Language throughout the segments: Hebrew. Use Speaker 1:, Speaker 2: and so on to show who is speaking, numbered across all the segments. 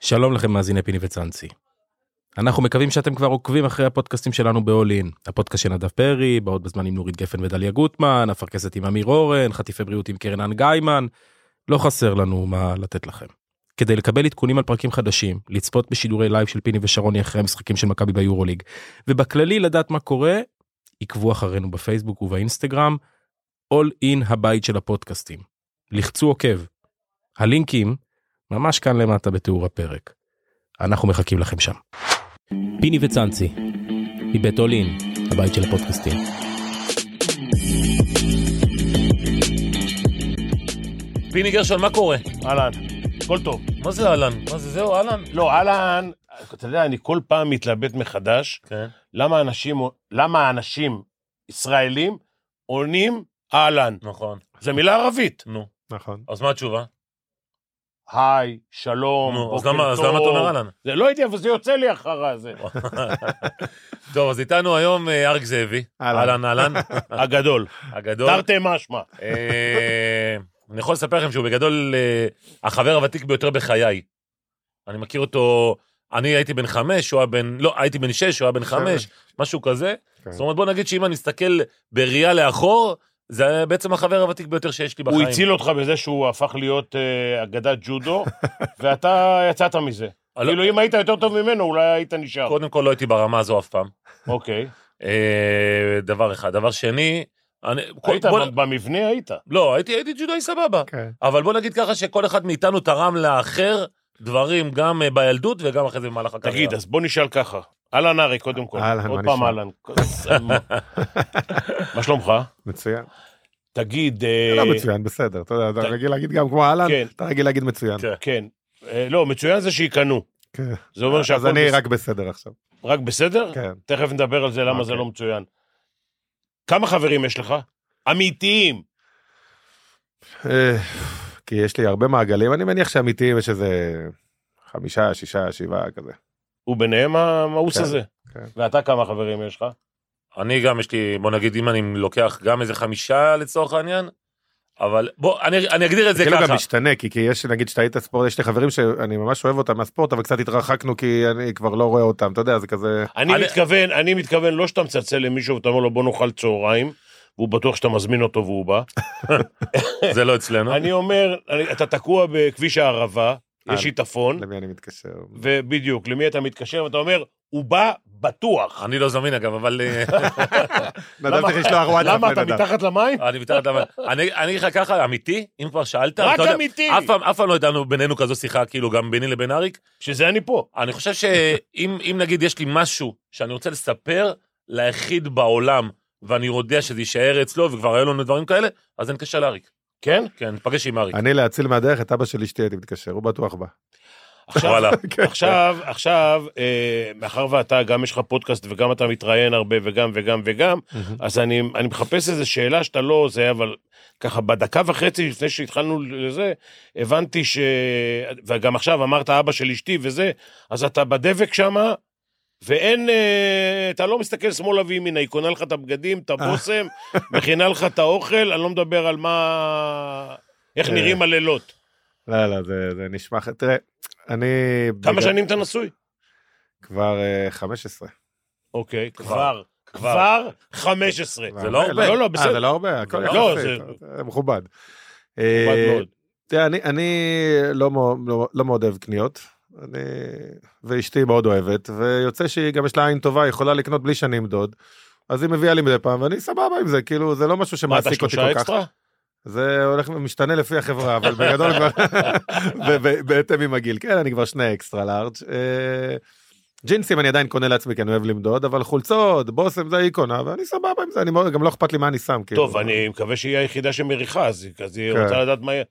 Speaker 1: שלום לכם מאזיני פיני וצאנצי. אנחנו מקווים שאתם כבר עוקבים אחרי הפודקאסטים שלנו ב-all in. הפודקאסט של נדב פרי, באות בזמן עם נורית גפן ודליה גוטמן, הפרכסת עם אמיר אורן, חטיפי בריאות עם קרנן גיימן. לא חסר לנו מה לתת לכם. כדי לקבל עדכונים על פרקים חדשים, לצפות בשידורי לייב של פיני ושרוני אחרי המשחקים של מכבי ביורוליג, ובכללי לדעת מה קורה, עקבו אחרינו בפייסבוק ובאינסטגרם, all in הבית של הפודקאסטים. לחצו עוקב. הלינקים ממש כאן למטה בתיאור הפרק. אנחנו מחכים לכם שם. פיני וצאנצי, מבית אולין, הבית של הפודקאסטים.
Speaker 2: פיני גרשון, מה קורה?
Speaker 3: אהלן, הכל טוב.
Speaker 2: מה זה אהלן? מה זה, זהו, אהלן?
Speaker 3: לא, אהלן, אתה יודע, אני כל פעם מתלבט מחדש,
Speaker 2: כן.
Speaker 3: למה אנשים, למה אנשים ישראלים עונים אהלן.
Speaker 2: נכון.
Speaker 3: זו מילה ערבית.
Speaker 2: נו.
Speaker 4: נכון.
Speaker 2: אז מה התשובה?
Speaker 3: היי, שלום,
Speaker 2: נו, אז
Speaker 3: בוקר
Speaker 2: למה אז
Speaker 3: טוב.
Speaker 2: למה אתה אומר אהלן?
Speaker 3: זה לא הייתי, אבל זה יוצא לי אחרי זה.
Speaker 2: טוב, אז איתנו היום אה, אריק זאבי.
Speaker 4: אהלן.
Speaker 2: אהלן, אהלן.
Speaker 3: הגדול.
Speaker 2: הגדול.
Speaker 3: תרתי משמע.
Speaker 2: אה, אני יכול לספר לכם שהוא בגדול אה, החבר הוותיק ביותר בחיי. אני מכיר אותו, אני הייתי בן חמש, הוא היה בן, לא, הייתי בן שש, הוא היה בן חמש, משהו כזה.
Speaker 4: כן.
Speaker 2: זאת אומרת, בוא נגיד שאם אני אסתכל בראייה לאחור, זה בעצם החבר הוותיק ביותר שיש לי בחיים.
Speaker 3: הוא הציל אותך בזה שהוא הפך להיות אה, אגדת ג'ודו, ואתה יצאת מזה.
Speaker 2: אה, לא,
Speaker 3: כאילו, אם היית יותר טוב ממנו, אולי היית נשאר.
Speaker 2: קודם כל לא הייתי ברמה הזו אף פעם.
Speaker 3: אוקיי.
Speaker 2: אה, דבר אחד. דבר שני, אני... כל-
Speaker 3: היית,
Speaker 2: בוא-
Speaker 3: במבנה היית.
Speaker 2: לא, הייתי הייתי ג'ודאי סבבה.
Speaker 4: כן.
Speaker 2: אבל בוא נגיד ככה שכל אחד מאיתנו תרם לאחר דברים גם אה, בילדות וגם אחרי זה במהלך הקריירה.
Speaker 3: תגיד, אז בוא נשאל ככה. אהלן ארי, קודם כל.
Speaker 4: אהלן,
Speaker 3: עוד
Speaker 4: מה
Speaker 3: פעם
Speaker 4: נשמע?
Speaker 3: אהלן. מה שלומך?
Speaker 4: מצוין.
Speaker 3: תגיד, אה,
Speaker 4: לא מצוין, בסדר. אתה יודע, אתה
Speaker 3: אתה-
Speaker 4: רגיל להגיד גם כמו אהלן,
Speaker 3: כן.
Speaker 4: אתה רגיל להגיד מצוין.
Speaker 2: כן.
Speaker 3: כן. אה, לא, מצוין זה שיקנו.
Speaker 4: כן.
Speaker 3: זה אומר
Speaker 4: אז
Speaker 3: שהכל אה.
Speaker 4: אני
Speaker 3: בס-
Speaker 4: רק בסדר עכשיו.
Speaker 3: רק בסדר?
Speaker 4: כן.
Speaker 3: תכף נדבר על זה, למה זה
Speaker 4: אוקיי.
Speaker 3: לא מצוין. כמה חברים יש לך? אמיתיים.
Speaker 4: אה, כי יש לי הרבה מעגלים, אני מניח שאמיתיים יש איזה חמישה, שישה, שבעה כזה.
Speaker 3: וביניהם המאוס
Speaker 4: כן,
Speaker 3: הזה.
Speaker 4: כן.
Speaker 3: ואתה כמה חברים יש לך?
Speaker 2: אני גם יש לי, בוא נגיד, אם אני לוקח גם איזה חמישה לצורך העניין, אבל בוא, אני אני אגדיר את זה
Speaker 3: לא
Speaker 4: כאילו
Speaker 2: ככה.
Speaker 4: גם משתנה, כי כי יש, נגיד, שאתה היית ספורט, יש לי חברים שאני ממש אוהב אותם מהספורט, אבל קצת התרחקנו כי אני כבר לא רואה אותם, אתה יודע, זה כזה...
Speaker 3: אני
Speaker 2: אני-
Speaker 3: מתכוון, אני מתכוון לא שאתה מצלצל למישהו ואתה אומר לו בוא נאכל צהריים, והוא בטוח שאתה מזמין אותו והוא בא.
Speaker 2: זה לא אצלנו.
Speaker 3: אני אומר, אני- אתה תקוע בכביש הערבה, יש
Speaker 4: אה,
Speaker 3: שיטפון,
Speaker 4: למי אני מתקשר?
Speaker 3: ובדיוק, למי אתה מתקשר ואתה אומר, הוא בא בטוח.
Speaker 2: אני לא זמין אגב, אבל אה,
Speaker 4: נדב צריך לשלוח וואטסאפ
Speaker 3: למה אתה
Speaker 4: לנדב.
Speaker 3: מתחת למים?
Speaker 2: אני מתאר אבל אני אני אגיד לך ככה, אמיתי, אם כבר שאלת,
Speaker 3: רק
Speaker 2: אה, אתה יודע,
Speaker 3: אמיתי.
Speaker 2: אף פעם- אף פעם לא הייתה בינינו כזו שיחה, כאילו גם ביני לבין אריק,
Speaker 3: שזה אני פה.
Speaker 2: אני חושב שאם אם נגיד יש לי משהו שאני רוצה לספר ליחיד בעולם, ואני יודע שזה יישאר אצלו, וכבר היו לנו דברים כאלה, אז אני אתקשר לאריק.
Speaker 3: כן?
Speaker 2: כן, נפגש עם אריק.
Speaker 4: אני להציל מהדרך את אבא של אשתי הייתי מתקשר, הוא בטוח בא.
Speaker 3: עכשיו,
Speaker 2: וואלה.
Speaker 3: עכשיו, עכשיו, אה, מאחר ואתה, גם יש לך פודקאסט וגם אתה מתראיין הרבה וגם וגם וגם, אז אני, אני מחפש איזו שאלה שאתה לא זה, אבל ככה, בדקה וחצי לפני שהתחלנו לזה, הבנתי ש... וגם עכשיו אמרת אבא של אשתי וזה, אז אתה בדבק שמה, ואין, אה, אתה לא מסתכל שמאלה וימינה, היא קונה לך את הבגדים, את הבושם, מכינה לך את האוכל, אני לא מדבר על מה... איך
Speaker 4: אה.
Speaker 3: נראים הלילות.
Speaker 4: לא, לא, זה זה נשמע... ח- תראה, אני...
Speaker 3: כמה
Speaker 4: בגלל-
Speaker 3: שנים אתה נשוי?
Speaker 4: כבר אה, 15.
Speaker 3: אוקיי,
Speaker 2: כבר.
Speaker 3: כבר. כבר 15.
Speaker 2: זה לא הרבה.
Speaker 3: לא, לא,
Speaker 4: אה, זה
Speaker 3: בסדר.
Speaker 4: לא הרבה, הכל
Speaker 2: לא,
Speaker 4: יחסי,
Speaker 3: זה-
Speaker 4: זה מכובד.
Speaker 3: נחמד
Speaker 4: אה,
Speaker 3: מאוד.
Speaker 4: תראה, אני- אני לא מאו- לא- לא מאוד אוהב קניות, אני- ואשתי מאוד אוהבת, ויוצא שהיא גם יש לה עין טובה, היא יכולה לקנות בלי שאני אמדוד. אז היא מביאה לי מדי פעם, ואני סבבה עם זה, כאילו, זה לא משהו
Speaker 3: מה, אתה
Speaker 4: שמעסיק אותי
Speaker 3: שלושה
Speaker 4: כל כך.
Speaker 3: אקסטרה?
Speaker 4: זה הולך ומשתנה לפי החברה, אבל בגדול כבר, ב- ב- בהתאם עם הגיל. כן, אני כבר שני אקסטרה לארג'. אה, ג'ינסים אני עדיין קונה לעצמי כי אני אוהב למדוד, אבל חולצות, בושם זה היא קונה, ואני סבבה עם זה, אני מאוד- גם לא אכפת לי מה אני שם. כאילו.
Speaker 3: טוב, אני מקווה שהיא היחידה שמריחה, אז היא- אז היא
Speaker 4: כן.
Speaker 3: רוצה לדעת מה... יהיה.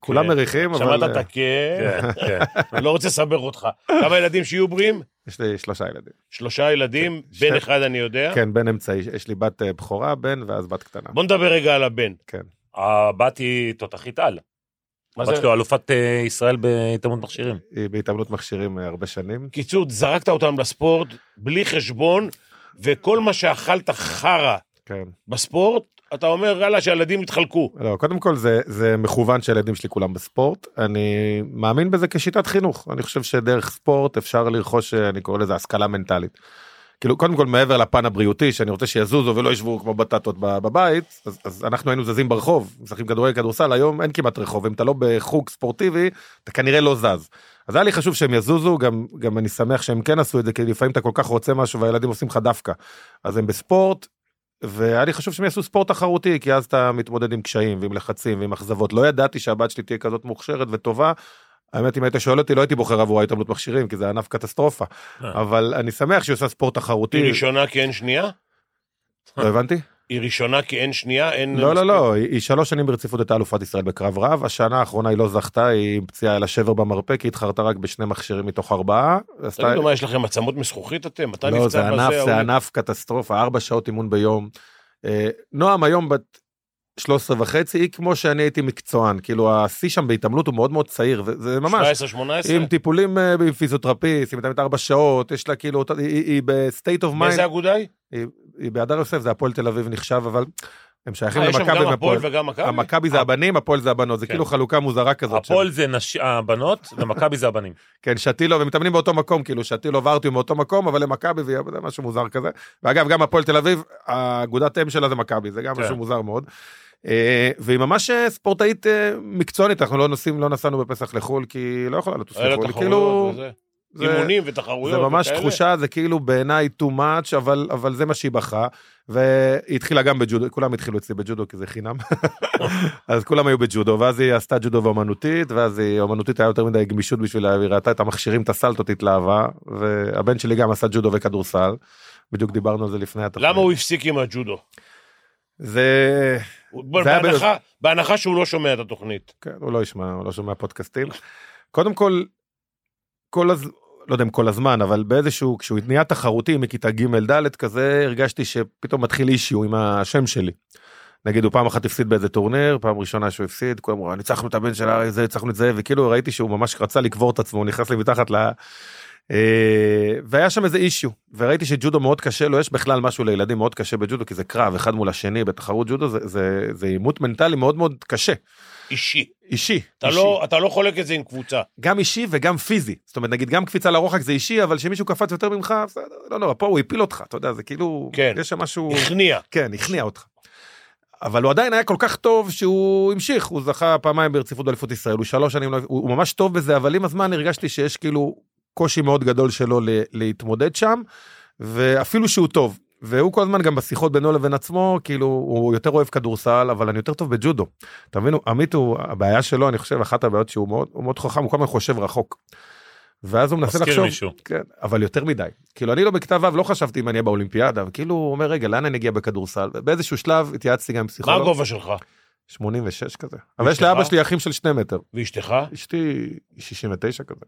Speaker 4: כולם
Speaker 3: כן.
Speaker 4: מריחים, אבל...
Speaker 3: שמעת
Speaker 4: אה,
Speaker 3: את הכאב?
Speaker 2: כן, כן.
Speaker 3: אני לא רוצה לסבר אותך. כמה ילדים שיהיו בריאים?
Speaker 4: יש לי שלושה ילדים.
Speaker 3: שלושה ילדים,
Speaker 4: שתי-
Speaker 3: בן אחד אני יודע.
Speaker 4: כן, בן אמצעי, יש לי בת אה, בכורה, בן, ואז בת קטנה.
Speaker 3: בוא נדבר רגע על הבן.
Speaker 4: כן.
Speaker 2: הבת היא תותחית על.
Speaker 3: מה
Speaker 2: הבת
Speaker 3: זה?
Speaker 2: שלו אלופת אה, ישראל בהתאמות מכשירים.
Speaker 4: היא בהתעמלות מכשירים אה, הרבה שנים.
Speaker 3: קיצור, זרקת אותם לספורט בלי חשבון, וכל מה שאכלת חרא
Speaker 4: כן,
Speaker 3: בספורט, אתה אומר, יאללה, שהילדים יתחלקו.
Speaker 4: לא, קודם כל זה, זה מכוון שהילדים שלי כולם בספורט. אני מאמין בזה כשיטת חינוך. אני חושב שדרך ספורט אפשר לרכוש, אה, אני קורא לזה השכלה מנטלית. כאילו, קודם כל מעבר לפן הבריאותי, שאני רוצה שיזוזו ולא ישבו כמו בטטות ב- בבית, אז, אז אנחנו היינו זזים ברחוב, משחקים כדורגל, כדורסל, היום אין כמעט רחוב, אם אתה לא בחוג ספורטיבי, אתה כנראה לא זז. אז היה לי חשוב שהם יזוזו, גם, גם אני שמח שהם כן עשו את זה, כי לפעמים אתה כל כך רוצה משהו והילדים עושים לך דווקא. אז הם בספורט, והיה לי חשוב שהם יעשו ספורט תחרותי, כי אז אתה מתמודד עם קשיים ועם לחצים ועם אכזבות. לא ידעתי שהבת שלי תהיה כזאת מוכשרת וטובה. האמת, אם היית שואל אותי, לא הייתי בוחר עבורה התעמלות מכשירים, כי זה ענף קטסטרופה.
Speaker 2: אה.
Speaker 4: אבל אני שמח שהיא עושה ספורט
Speaker 3: היא
Speaker 4: תחרותי.
Speaker 3: ראשונה כי אין שנייה?
Speaker 4: לא הבנתי?
Speaker 3: היא ראשונה כי אין שנייה? אין...
Speaker 4: לא, לא, לא, היא היא שלוש שנים ברציפות הייתה אלופת ישראל בקרב רב, השנה האחרונה היא לא זכתה, היא עם פציעה על השבר במרפק, היא התחרתה רק בשני מכשירים מתוך ארבעה. עשתה-
Speaker 3: תגידו מה, לא יש לכם עצמות מזכוכית אתם? אתה נפצע
Speaker 4: לא, זה
Speaker 3: בזה,
Speaker 4: ענף,
Speaker 3: ההוא
Speaker 4: זה ענף קטסטרופה, ארבע שעות אימון ביום. אה, נועם היום בת 13 וחצי, היא כמו שאני הייתי מקצוען, כאילו השיא שם בהתעמלות הוא מאוד מאוד צעיר, זה- זה ממש.
Speaker 3: 17, 18?
Speaker 4: עם טיפולים אה, עם פיזיותרפיסט, היא מתאמת ארבע שעות, יש לה כאילו, אותה- היא- היא היא בסטייט אוף מיינד,
Speaker 3: באיזה אגודה היא?
Speaker 4: היא בהדר יוסף, זה הפועל תל אביב נחשב, אבל הם שייכים
Speaker 3: אה, יש שם
Speaker 4: למכבי
Speaker 3: גם הפועל
Speaker 4: והפועל.
Speaker 3: וגם מכבי?
Speaker 4: המכבי זה הבנים, הפועל זה הבנות, זה
Speaker 2: כן.
Speaker 4: כאילו חלוקה מוזרה כזאת. של-
Speaker 2: הפועל זה נש- הבנות, ומכבי זה הבנים.
Speaker 4: כן, שתילו, ומתאמנים באותו מקום, כאילו, שתילו וארטיום באותו מקום, אבל למכבי זה זה משהו מוזר כזה. ואגב, גם הפועל תל אביב, האגודת אם שלה זה מכבי, זה גם
Speaker 2: כן.
Speaker 4: משהו מוזר מאוד. אה, והיא ממש אה, ספורטאית אה, מקצוענית, אנחנו לא נוסעים, לא נסענו בפסח לחו"ל, כי היא לא יכולה לטוס
Speaker 3: היה לה
Speaker 4: לחו"ל, היא
Speaker 3: תחרויות
Speaker 4: כאילו...
Speaker 3: וזה.
Speaker 4: זה-
Speaker 3: אימונים ותחרויות.
Speaker 4: זה ממש
Speaker 3: וכאלה.
Speaker 4: תחושה, זה כאילו בעיניי too much, אבל, אבל זה מה שהיא בחרה. והיא התחילה גם בג'ודו, כולם התחילו אצלי בג'ודו כי זה חינם. אז כולם היו בג'ודו, ואז היא עשתה ג'ודו ואומנותית, ואז היא, אומנותית היה יותר מדי גמישות בשבילה, היא ראתה את המכשירים, את הסלטות התלהבה, והבן שלי גם עשה ג'ודו וכדורסל. בדיוק דיברנו על זה לפני התוכנית.
Speaker 3: למה הוא הפסיק עם הג'ודו?
Speaker 4: זה...
Speaker 3: הוא- בוא,
Speaker 4: זה היה
Speaker 3: בהנחה- בהנחה שהוא לא שומע את התוכנית.
Speaker 4: כן, הוא לא ישמע, הוא לא שומע פודקאסטים. קודם כל, כל הז... לא יודע אם כל הזמן, אבל באיזשהו, כשהוא נהיה תחרותי מכיתה ג'-ד' כזה, הרגשתי שפתאום מתחיל אישיו עם השם שלי. נגיד הוא פעם אחת הפסיד באיזה טורניר, פעם ראשונה שהוא הפסיד, כולם אמרו, "אה, ניצחנו את הבן שלה, זה, ניצחנו את זה, וכאילו ראיתי שהוא ממש רצה לקבור את עצמו, הוא נכנס לי מתחת ל... אה, והיה שם איזה אישיו, וראיתי שג'ודו מאוד קשה לו, יש בכלל משהו לילדים מאוד קשה בג'ודו, כי זה קרב אחד מול השני בתחרות ג'ודו, זה, זה, זה עימות מנטלי מאוד מאוד קשה.
Speaker 3: אישי.
Speaker 4: אישי.
Speaker 3: אתה
Speaker 4: אישי.
Speaker 3: לא- אתה לא חולק את זה עם קבוצה.
Speaker 4: גם אישי וגם פיזי. זאת אומרת, נגיד, גם קפיצה לרוחק זה אישי, אבל שמישהו קפץ יותר ממך, בסדר, לא נורא, פה הוא הפיל אותך, אתה יודע, זה כאילו...
Speaker 3: כן.
Speaker 4: יש שם משהו...
Speaker 3: הכניע.
Speaker 4: כן, הכניע אותך. אבל הוא עדיין היה כל כך טוב שהוא המשיך, הוא זכה פעמיים ברציפות באליפות ישראל, הוא שלוש שנים, לא- הוא, הוא ממש טוב בזה, אבל עם הזמן הרגשתי שיש כאילו קושי מאוד גדול שלו ל, להתמודד שם, ואפילו שהוא טוב. והוא כל הזמן גם בשיחות בינו לבין עצמו, כאילו, הוא יותר אוהב כדורסל, אבל אני יותר טוב בג'ודו. אתה מבין, הוא- עמית הוא, הבעיה שלו, אני חושב, אחת הבעיות שהוא מאוד, הוא מאוד חכם, הוא כל הזמן חושב רחוק. ואז הוא מנסה
Speaker 2: מזכיר
Speaker 4: לחשוב,
Speaker 2: מישהו.
Speaker 4: כן, אבל יותר מדי. כאילו, אני לא בכתב ו', לא חשבתי אם אני אהיה באולימפיאדה, וכאילו, הוא אומר, רגע, לאן אני אגיע בכדורסל? באיזשהו שלב התייעצתי גם עם
Speaker 3: מה
Speaker 4: פסיכולוג.
Speaker 3: הגובה שלך?
Speaker 4: 86 כזה. אבל יש
Speaker 3: אשתך?
Speaker 4: לאבא שלי אחים של שני מטר.
Speaker 3: ואשתך?
Speaker 4: אשתי 69 כזה.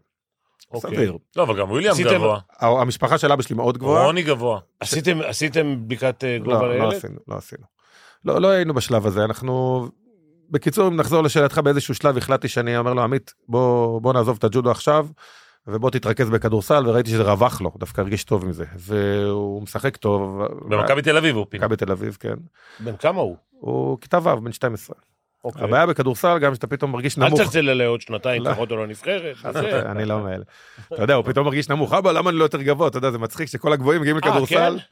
Speaker 3: אוקיי.
Speaker 4: סביר.
Speaker 2: לא, אבל גם וויליאם
Speaker 3: עשיתם-
Speaker 2: גבוה.
Speaker 4: ה- המשפחה של אבא שלי מאוד גבוהה.
Speaker 2: רוני גבוה.
Speaker 3: עשיתם- עשיתם בדיקת אה, גובה
Speaker 4: לא, לא
Speaker 3: לילד?
Speaker 4: עשינו, לא עשינו. לא, לא היינו בשלב הזה, אנחנו... בקיצור, אם נחזור לשאלתך, באיזשהו שלב החלטתי שאני אומר לו, עמית, בוא, בוא נעזוב את הג'ודו עכשיו, ובוא תתרכז בכדורסל, וראיתי שזה רווח לו, דווקא הרגיש טוב עם זה. והוא משחק טוב.
Speaker 2: במכבי תל אביב הוא פינה.
Speaker 4: מכבי תל אביב, כן.
Speaker 3: בן כמה הוא?
Speaker 4: הוא כיתה ו', בן 12.
Speaker 3: אוקיי.
Speaker 4: הבעיה בכדורסל גם שאתה פתאום מרגיש
Speaker 3: אל
Speaker 4: נמוך.
Speaker 3: תצלצל עליה עוד שנתיים,
Speaker 4: לא.
Speaker 3: תחרות או לנבחרת.
Speaker 4: אז
Speaker 3: וזה.
Speaker 4: אתה- אני לא מאלה. אתה יודע, הוא פתאום מרגיש נמוך. אבא, למה אני לא יותר גבוה? אתה יודע, זה מצחיק שכל הגבוהים מגיעים
Speaker 3: אה,
Speaker 4: לכדורסל.
Speaker 3: כן?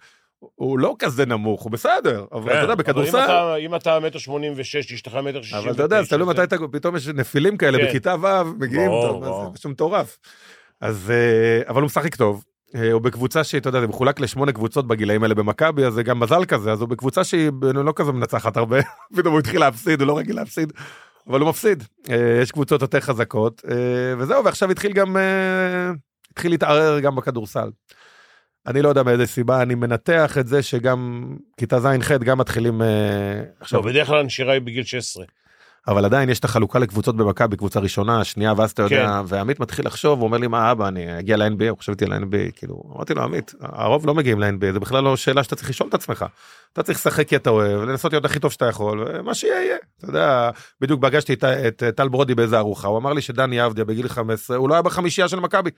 Speaker 4: הוא לא כזה נמוך, הוא בסדר. אבל
Speaker 2: כן,
Speaker 4: אתה יודע,
Speaker 2: אבל
Speaker 3: אבל אם
Speaker 4: בכדורסל...
Speaker 3: אתה- אם אתה מטר שמונים ושש, אשתך מטר שישים.
Speaker 4: אבל אתה יודע, אז תלוי מתי אתה... פתאום יש נפילים כאלה
Speaker 3: כן.
Speaker 4: בכיתה ו', מגיעים,
Speaker 2: ברור,
Speaker 4: טוב, אז
Speaker 2: ברור.
Speaker 4: זה משהו מטורף. אז... אה, אבל הוא משחק טוב. אה, הוא בקבוצה שהיא, אתה יודע, זה מחולק לשמונה קבוצות בגילאים האלה במכבי, אז זה גם מזל כזה, אז הוא בקבוצה שהיא ב- לא כזה מנצחת הרבה, פתאום הוא התחיל להפסיד, הוא לא רגיל להפסיד, אבל הוא מפסיד. אה, יש קבוצות יותר חזקות, אה, וזהו, ועכשיו התחיל גם, אה, התחיל להתערער גם בכדורסל. אני לא יודע מאיזה סיבה, אני מנתח את זה שגם כיתה ז'-ח' גם מתחילים אה, עכשיו
Speaker 3: לא, בדרך כלל הנשירה היא בגיל 16.
Speaker 4: אבל עדיין יש את החלוקה לקבוצות במכבי, קבוצה ראשונה, שנייה, ואז אתה יודע, ועמית מתחיל לחשוב, הוא אומר לי, מה אבא, אני אגיע ל-NBA, הוא חשבתי על ה-NBA, כאילו, אמרתי לו, עמית, הרוב לא מגיעים ל-NBA, זה בכלל לא שאלה שאתה צריך לשאול את עצמך. אתה צריך לשחק כי אתה אוהב, לנסות להיות הכי טוב שאתה יכול, ומה שיהיה יהיה. אתה יודע, אה, בדיוק פגשתי את, את טל ברודי באיזה ארוחה, הוא אמר לי שדני עבדיה בגיל 15, הוא לא היה בחמישייה של מכבי.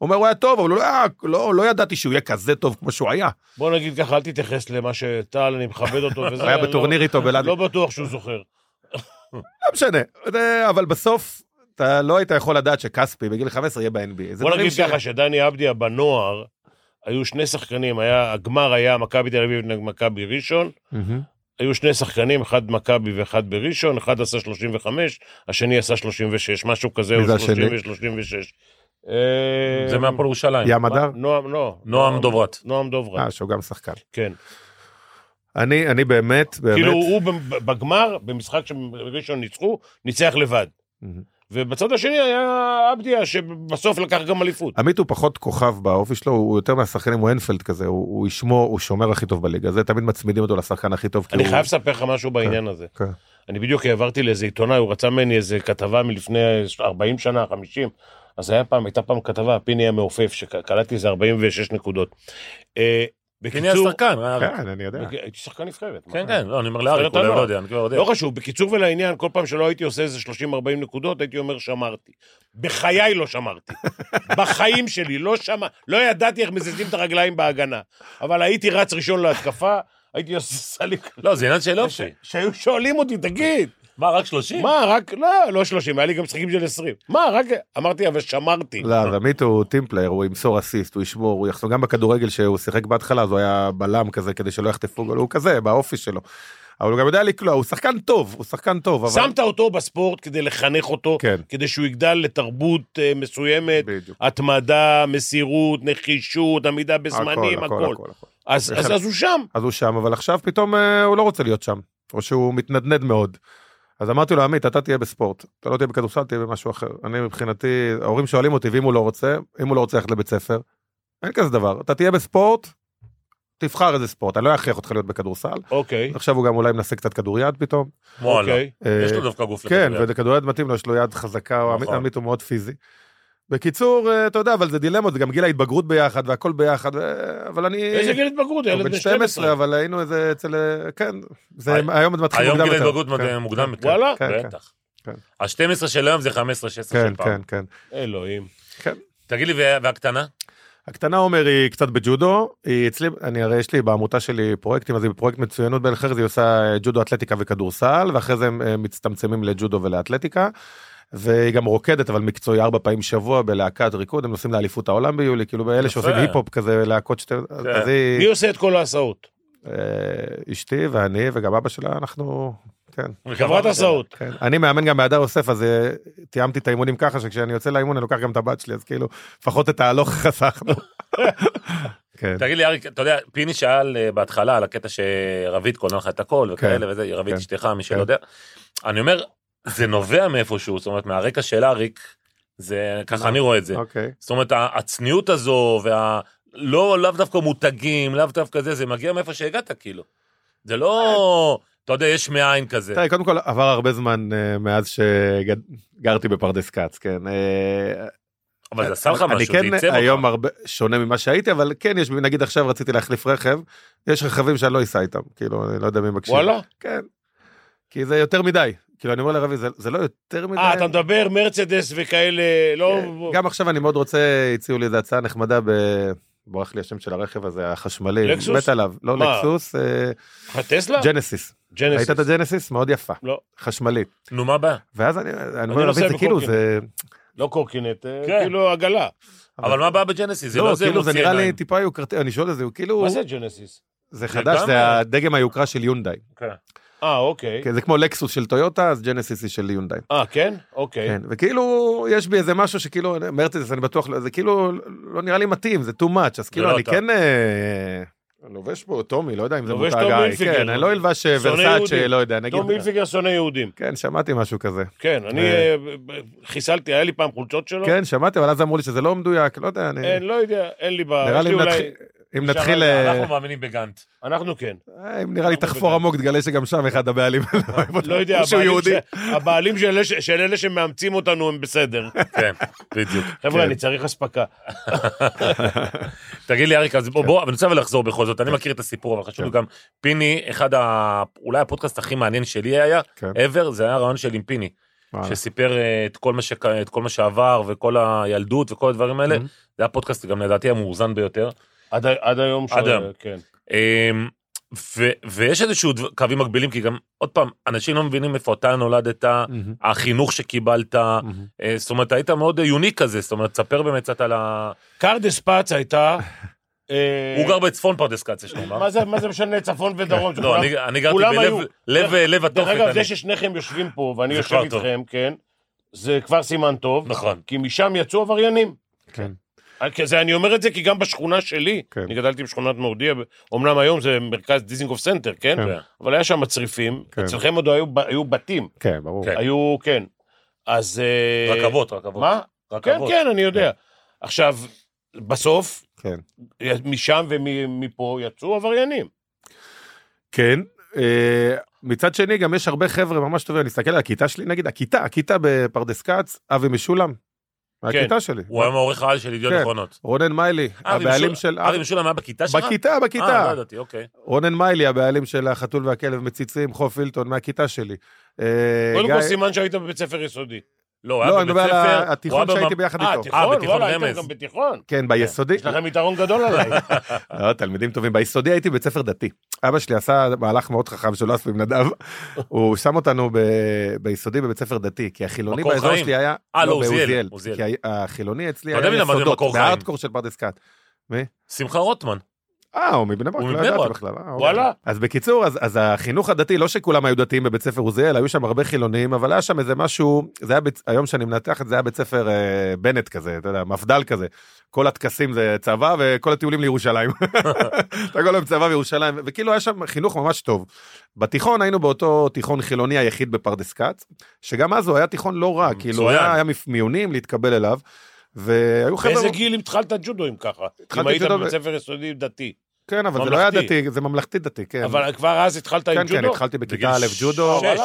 Speaker 4: אומר, הוא היה טוב, אבל הוא לא, היה- לא, לא ידעתי שהוא יהיה כזה טוב כמו שהוא היה.
Speaker 3: בוא נגיד ככה, אל תתייחס למה שטל, אני מכבד אותו וזה.
Speaker 4: הוא היה
Speaker 3: אני לא-
Speaker 4: בטורניר איתו בלאדי.
Speaker 3: לא בטוח שהוא זוכר.
Speaker 4: לא משנה, זה- אבל בסוף, אתה לא היית יכול לדעת שכספי בגיל 15 יהיה ב-NBA. זה
Speaker 3: בוא
Speaker 4: דברים
Speaker 3: נגיד
Speaker 4: ש-
Speaker 3: ככה, שדני אבדיה בנוער, היו שני שחקנים, היה, הגמר היה מכבי תל אביב נגד מכבי ראשון,
Speaker 4: מהמם.
Speaker 3: היו שני שחקנים, אחד מכבי ואחד בראשון, אחד עשה 35, השני עשה 36, משהו כזה,
Speaker 4: מי זה
Speaker 3: הוא
Speaker 4: השני?
Speaker 3: 30 ו-36.
Speaker 2: זה
Speaker 4: כן.
Speaker 2: מהפועל ירושלים.
Speaker 4: ים הדר?
Speaker 3: אה, נועם, לא.
Speaker 2: נועם דוברת.
Speaker 3: נועם דוברת,
Speaker 4: אה, שהוא גם שחקן.
Speaker 3: כן.
Speaker 4: אני, אני באמת, באמת,
Speaker 3: כאילו, הוא ב- בגמר, במשחק שראשון ניצחו, ניצח לבד.
Speaker 4: מהמם.
Speaker 3: ובצד השני היה עבדיה, שבסוף לקח גם אליפות.
Speaker 4: עמית הוא פחות כוכב באופי שלו, הוא יותר מהשחקנים, הוא הנפלד כזה, הוא, הוא שמו, הוא שומר הכי טוב בליגה, זה תמיד מצמידים אותו לשחקן הכי טוב. כי
Speaker 3: אני
Speaker 4: הוא-
Speaker 3: חייב לספר לך משהו בעניין הזה.
Speaker 4: כן.
Speaker 3: אני בדיוק העברתי לאיזה עיתונאי, הוא רצה ממני איזה כתבה מלפני 40 שנה, 50. אז היה פעם, הייתה פעם כתבה, פיני המעופף, שקלטתי איזה 46 נקודות. אה,
Speaker 2: הנה השחקן. היה-
Speaker 4: כן, אני יודע.
Speaker 3: בק- הייתי שחקן נבחרת. מה?
Speaker 2: כן, כן, לא, אני אומר לאריק, אולי הוא לא יודע, אני כבר יודע.
Speaker 3: לא חשוב, בקיצור ולעניין, כל פעם שלא הייתי עושה איזה 30-40 נקודות, הייתי אומר שמרתי. בחיי לא שמרתי. בחיים שלי לא שמע... לא ידעתי איך מזיזים את הרגליים בהגנה. אבל הייתי רץ ראשון להתקפה, הייתי עושה סליק...
Speaker 2: לא, זה עניין של אופי.
Speaker 3: שהיו שואלים אותי, תגיד,
Speaker 2: מה, רק 30?
Speaker 3: מה, רק... לא, לא 30, היה לי גם משחקים של 20. מה, רק... אמרתי, אבל שמרתי.
Speaker 4: לא, אז עמית הוא טים פלייר, הוא ימסור אסיסט, הוא ישמור, הוא יחסום, גם בכדורגל שהוא שיחק בהתחלה, אז הוא היה בלם כזה כדי שלא יחטפו גול, הוא כזה, באופי שלו. אבל הוא גם יודע לקלוע, הוא שחקן טוב, הוא שחקן טוב, אבל...
Speaker 3: שמת אותו בספורט כדי לחנך אותו,
Speaker 4: כן.
Speaker 3: כדי שהוא יגדל לתרבות אה, מסוימת,
Speaker 4: בדיוק.
Speaker 3: התמדה, מסירות, נחישות, עמידה בזמנים,
Speaker 4: הכל,
Speaker 3: הכל.
Speaker 4: הכל, הכל.
Speaker 3: אז, אז, אז הוא שם.
Speaker 4: אז הוא שם, אבל עכשיו פתאום אה, הוא לא רוצה להיות שם, או שהוא מתנדנד מאוד. אז אמרתי לו, עמית, אתה תהיה בספורט, אתה לא תהיה בכדורסל, תהיה במשהו אחר. אני מבחינתי, ההורים שואלים אותי, ואם הוא לא רוצה, אם הוא לא רוצה ללכת לבית ספר, אין כזה דבר, אתה תהיה בספורט, תבחר איזה ספורט, אני לא אכריח אותך להיות בכדורסל.
Speaker 3: אוקיי,
Speaker 4: עכשיו הוא גם אולי מנסה קצת כדוריד פתאום.
Speaker 2: וואלה.
Speaker 3: אוקיי.
Speaker 2: יש
Speaker 4: אה,
Speaker 2: לו דווקא גוף
Speaker 4: כן,
Speaker 2: לכדוריד.
Speaker 4: וכדוריד מתאים לו, יש לו יד חזקה, או עמית-
Speaker 2: נכון.
Speaker 4: עמית הוא מאוד פיזי. בקיצור, אה, אתה יודע, אבל זה דילמות, זה גם גיל ההתבגרות ביחד והכל ביחד, ו- אבל אני...
Speaker 3: איזה גיל התבגרות,
Speaker 4: הוא
Speaker 3: ילד
Speaker 4: אה, בן 12, אבל היינו איזה אצל... אה, כן, זה
Speaker 2: הי-
Speaker 4: היום זה מתחיל
Speaker 2: היום
Speaker 4: מוקדם
Speaker 2: גיל
Speaker 4: יותר.
Speaker 2: ההתבגרות
Speaker 4: כן,
Speaker 2: מוקדם- מוקדם יותר.
Speaker 3: וואלה?
Speaker 4: כן, כן.
Speaker 2: בטח.
Speaker 4: כן.
Speaker 2: ה-12 של היום זה 15-16
Speaker 4: כן,
Speaker 2: של פעם.
Speaker 4: כן, כן.
Speaker 3: אלוהים.
Speaker 2: תגיד לי, וה- והקטנה?
Speaker 4: הקטנה עומר היא קצת בג'ודו, היא אצלי, אני הרי יש לי בעמותה שלי פרויקטים, אז היא בפרויקט מצוינות בעין חרז, היא עושה אה, ג'ודו אתלטיקה וכדורסל, ואחרי זה הם אה, מצטמצמים לג'ודו ולאתלטיקה. והיא גם רוקדת אבל מקצועי ארבע פעמים שבוע בלהקת ריקוד, הם נוסעים לאליפות העולם ביולי, כאילו באלה
Speaker 2: יפה. כן.
Speaker 4: שעושים היפ-הופ כזה, להקות שתי... אז- אז
Speaker 3: מי
Speaker 4: היא,
Speaker 3: עושה את כל ההסעות?
Speaker 4: אה, אשתי ואני וגם אבא שלה, אנחנו, כן.
Speaker 3: חברת הסעות.
Speaker 4: כן. אני מאמן גם בהדר יוסף, אז אה, תיאמתי את האימונים ככה, שכשאני יוצא לאימון אני לוקח גם את הבת שלי, אז כאילו, לפחות את ההלוך חסכנו. כן.
Speaker 2: תגיד לי, אריק, אתה יודע, פיני שאל אה, בהתחלה על הקטע שרבית קונה לך את הכל וכאלה וזה, היא רבית
Speaker 4: כן.
Speaker 2: אשתך, מי שלא
Speaker 4: כן.
Speaker 2: יודע. אני אומר, זה נובע מאיפשהו, זאת אומרת, מהרקע של אריק, זה ככה אני רואה את זה.
Speaker 4: אוקיי.
Speaker 2: זאת אומרת, ה- הצניעות הזו, וה... לא, לאו דווקא מותגים, לאו דווקא זה, זה מגיע מאיפה שהגעת, כאילו. זה לא,
Speaker 4: אה.
Speaker 2: אתה יודע, יש מאין כזה.
Speaker 4: תראה, קודם כל עבר הרבה זמן אה, מאז שגרתי בפרדס כץ, כן. אה,
Speaker 2: אבל זה עשה לך
Speaker 4: אני
Speaker 2: משהו, זה
Speaker 4: כן
Speaker 2: עיצב אותך.
Speaker 4: היום הרבה שונה ממה שהייתי, אבל כן, יש, נגיד עכשיו רציתי להחליף רכב, יש רכבים שאני לא אסע איתם, כאילו, אני לא יודע מי מקשיב.
Speaker 3: וואלה?
Speaker 4: כן. כי זה יותר מדי. כאילו, אני אומר לרבי, זה, זה לא יותר מדי.
Speaker 3: אה, אתה מדבר מרצדס וכאלה, לא...
Speaker 4: כן. גם עכשיו אני מאוד רוצה, הציעו לי איזו הצעה נחמדה ב... בורח לי השם של הרכב הזה, החשמלי,
Speaker 3: לקסוס?
Speaker 4: מת עליו, לא
Speaker 3: מה?
Speaker 4: לקסוס, אה,
Speaker 3: הטסלה?
Speaker 4: ג'נסיס,
Speaker 3: ג'נסיס.
Speaker 4: ראית את הג'נסיס? מאוד יפה,
Speaker 3: לא.
Speaker 4: חשמלית,
Speaker 2: נו, מה הבעיה?
Speaker 4: ואז אני אני אומר
Speaker 3: נוסע
Speaker 4: לרבי, זה כאילו,
Speaker 3: בקורקינט.
Speaker 4: זה,
Speaker 3: לא קורקינט, אה,
Speaker 2: כן.
Speaker 3: כאילו עגלה.
Speaker 2: אבל מה הבעיה בג'נסיס? זה
Speaker 4: לא,
Speaker 2: לא זה
Speaker 4: כאילו זה
Speaker 2: מוציא
Speaker 4: נראה לי
Speaker 2: עיניים.
Speaker 4: טיפה יוקרתי, אני שואל את זה, הוא כאילו,
Speaker 3: מה זה ג'נסיס?
Speaker 4: זה
Speaker 2: זה
Speaker 4: חדש,
Speaker 2: גם-
Speaker 4: זה הדגם היוקרה של יונדאי,
Speaker 2: כן.
Speaker 3: אה, אוקיי.
Speaker 4: כן, זה כמו לקסוס של טויוטה, אז ג'נסיס היא של יונדאי.
Speaker 3: אה, כן? אוקיי.
Speaker 4: כן, וכאילו יש בי איזה משהו שכאילו מרצדס אני בטוח לא- זה כאילו לא נראה לי מתאים זה too much אז כאילו
Speaker 2: לא
Speaker 4: אני
Speaker 2: אתה.
Speaker 4: כן אה, לובש פה טומי לא יודע אם זה
Speaker 3: לובש
Speaker 4: מותג
Speaker 3: טום
Speaker 4: היי,
Speaker 3: הילפיגר.
Speaker 4: כן אני לא אלבש אה,
Speaker 3: שונא
Speaker 4: ורסאצ'ה
Speaker 3: יהודים.
Speaker 4: לא יודע נגיד
Speaker 3: תום מילפיגר שונא יהודים.
Speaker 4: כן שמעתי משהו כזה
Speaker 3: כן, אני
Speaker 4: אה.
Speaker 3: אה, ב- ב- חיסלתי, היה לי פעם חולצות שלו.
Speaker 4: כן שמעתי אבל אז אמרו לי שזה לא מדויק לא יודע אני
Speaker 3: לא. אין, לא יודע, אין לי בעיה.
Speaker 4: נראה לי אם נתחיל- אם נתחיל אה,
Speaker 2: אנחנו מאמינים בגאנט.
Speaker 3: אנחנו כן.
Speaker 4: אה, אם נראה לי
Speaker 3: אנחנו
Speaker 4: תחפור
Speaker 3: בגן.
Speaker 4: עמוק תגלה שגם שם אחד הבעלים
Speaker 3: לא יודע,
Speaker 4: שהוא
Speaker 3: הבעלים
Speaker 4: יהודי.
Speaker 3: ש- הבעלים של אלה ש- של אלה שמאמצים אותנו הם בסדר.
Speaker 2: כן, בדיוק.
Speaker 3: חבר'ה, אני צריך אספקה.
Speaker 2: תגיד לי, אריק, אז בוא, בוא, אבל אני רוצה אבל לחזור בכל זאת, אני מכיר את הסיפור, אבל חשוב לי גם, פיני, אחד ה... אולי הפודקאסט הכי מעניין שלי היה,
Speaker 4: כן.
Speaker 2: ever, זה היה רעיון שלי עם פיני.
Speaker 4: וואלה.
Speaker 2: שסיפר אה, את כל, מה שק... את כל מה שעבר וכל הילדות וכל הדברים האלה.
Speaker 1: Mhm.
Speaker 2: זה הפודקאסט גם לדעתי המאוזן ביותר.
Speaker 3: עד, ה- עד היום.
Speaker 2: עד היום.
Speaker 3: כן.
Speaker 2: אמ, ו, ויש איזשהו דבר, קווים מקבילים, כי גם, עוד פעם, אנשים לא מבינים איפה אתה נולדת,
Speaker 4: מהמם,
Speaker 2: החינוך שקיבלת,
Speaker 4: מהמם.
Speaker 2: אה, זאת אומרת, היית מאוד אה, יוניק כזה, זאת אומרת, ספר באמת קצת על ה...
Speaker 3: קרדס פץ הייתה... אה,
Speaker 2: הוא גר בצפון פרדס כץ, יש לומר.
Speaker 3: מה זה- מה זה משנה צפון
Speaker 4: כן.
Speaker 3: ודרום?
Speaker 2: לא, אני- אני גרתי
Speaker 3: כולם
Speaker 2: בלב
Speaker 3: היו.
Speaker 2: לב- לב
Speaker 3: דרך
Speaker 2: התופת.
Speaker 3: אגב,
Speaker 2: אני.
Speaker 3: זה ששניכם יושבים פה ואני
Speaker 2: זה
Speaker 3: יושב
Speaker 2: כבר טוב.
Speaker 3: איתכם, כן, זה כבר סימן טוב.
Speaker 2: נכון.
Speaker 3: כי משם יצאו עבריינים.
Speaker 4: כן.
Speaker 3: אה, כי זה, אני אומר את זה כי גם בשכונה שלי,
Speaker 4: כן.
Speaker 3: אני גדלתי בשכונת מורדיה, אמנם היום זה מרכז דיזינגוף סנטר, כן?
Speaker 4: כן.
Speaker 3: אבל היה שם מצריפים,
Speaker 4: כן.
Speaker 3: אצלכם עוד היו, ב- היו בתים,
Speaker 4: כן, ברור.
Speaker 2: כן.
Speaker 3: היו, כן. אז... אה,
Speaker 2: רכבות, רכבות.
Speaker 3: מה? כן,
Speaker 2: רכבות.
Speaker 3: כן, אני יודע. עכשיו, בסוף,
Speaker 4: כן.
Speaker 3: משם ומפה יצאו עבריינים.
Speaker 4: כן. אה, מצד שני, גם יש הרבה חבר'ה ממש טובים, אני מסתכל על הכיתה שלי, נגיד, הכיתה, הכיתה בפרדס כץ, אבי משולם. הכיתה שלי.
Speaker 2: הוא היה מעורך העל של ידיעות
Speaker 4: כן.
Speaker 2: נכונות.
Speaker 4: רונן מיילי,
Speaker 2: כן. אבי
Speaker 4: הבעלים
Speaker 2: משולם-
Speaker 4: של...
Speaker 2: אבי משולם היה בכיתה שלך?
Speaker 4: בכיתה,
Speaker 2: אה, לא
Speaker 4: בכיתה.
Speaker 2: ידעתי, אוקיי.
Speaker 4: רונן מיילי, הבעלים של החתול והכלב מציצים, חוף הילטון, מהכיתה שלי. אה,
Speaker 3: קודם
Speaker 4: גיא-
Speaker 3: כל סימן שהיית בבית ספר יסודי.
Speaker 2: לא, הוא
Speaker 4: לא,
Speaker 2: היה
Speaker 4: אני
Speaker 2: בבית
Speaker 4: מדבר על
Speaker 2: ספר,
Speaker 4: ה-
Speaker 2: הוא היה
Speaker 4: התיכון שהייתי
Speaker 2: במ-
Speaker 4: ביחד
Speaker 3: אה,
Speaker 4: איתו.
Speaker 2: אה,
Speaker 3: תיכון?
Speaker 2: בתיכון
Speaker 3: וואלה, הייתם
Speaker 2: רמז.
Speaker 3: גם בתיכון.
Speaker 4: כן, ביסודי.
Speaker 3: יש לכם יתרון גדול עליי.
Speaker 4: לא, תלמידים טובים. ביסודי הייתי בבית ספר דתי. אבא שלי עשה מהלך מאוד חכם שלא עשו עם נדב. הוא שם אותנו ב... ביסודי בבית ספר דתי, כי החילוני
Speaker 2: מקור
Speaker 4: באזור
Speaker 2: חיים.
Speaker 4: שלי היה...
Speaker 2: אה, לא, עוזיאל,
Speaker 4: בעוזיאל.
Speaker 2: עוזיאל.
Speaker 4: כי ה- החילוני אצלי
Speaker 2: אתה יודע
Speaker 4: היה
Speaker 2: מי למד
Speaker 4: יסודות,
Speaker 2: במקור חיים?
Speaker 4: בארדקור של פרדס כץ.
Speaker 2: שמחה רוטמן.
Speaker 4: אה, הוא מבני ברק,
Speaker 2: הוא
Speaker 4: לא
Speaker 2: מבני
Speaker 4: ידעתי
Speaker 2: ברק.
Speaker 4: בכלל. אה, אוקיי.
Speaker 3: וואלה.
Speaker 4: אז בקיצור, אז, אז החינוך הדתי, לא שכולם היו דתיים בבית ספר עוזיאל, היו שם הרבה חילונים, אבל היה שם איזה משהו, זה היה, בית, היום שאני מנתח את זה, היה בית ספר אה, בנט כזה, אתה יודע, מפד"ל כזה. כל הטקסים זה צבא וכל הטיולים לירושלים. אתה כל היום צבא וירושלים, וכאילו היה שם חינוך ממש טוב. בתיכון היינו באותו תיכון חילוני היחיד בפרדס כץ, שגם אז הוא היה תיכון לא רע, כאילו
Speaker 2: מצוין.
Speaker 4: היה, היה מפ- מיונים להתקבל אליו, והיו חבר'ה...
Speaker 3: באיזה גיל התחלת ג'ודו אם ככה?
Speaker 4: התחלתי
Speaker 3: אם היית
Speaker 4: ג'ודו ב-
Speaker 3: בבית ספר יסודי דתי.
Speaker 4: כן, אבל זה לא היה
Speaker 3: ממלכתי.
Speaker 4: דתי, זה ממלכתי דתי, כן.
Speaker 3: אבל כבר אז התחלת עם
Speaker 4: כן, כן,
Speaker 3: ג'ודו?
Speaker 4: התחלתי
Speaker 2: בגיל
Speaker 4: בכיתה א' ג'ודו,
Speaker 2: שש.
Speaker 3: וואלה.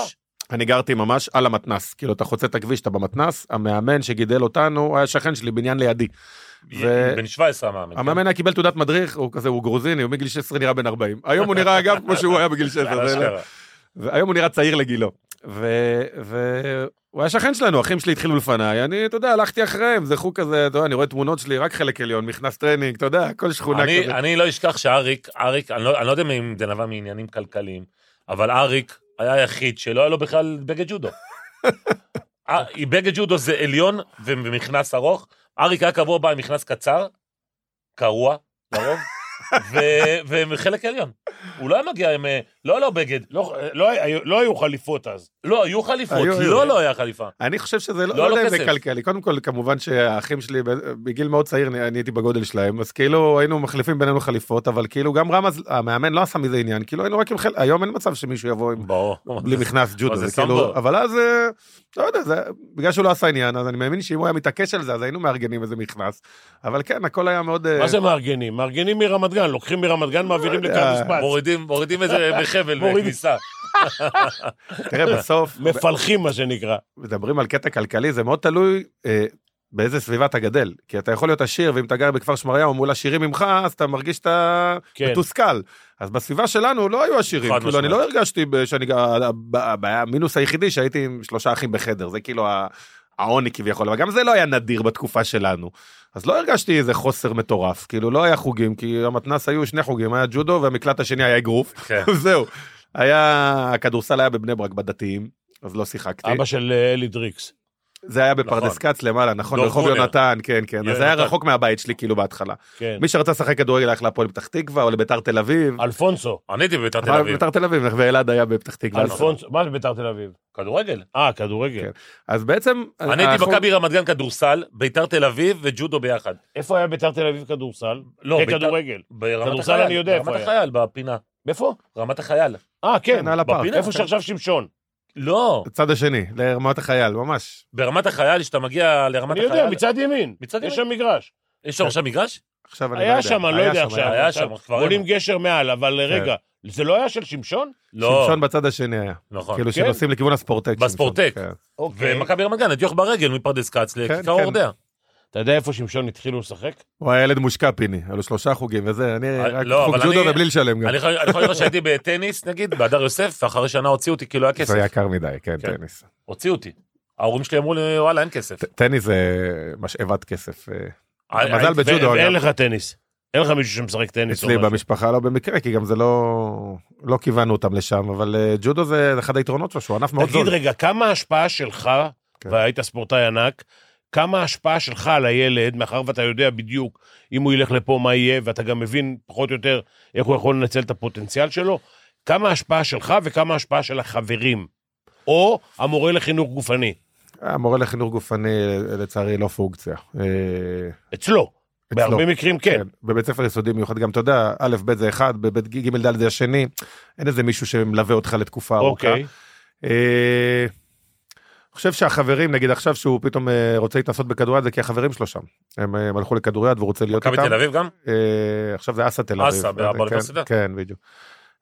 Speaker 4: אני גרתי ממש על המתנס, כאילו אתה חוצה את הכביש, אתה במתנס, המאמן שגידל אותנו היה שכן שלי בניין לידי.
Speaker 2: כן.
Speaker 4: ו-
Speaker 2: בן 17 המאמן. כן.
Speaker 4: המאמן היה קיבל תעודת מדריך, הוא כזה, הוא גרוזיני, הוא מגיל 16 נראה בן 40. היום הוא נראה אגב כמו שהוא היה בגיל
Speaker 2: כן.
Speaker 4: 16, זה לא-
Speaker 2: אשכרה.
Speaker 4: והיום הוא נראה צעיר לגילו. והוא היה שכן שלנו, אחים שלי התחילו לפניי, אני, אתה יודע, הלכתי אחריהם, זה חוג כזה, אתה יודע, אני רואה תמונות שלי, רק חלק עליון, מכנס טרנינג, אתה יודע, כל שכונה
Speaker 2: אני-
Speaker 4: כזה.
Speaker 2: אני לא אשכח שאריק, אריק, אני לא אני לא יודע אם זה נבע מעניינים כלכליים, אבל אריק היה היחיד שלא היה לו בכלל בגד ג'ודו. אה, בגד ג'ודו זה עליון ומכנס ארוך, אריק היה קבוע בא עם מכנס קצר, קרוע, לרוב, ו- וחלק עליון. הוא לא היה מגיע עם, אה, לא היה לו בגד,
Speaker 3: לא- לא היו- לא היו חליפות אז.
Speaker 2: לא, היו חליפות,
Speaker 4: היו, היו.
Speaker 2: לא, לא היה חליפה.
Speaker 4: אני חושב שזה לא,
Speaker 2: לא
Speaker 4: לא,
Speaker 2: היה לו
Speaker 4: יודע אם זה
Speaker 2: כסף.
Speaker 4: כלכלי. קודם כל, כמובן שהאחים שלי, ב- בגיל מאוד צעיר, אני, אני הייתי בגודל שלהם, אז כאילו היינו מחליפים בינינו חליפות, אבל כאילו גם רמז, המאמן לא עשה מזה עניין, כאילו היינו רק עם חלק, היום אין מצב שמישהו יבוא עם...
Speaker 2: ברור.
Speaker 4: בלי מכנס ג'ודו,
Speaker 2: זה
Speaker 4: זה כאילו,
Speaker 2: סמבו.
Speaker 4: אבל אז, אה, לא יודע, זה, בגלל שהוא לא עשה עניין, אז אני מאמין שאם הוא היה מתעקש על זה, אז היינו מארגנים איזה מכנס. אבל כן, הכל היה מאוד... אה,
Speaker 3: מה זה מארגנים? מארגנים מרמת גן, לוקחים מרמת גן, מעבירים
Speaker 4: יודע.
Speaker 3: לקרדיס פץ.
Speaker 2: אה, מורידים, מורידים את זה בחבל,
Speaker 3: מורידים.
Speaker 2: בכניסה.
Speaker 4: תראה, בסוף,
Speaker 3: מפלחים מה
Speaker 4: אה,
Speaker 3: שנקרא.
Speaker 4: מדברים על קטע כלכלי, זה מאוד תלוי אה, באיזה סביבה אתה גדל. כי אתה יכול להיות עשיר, ואם אתה גר בכפר שמריהו מול עשירים ממך, אז אתה מרגיש שאתה
Speaker 3: כן.
Speaker 4: מתוסכל. אז בסביבה שלנו לא היו עשירים.
Speaker 2: חד
Speaker 4: כאילו, אני
Speaker 2: משמעית.
Speaker 4: לא הרגשתי ב- שאני... גר- הב- הבעיה, המינוס היחידי שהייתי עם שלושה אחים בחדר, זה כאילו ה- העוני כביכול, אבל גם זה לא היה נדיר בתקופה שלנו. אז לא הרגשתי איזה חוסר מטורף, כאילו לא היה חוגים, כי המתנ"ס היו שני חוגים, היה ג'ודו והמקלט השני היה אגרוף,
Speaker 2: כן.
Speaker 4: זהו. היה, הכדורסל היה בבני ברק בדתיים, אז לא שיחקתי.
Speaker 3: אבא של אה, אלי דריקס.
Speaker 4: זה היה בפרדס כץ למעלה, נכון,
Speaker 2: דור
Speaker 4: ברחוב
Speaker 2: גרונר.
Speaker 4: יונתן, כן, כן. אז זה היה
Speaker 2: יונתן.
Speaker 4: רחוק מהבית שלי, כאילו, בהתחלה.
Speaker 3: כן.
Speaker 4: מי שרצה לשחק כדורגל הלך להפועל פתח תקווה או לביתר תל אביב.
Speaker 3: אלפונסו.
Speaker 2: אני הייתי בביתר תל
Speaker 4: אבל
Speaker 2: אביב. אה, נכון.
Speaker 4: ביתר תל אביב, ואלעד היה בפתח תקווה.
Speaker 3: אלפונסו. מה זה ביתר תל אביב?
Speaker 2: כדורגל.
Speaker 3: אה, כדורגל.
Speaker 4: כן. אז בעצם...
Speaker 2: אני הייתי
Speaker 4: אנחנו-
Speaker 2: מכבי רמת גן כדורסל, ביתר תל אביב וג'ודו ביחד.
Speaker 3: איפה היה ביתר תל אביב כדורסל? כן,
Speaker 2: לא, ביתר-
Speaker 3: כדורגל.
Speaker 2: ברמת
Speaker 3: כדורסל
Speaker 2: החייל,
Speaker 3: אני יודע איפה
Speaker 2: ברמת
Speaker 3: היה.
Speaker 2: החייל, בפינה.
Speaker 3: איפה?
Speaker 2: רמת החייל.
Speaker 3: אה, כן.
Speaker 4: כן, על הפארק.
Speaker 2: בפינה.
Speaker 3: איפה שעכשיו שמשון.
Speaker 2: לא,
Speaker 4: הצד השני, לרמת החייל, ממש.
Speaker 2: ברמת החייל, כשאתה מגיע לרמת
Speaker 3: אני יודע,
Speaker 2: החייל,
Speaker 3: מצד ימין.
Speaker 2: מצד
Speaker 3: יש
Speaker 2: ימין.
Speaker 3: שם כן. מגרש.
Speaker 2: יש שם עכשיו מגרש?
Speaker 4: עכשיו אני לא יודע.
Speaker 3: היה שם, אני לא יודע
Speaker 4: היה
Speaker 3: עכשיו.
Speaker 4: היה.
Speaker 2: היה
Speaker 3: עכשיו
Speaker 2: שם, כבר אין.
Speaker 3: בונים גשר מעל, אבל רגע, זה לא היה של שמשון?
Speaker 2: לא,
Speaker 4: שמשון בצד השני היה.
Speaker 2: נכון.
Speaker 4: כאילו שנוסעים לכיוון הספורטק. שמשון.
Speaker 2: בספורטק.
Speaker 4: כן.
Speaker 2: ומכבי רמת גן, את יוח ברגל מפרדס כץ לכיכר
Speaker 4: כן.
Speaker 2: אורדע.
Speaker 3: אתה יודע איפה שמשון התחילו לשחק?
Speaker 4: הוא היה ילד מושקע פיני, היה לו שלושה חוגים וזה, אני
Speaker 2: אה,
Speaker 4: רק
Speaker 2: לא,
Speaker 4: חוג
Speaker 2: אבל
Speaker 4: ג'ודו
Speaker 2: אני-
Speaker 4: ובלי לשלם גם.
Speaker 2: אני יכול אני יכול לראות שהייתי בטניס, נגיד, בהדר יוסף, ואחרי שנה הוציאו אותי, כאילו היה כסף.
Speaker 4: זה יקר מדי, כן,
Speaker 2: כן.
Speaker 4: טניס.
Speaker 2: הוציאו אותי. ההורים שלי אמרו לי, וואלה, אין כסף.
Speaker 4: ט- טניס זה משאבת כסף. אה,
Speaker 2: הי-
Speaker 4: מזל
Speaker 2: הייתי-
Speaker 4: בג'ודו,
Speaker 3: ואין
Speaker 4: אגב.
Speaker 3: לך טניס. אין לך מישהו שמשחק טניס. או
Speaker 4: אצלי
Speaker 3: משהו.
Speaker 4: במשפחה לא במקרה, כי גם זה לא... לא כיוונו אותם לשם, אבל אה, ג'ודו זה זה אחד היתרונות שלו, שהוא ענף מאוד זול.
Speaker 3: תגיד רגע, כמה ההשפעה שלך,
Speaker 4: כן.
Speaker 3: והיית ספורטאי ענק, כמה ההשפעה שלך על הילד, מאחר ואתה יודע בדיוק אם הוא ילך לפה, מה יהיה, ואתה גם מבין פחות או יותר איך הוא יכול לנצל את הפוטנציאל שלו, כמה ההשפעה שלך וכמה ההשפעה של החברים, או המורה לחינוך גופני,
Speaker 4: המורה לחינוך גופני, אה, לצערי, לא פונקציה. אה,
Speaker 3: אצלו, בהרבה מקרים כן.
Speaker 4: כן, בבית ספר יסודי מיוחד גם, אתה יודע, א', ב' זה אחד, בבית ג', ג', ד' זה השני, אין איזה מישהו שמלווה אותך לתקופה ארוכה.
Speaker 3: אוקיי.
Speaker 4: אה, אני חושב שהחברים, נגיד עכשיו שהוא פתאום אה, רוצה להתנסות בכדוריד, זה כי החברים שלו שם. הם אה, הם הלכו לכדוריד והוא רוצה להיות
Speaker 2: מכבי
Speaker 4: איתם.
Speaker 2: תל אביב גם?
Speaker 4: אה, עכשיו זה אסא תל אביב.
Speaker 2: אסא,
Speaker 4: אה, כן,
Speaker 2: באוניברסיטה?
Speaker 4: כן, בדיוק.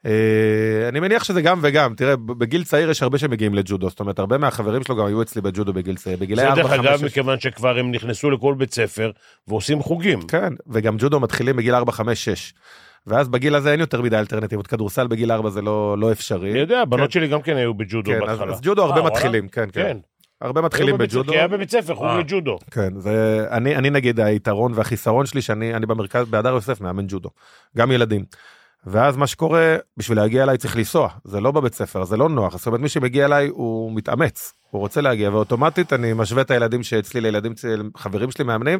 Speaker 4: אה, אני מניח שזה גם וגם, תראה, ב- בגיל צעיר יש הרבה שמגיעים לג'ודו, זאת אומרת, הרבה מהחברים שלו גם היו אצלי בג'ודו בגיל צעיר, בגילי
Speaker 3: זה
Speaker 4: 4-5.
Speaker 3: דרך אגב, מכיוון שכבר הם נכנסו לכל בית ספר ועושים חוגים.
Speaker 4: כן, וגם ג'ודו מתחילים בגיל 4-5-6. ואז בגיל הזה אין יותר מדי אלטרנטיבות, כדורסל בגיל 4 זה לא, לא
Speaker 3: אני
Speaker 4: אפשרי.
Speaker 3: יודע, הבנות
Speaker 4: כן.
Speaker 3: שלי גם כן היו בג'ודו
Speaker 4: כן, אז,
Speaker 3: בהתחלה.
Speaker 4: אז ג'ודו הרבה
Speaker 2: וואלה?
Speaker 4: מתחילים, כן, כן,
Speaker 3: כן,
Speaker 4: הרבה
Speaker 3: היו
Speaker 4: מתחילים
Speaker 3: בבית-
Speaker 4: בג'ודו.
Speaker 3: כי היה בבית ספר, חוג
Speaker 2: אה.
Speaker 3: לג'ודו.
Speaker 4: כן, זה, אני, אני נגיד היתרון והחיסרון שלי שאני אני במרכז, בהדר יוסף מאמן ג'ודו, גם ילדים. ואז מה שקורה, בשביל להגיע אליי צריך לנסוע, זה לא בבית ספר, זה לא נוח. זאת אומרת, מי שמגיע אליי הוא מתאמץ, הוא רוצה להגיע, ואוטומטית אני משווה את הילדים שאצלי לילדים, אצל חברים שלי מאמנים,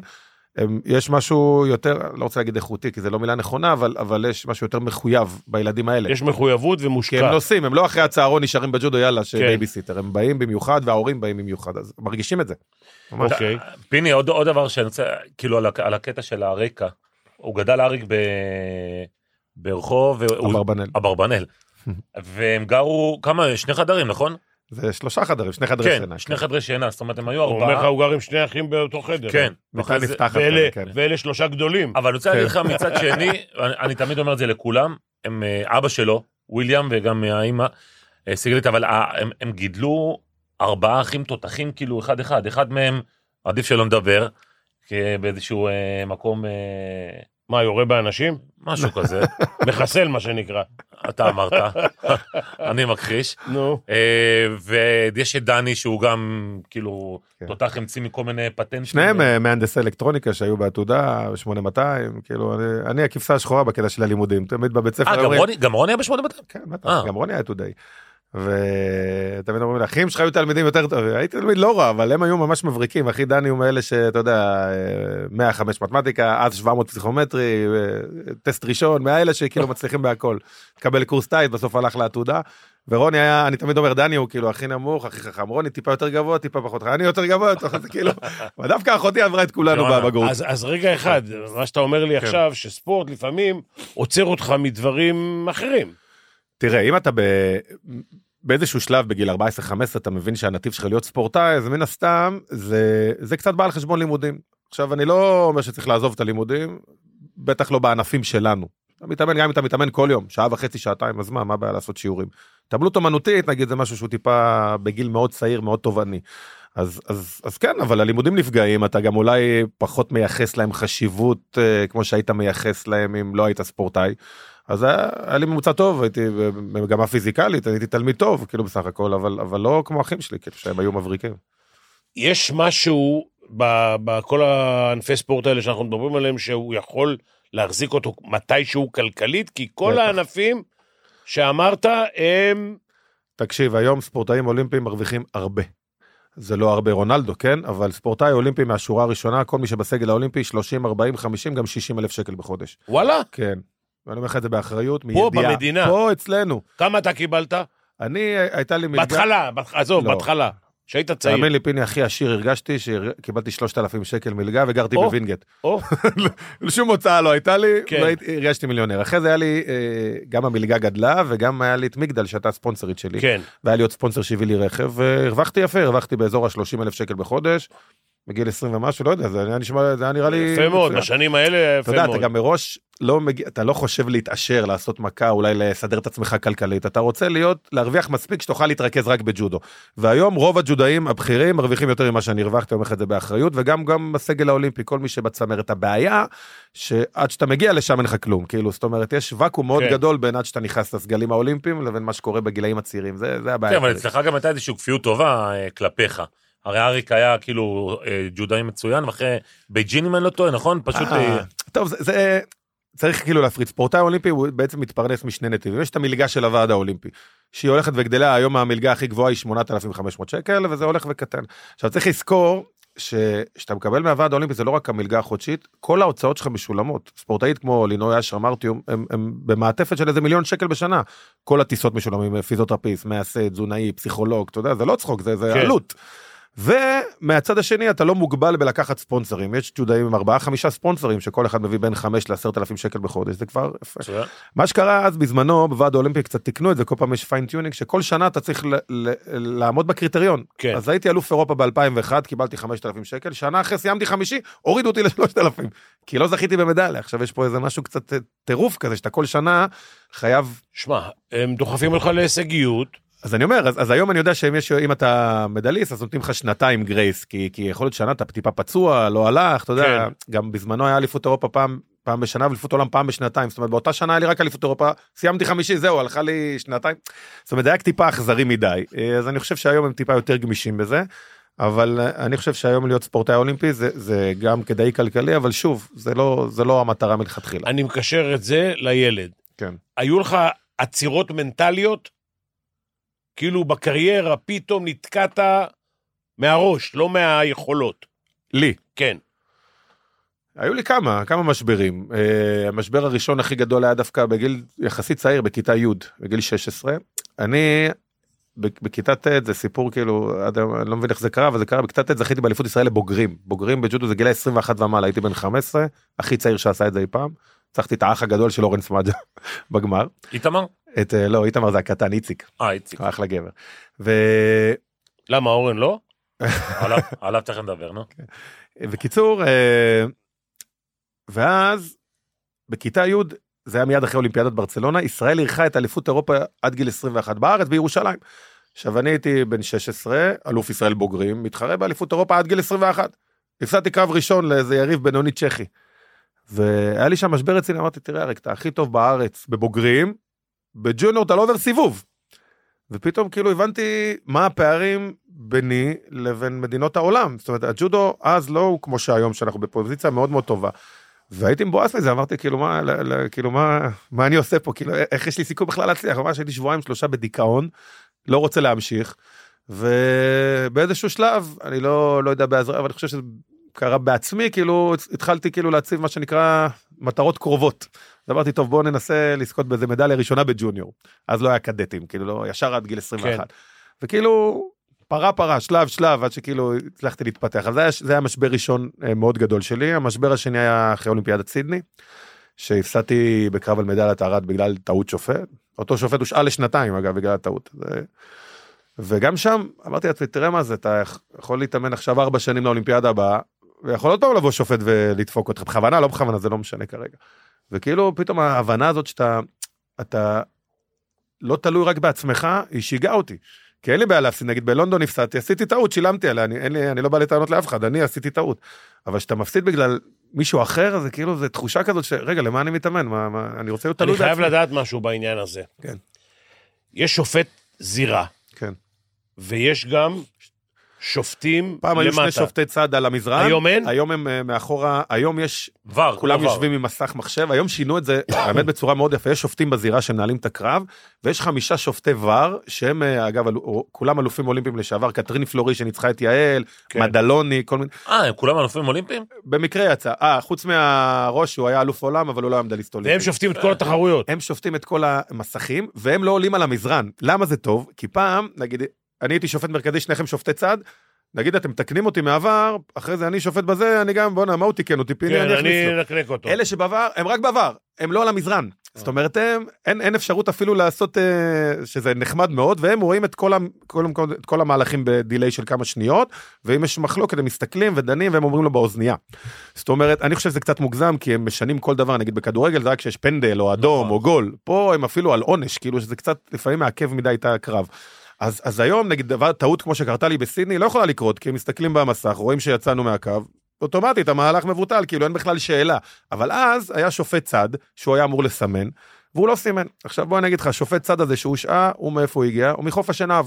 Speaker 4: הם, יש משהו יותר, לא רוצה להגיד איכותי, כי זו לא מילה נכונה, אבל, אבל יש משהו יותר מחויב בילדים האלה.
Speaker 3: יש מחויבות
Speaker 4: כן. כי הם
Speaker 3: ומושקע.
Speaker 4: נוסעים, הם לא אחרי הצהרון נשארים בג'ודו, יאללה,
Speaker 3: כן.
Speaker 4: שבייביסיטר, הם באים במיוחד וההורים באים במיוחד, אז מרגישים את זה. ממש.
Speaker 3: אוקיי.
Speaker 2: פיני, עוד, עוד דבר שאני רוצה, כאילו על, הק- על הקטע של הרקע, הוא גדל אריק ב... ברחוב, והוא-
Speaker 4: אברבנאל.
Speaker 2: אברבנאל. והם גרו, כמה, שני חדרים, נכון?
Speaker 4: זה שלושה חדרים, שני חדרי
Speaker 2: כן,
Speaker 4: שינה.
Speaker 2: שני חדרי שינה, זאת אומרת, הם היו
Speaker 3: הוא אומר לך,
Speaker 2: ארבעה.
Speaker 3: הוא גר עם שני אחים באותו חדר.
Speaker 2: כן.
Speaker 4: מיטה
Speaker 2: ואז-
Speaker 4: נפתחת.
Speaker 3: ואלה,
Speaker 4: כן.
Speaker 3: ואלה שלושה גדולים.
Speaker 2: אבל אני רוצה להגיד לך
Speaker 4: כן.
Speaker 2: מצד שני, אני, אני תמיד אומר את זה לכולם, הם, אה, אבא שלו, וויליאם וגם אה, האמא, אה, סיגלית, אבל ה- הם, הם גידלו ארבעה אחים תותחים, כאילו אחד-אחד, אחד מהם, עדיף שלא נדבר, כי באיזשהו אה, מקום, אה,
Speaker 3: מה, יורה באנשים?
Speaker 2: משהו כזה,
Speaker 3: מחסל, מה שנקרא.
Speaker 2: אתה אמרת, אני מכחיש.
Speaker 3: נו.
Speaker 2: אה, ויש את דני שהוא גם, כאילו,
Speaker 4: כן.
Speaker 2: תותח המציא מכל מיני פטנטים.
Speaker 4: שניהם אה, מהנדסי אלקטרוניקה שהיו בעתודה, 8200, כאילו, אני- אני הכבשה השחורה בקטע של הלימודים, תמיד בבית ספר
Speaker 2: אה, גם
Speaker 4: אומרים-
Speaker 2: רוני- גם רוני היה ב-8200?
Speaker 4: כן, בטח,
Speaker 2: אה.
Speaker 4: גם רוני היה עתודאי. ותמיד אומרים לי, אחים שלך היו תלמידים יותר טובים, הייתי תלמיד לא רע, אבל הם היו ממש מבריקים, אחי דני הוא מאלה שאתה יודע, אה, 100-500 מתמטיקה, אז 700 פסיכומטרי, אה, טסט ראשון, מאלה שכאילו מצליחים בהכל. התקבל קורס טייס, בסוף הלך לעתודה, ורוני היה, אני תמיד אומר, דני הוא כאילו הכי נמוך, הכי חכם, רוני טיפה יותר גבוה, טיפה פחות חכם, אני יותר גבוה, יותר חכם, זה כאילו, ודווקא אחותי עברה את כולנו
Speaker 2: יואנה,
Speaker 4: בבגרות. כן.
Speaker 3: אז, אז רגע אחד, מה שאתה אומר לי עכשיו, שספורט לפעמים עוצר אותך מדברים אחרים.
Speaker 4: תראה, אם אתה ב... באיזשהו שלב בגיל 14-15 אתה מבין שהנתיב שלך להיות ספורטאי, אז מן הסתם זה, זה קצת בא על חשבון לימודים. עכשיו, אני לא אומר שצריך לעזוב את הלימודים, בטח לא בענפים שלנו. אתה מתאמן, גם אם אתה מתאמן כל יום, שעה וחצי, שעתיים, אז מה, מה הבעיה לעשות שיעורים? התעמלות אומנותית, נגיד, זה משהו שהוא טיפה בגיל מאוד צעיר, מאוד תובעני. אז, אז, אז כן, אבל הלימודים נפגעים, אתה גם אולי פחות מייחס להם חשיבות אה, כמו שהיית מייחס להם אם לא היית ספורטאי. אז היה, היה לי ממוצע טוב, הייתי במגמה פיזיקלית, הייתי תלמיד טוב, כאילו בסך הכל, אבל, אבל לא כמו אחים שלי, כאילו שהם היו מבריקים.
Speaker 3: יש משהו ב- בכל הענפי ספורט האלה שאנחנו מדברים עליהם, שהוא יכול להחזיק אותו מתישהו כלכלית, כי כל
Speaker 4: בטח.
Speaker 3: הענפים שאמרת הם...
Speaker 4: תקשיב, היום ספורטאים אולימפיים מרוויחים הרבה. זה לא הרבה רונלדו, כן? אבל ספורטאי אולימפי מהשורה הראשונה, כל מי שבסגל האולימפי, 30, 40, 50, גם 60 אלף שקל בחודש.
Speaker 3: וואלה,
Speaker 4: כן. ואני אומר לך את זה באחריות,
Speaker 3: פה,
Speaker 4: מידיעה.
Speaker 3: במדינה.
Speaker 4: פה אצלנו.
Speaker 3: כמה אתה קיבלת?
Speaker 4: אני, הייתה לי מלגה...
Speaker 3: בהתחלה, בהתח- עזוב,
Speaker 4: לא.
Speaker 3: בהתחלה, כשהיית צעיר.
Speaker 4: תאמין לי, פיני הכי עשיר הרגשתי, שקיבלתי 3,000 שקל מלגה וגרתי
Speaker 3: או.
Speaker 4: בווינגייט.
Speaker 3: או,
Speaker 4: שום הוצאה לא הייתה לי,
Speaker 3: כן.
Speaker 4: והייתי- הרגשתי מיליונר. אחרי זה היה לי, אה, גם המלגה גדלה, וגם היה לי את מגדל שהייתה ספונסרית שלי.
Speaker 3: כן.
Speaker 4: והיה לי עוד ספונסר שהביא לי רכב, והרווחתי יפה, הרווחתי באזור ה-30 אלף שקל בחודש, בגיל 20 ומשהו, לא יודע, זה היה נשמע, זה היה נראה לי...
Speaker 3: יפה מאוד,
Speaker 4: מצוין.
Speaker 3: בשנים האלה היה יפה
Speaker 4: אתה יודע,
Speaker 3: מאוד.
Speaker 4: אתה גם מראש לא מגיע, אתה לא חושב להתעשר, לעשות מכה, אולי לסדר את עצמך כלכלית, אתה רוצה להיות, להרוויח מספיק שתוכל להתרכז רק בג'ודו. והיום רוב הג'ודאים הבכירים מרוויחים יותר ממה שאני הרווחתי, אני אומר לך את זה באחריות, וגם גם בסגל האולימפי, כל מי שבצמרת. הבעיה, שעד שאתה מגיע לשם אין לך כלום, כאילו, זאת אומרת, יש ואקום מאוד
Speaker 3: כן.
Speaker 4: גדול בין עד שאתה נכנס לסגלים האולימפיים לבין מה שקורה בגילאים הצעירים, זה זה
Speaker 2: כן,
Speaker 4: הבעיה.
Speaker 2: אבל
Speaker 4: שלי.
Speaker 2: אצלך גם הייתה איזושהי כפיות טובה אה, כלפיך. הרי אריק היה כאילו אה, ג'ודאי מצוין, ואחרי בייג'ין אם אני לא טועה, נכון? פשוט... אה,
Speaker 4: אה, טוב, זה- זה... צריך כאילו להפריד. ספורטאי אולימפי הוא בעצם מתפרנס משני נתיבים. יש את המלגה של הוועד האולימפי, שהיא הולכת וגדלה, היום המלגה הכי גבוהה היא 8,500 שקל, וזה הולך וקטן. עכשיו צריך לזכור שכשאתה מקבל מהוועד האולימפי זה לא רק המלגה החודשית, כל ההוצאות שלך משולמות. ספורטאית כמו לינוי אשר מרטיום, הם, הם במעטפת של איזה מיליון שקל בשנה. כל הטיסות משולמים, אה, פיזיותרפיסט, מעשה, תזונאי, פסיכולוג, אתה יודע, זה לא צחוק, זה, זה
Speaker 3: כן.
Speaker 4: עלות. ומהצד השני אתה לא מוגבל בלקחת ספונסרים, יש ג'ודאים עם ארבעה חמישה ספונסרים שכל אחד מביא בין חמש לעשרת אלפים שקל בחודש, זה כבר יפה.
Speaker 2: מצוין.
Speaker 4: מה שקרה אז בזמנו בוועד האולימפי קצת תיקנו את זה, כל פעם יש פיינטיונינג, שכל שנה אתה צריך ל- ל- לעמוד בקריטריון.
Speaker 3: כן.
Speaker 4: אז הייתי אלוף אירופה ב-2001, קיבלתי 5,000 שקל, שנה אחרי סיימתי חמישי, הורידו אותי ל-3,000, כי לא זכיתי במדליה. עכשיו יש פה איזה משהו קצת אה, טירוף כזה, שאתה כל שנה חייב...
Speaker 3: שמע, הם דוחפים אותך להישגיות,
Speaker 4: אז אני אומר, אז, אז היום אני יודע שאם יש, אם אתה מדליסט, אז נותנים לך שנתיים גרייס, כי, כי יכול להיות שנה אתה טיפה פצוע, לא הלך, אתה יודע,
Speaker 3: כן.
Speaker 4: גם בזמנו היה אליפות אירופה פעם, פעם בשנה ואליפות עולם פעם בשנתיים, זאת אומרת באותה שנה היה לי רק אליפות אירופה, סיימתי חמישי, זהו, הלכה לי שנתיים. זאת אומרת, זה היה טיפה אכזרי מדי, אה, אז אני חושב שהיום הם טיפה יותר גמישים בזה. אבל אה, אני חושב שהיום להיות ספורטאי אולימפי זה, זה גם כדאי כלכלי, אבל שוב, זה לא, זה לא המטרה מלכתחילה.
Speaker 3: אני מקשר את זה לילד.
Speaker 4: כן.
Speaker 3: היו לך עצירות מנטליות? כאילו בקריירה פתאום נתקעת מהראש, לא מהיכולות.
Speaker 4: לי.
Speaker 3: כן.
Speaker 4: היו לי כמה, כמה משברים. אה, המשבר הראשון הכי גדול היה דווקא בגיל יחסית צעיר, בכיתה י', בגיל 16. אני, ב- בכיתה ט' זה סיפור כאילו, עד היום אני לא מבין איך זה קרה, אבל זה קרה, בכיתה ט' זכיתי באליפות ישראל לבוגרים. בוגרים בג'ודו זה גיל 21 ומעלה, הייתי בן 15, הכי צעיר שעשה את זה אי פעם. ניצחתי את האח הגדול של אורן סמדג'ה בגמר.
Speaker 2: איתמר?
Speaker 4: את, אה, לא, איתמר זה הקטן, איציק,
Speaker 2: אה, איציק.
Speaker 4: אחלה גבר. ו...
Speaker 3: למה, אורן לא?
Speaker 2: עליו- עליו תכף נדבר, נו.
Speaker 4: בקיצור, אה, ואז בכיתה י' זה היה מיד אחרי אולימפיאדת ברצלונה, ישראל אירחה את אליפות אירופה עד גיל 21 בארץ, בירושלים. עכשיו, אני הייתי בן 16, אלוף ישראל בוגרים, מתחרה באליפות אירופה עד גיל 21. הפסדתי קרב ראשון לאיזה יריב בינוני צ'כי. והיה לי שם משבר רציני, אמרתי, תראה, אריק, אתה הכי טוב בארץ בבוגרים, בג'וניור אתה לא עובר סיבוב. ופתאום כאילו הבנתי מה הפערים ביני לבין מדינות העולם. זאת אומרת, הג'ודו אז לא הוא כמו שהיום, שאנחנו בפוזיציה מאוד מאוד טובה. והייתי מבואס מזה, אמרתי, כאילו, מה, ל- ל- כאילו, מה, מה אני עושה פה? כאילו, איך יש לי סיכוי בכלל להצליח? ממש הייתי שבועיים, שלושה בדיכאון, לא רוצה להמשיך. ובאיזשהו שלב, אני לא, לא יודע בעזרה, אבל אני חושב שזה קרה בעצמי, כאילו, התחלתי כאילו להציב מה שנקרא מטרות קרובות. אז אמרתי, טוב, בואו ננסה לזכות באיזה מדליה ראשונה בג'וניור. אז לא היה קדטים, כאילו, לא, ישר עד גיל 21.
Speaker 3: כן.
Speaker 4: וכאילו, פרה פרה, שלב שלב, עד שכאילו הצלחתי להתפתח. אז זה היה, זה היה משבר ראשון אה, מאוד גדול שלי. המשבר השני היה אחרי אולימפיאדת סידני, שהפסדתי בקרב על מדליית ארד בגלל טעות שופט. אותו שופט הושאל לשנתיים, אגב, בגלל הטעות. זה... וגם שם אמרתי לעצמי, תראה מה זה, אתה יכול להתאמן עכשיו ארבע שנים לאולימפיאדה הבאה, ויכול עוד פעם לבוא שופט ולדפוק אותך, בכוונה, לא בכוונה, זה לא משנה כרגע. וכאילו, פתאום ההבנה הזאת שאתה, אתה לא תלוי רק בעצמך, היא שיגעה אותי. כי אין לי בעיה להפסיד, נגיד בלונדון הפסדתי, עשיתי טעות, שילמתי עליה, אני, אין לי, אני לא בא לטענות לאף אחד, אני עשיתי טעות. אבל כשאתה מפסיד בגלל מישהו אחר, זה כאילו, זה תחושה כזאת של, רגע, למה אני מתאמן? מה, מה, אני רוצה להיות
Speaker 3: אני
Speaker 4: תלוי בעצמי.
Speaker 3: חייב לדעת משהו בעניין הזה.
Speaker 4: כן.
Speaker 3: יש שופט זירה,
Speaker 4: כן.
Speaker 3: ויש גם שופטים
Speaker 4: פעם היו שני
Speaker 3: למטה.
Speaker 4: שופטי צד על המזרן.
Speaker 3: היום אין?
Speaker 4: היום הם אה, מאחורה, היום יש,
Speaker 2: ור,
Speaker 4: כולם
Speaker 2: ור.
Speaker 4: יושבים עם מסך מחשב, היום שינו את זה, האמת, בצורה מאוד יפה. יש שופטים בזירה שמנהלים את הקרב, ויש חמישה שופטי ור, שהם, אה, אגב, אלו- כולם אלופים אולימפיים לשעבר, קטרין פלורי שניצחה את יעל,
Speaker 3: כן.
Speaker 4: מדלוני, כל מיני,
Speaker 2: אה, הם כולם אלופים אולימפיים?
Speaker 4: במקרה יצא. אה, חוץ מהראש, הוא היה אלוף עולם, אבל הוא לא היה מדליסט אולימפי.
Speaker 3: והם שופטים את כל התחרויות.
Speaker 4: הם שופטים את כל המסכים, והם לא עולים על המזרן. למה זה טוב? כי פעם, נגיד, אני הייתי שופט מרכזי, שניכם שופטי צד, נגיד אתם מתקנים אותי מעבר, אחרי זה אני שופט בזה, אני גם, בואנה, מה הוא תיקן אותי? פיני,
Speaker 3: כן,
Speaker 4: אני אכניס לו.
Speaker 3: אני אנקנק אותו.
Speaker 4: אלה שבעבר, הם רק בעבר, הם לא על המזרן. זאת אומרת, הם, אין, אין אפשרות אפילו לעשות, אה, שזה נחמד מאוד, והם רואים את כל, המ- כל, המקום- את כל המהלכים בדיליי של כמה שניות, ואם יש מחלוקת, הם מסתכלים ודנים, והם אומרים לו באוזנייה. זאת אומרת, אני חושב שזה קצת מוגזם, כי הם משנים כל דבר, נגיד בכדורגל זה רק כשיש פנדל, או אדום,
Speaker 2: נכון.
Speaker 4: או גול. פה הם אפילו על עונש, כאילו שזה קצת לפעמים מעכב מדי את הקרב. אז, אז היום, נגיד, דבר, טעות כמו שקרתה לי בסידני, לא יכולה לקרות, כי הם מסתכלים במסך, רואים שיצאנו מהקו, אוטומטית המהלך מבוטל, כאילו אין בכלל שאלה. אבל אז היה שופט צד, שהוא היה אמור לסמן, והוא לא סימן. עכשיו בוא אני אגיד לך, השופט צד הזה שהושעה, הוא מאיפה הוא הגיע? הוא מחוף השנהב.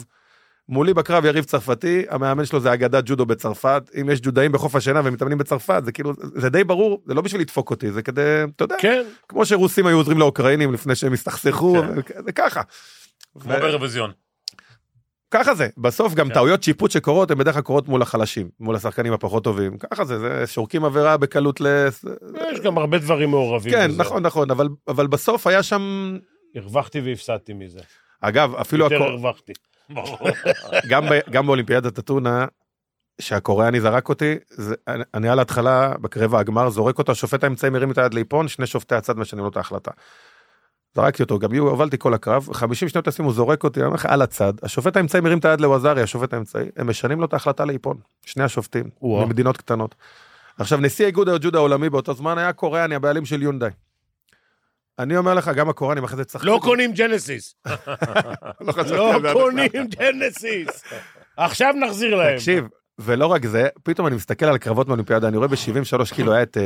Speaker 4: מולי בקרב יריב צרפתי, המאמן שלו זה אגדת ג'ודו בצרפת. אם יש ג'ודאים בחוף השנה ומתאמנים בצרפת, זה כאילו, זה די ברור, זה לא בשביל לדפוק אותי, זה כדי, אתה יודע,
Speaker 3: כן,
Speaker 4: כמו שרוסים היו עוזרים לאוקראינים לפני שהם הסתכסכו, זה ככה.
Speaker 2: כמו באירוויזיון.
Speaker 4: ככה זה, בסוף גם
Speaker 2: כן.
Speaker 4: טעויות שיפוט שקורות, הן בדרך כלל קורות מול החלשים, מול השחקנים הפחות טובים. ככה זה, זה שורקים עבירה בקלות ל...
Speaker 3: יש גם הרבה דברים מעורבים.
Speaker 4: כן,
Speaker 3: בזה.
Speaker 4: נכון, נכון, אבל, אבל בסוף היה שם...
Speaker 3: הרווחתי והפסדתי מזה.
Speaker 4: אגב, אפילו
Speaker 3: יותר
Speaker 4: הקור...
Speaker 3: הרווחתי.
Speaker 2: ברור.
Speaker 4: גם, ב... גם באולימפיאדת אתונה, שהקוריאני זרק אותי, זה... אני- אני על ההתחלה, ברבע הגמר, זורק אותו, השופט האמצעי מרים את היד ליפון, שני שופטי הצד משנים לו את ההחלטה. זרקתי אותו, גם יהיו, הובלתי כל הקרב, 50 שניות לשים הוא זורק אותי, אני אומר לך, על הצד, השופט האמצעי מרים את היד לווזארי, השופט האמצעי, הם משנים לו את ההחלטה ליפון, שני השופטים,
Speaker 3: וואו.
Speaker 4: ממדינות קטנות. עכשיו, נשיא איגוד הג'ודו העולמי באותו זמן היה קוריאני, הבעלים של יונדאי. אני אומר לך, גם הקוריאנים אחרי זה צחקו.
Speaker 3: לא קונים ג'נסיס.
Speaker 4: לא חשבתי
Speaker 3: לא
Speaker 4: על זה.
Speaker 3: קונים ג'נסיס. עכשיו נחזיר להם.
Speaker 4: תקשיב, ולא רק זה, פתאום אני מסתכל על קרבות מאולימפיאדה, אני רואה ב-73 קילו היה את, אה,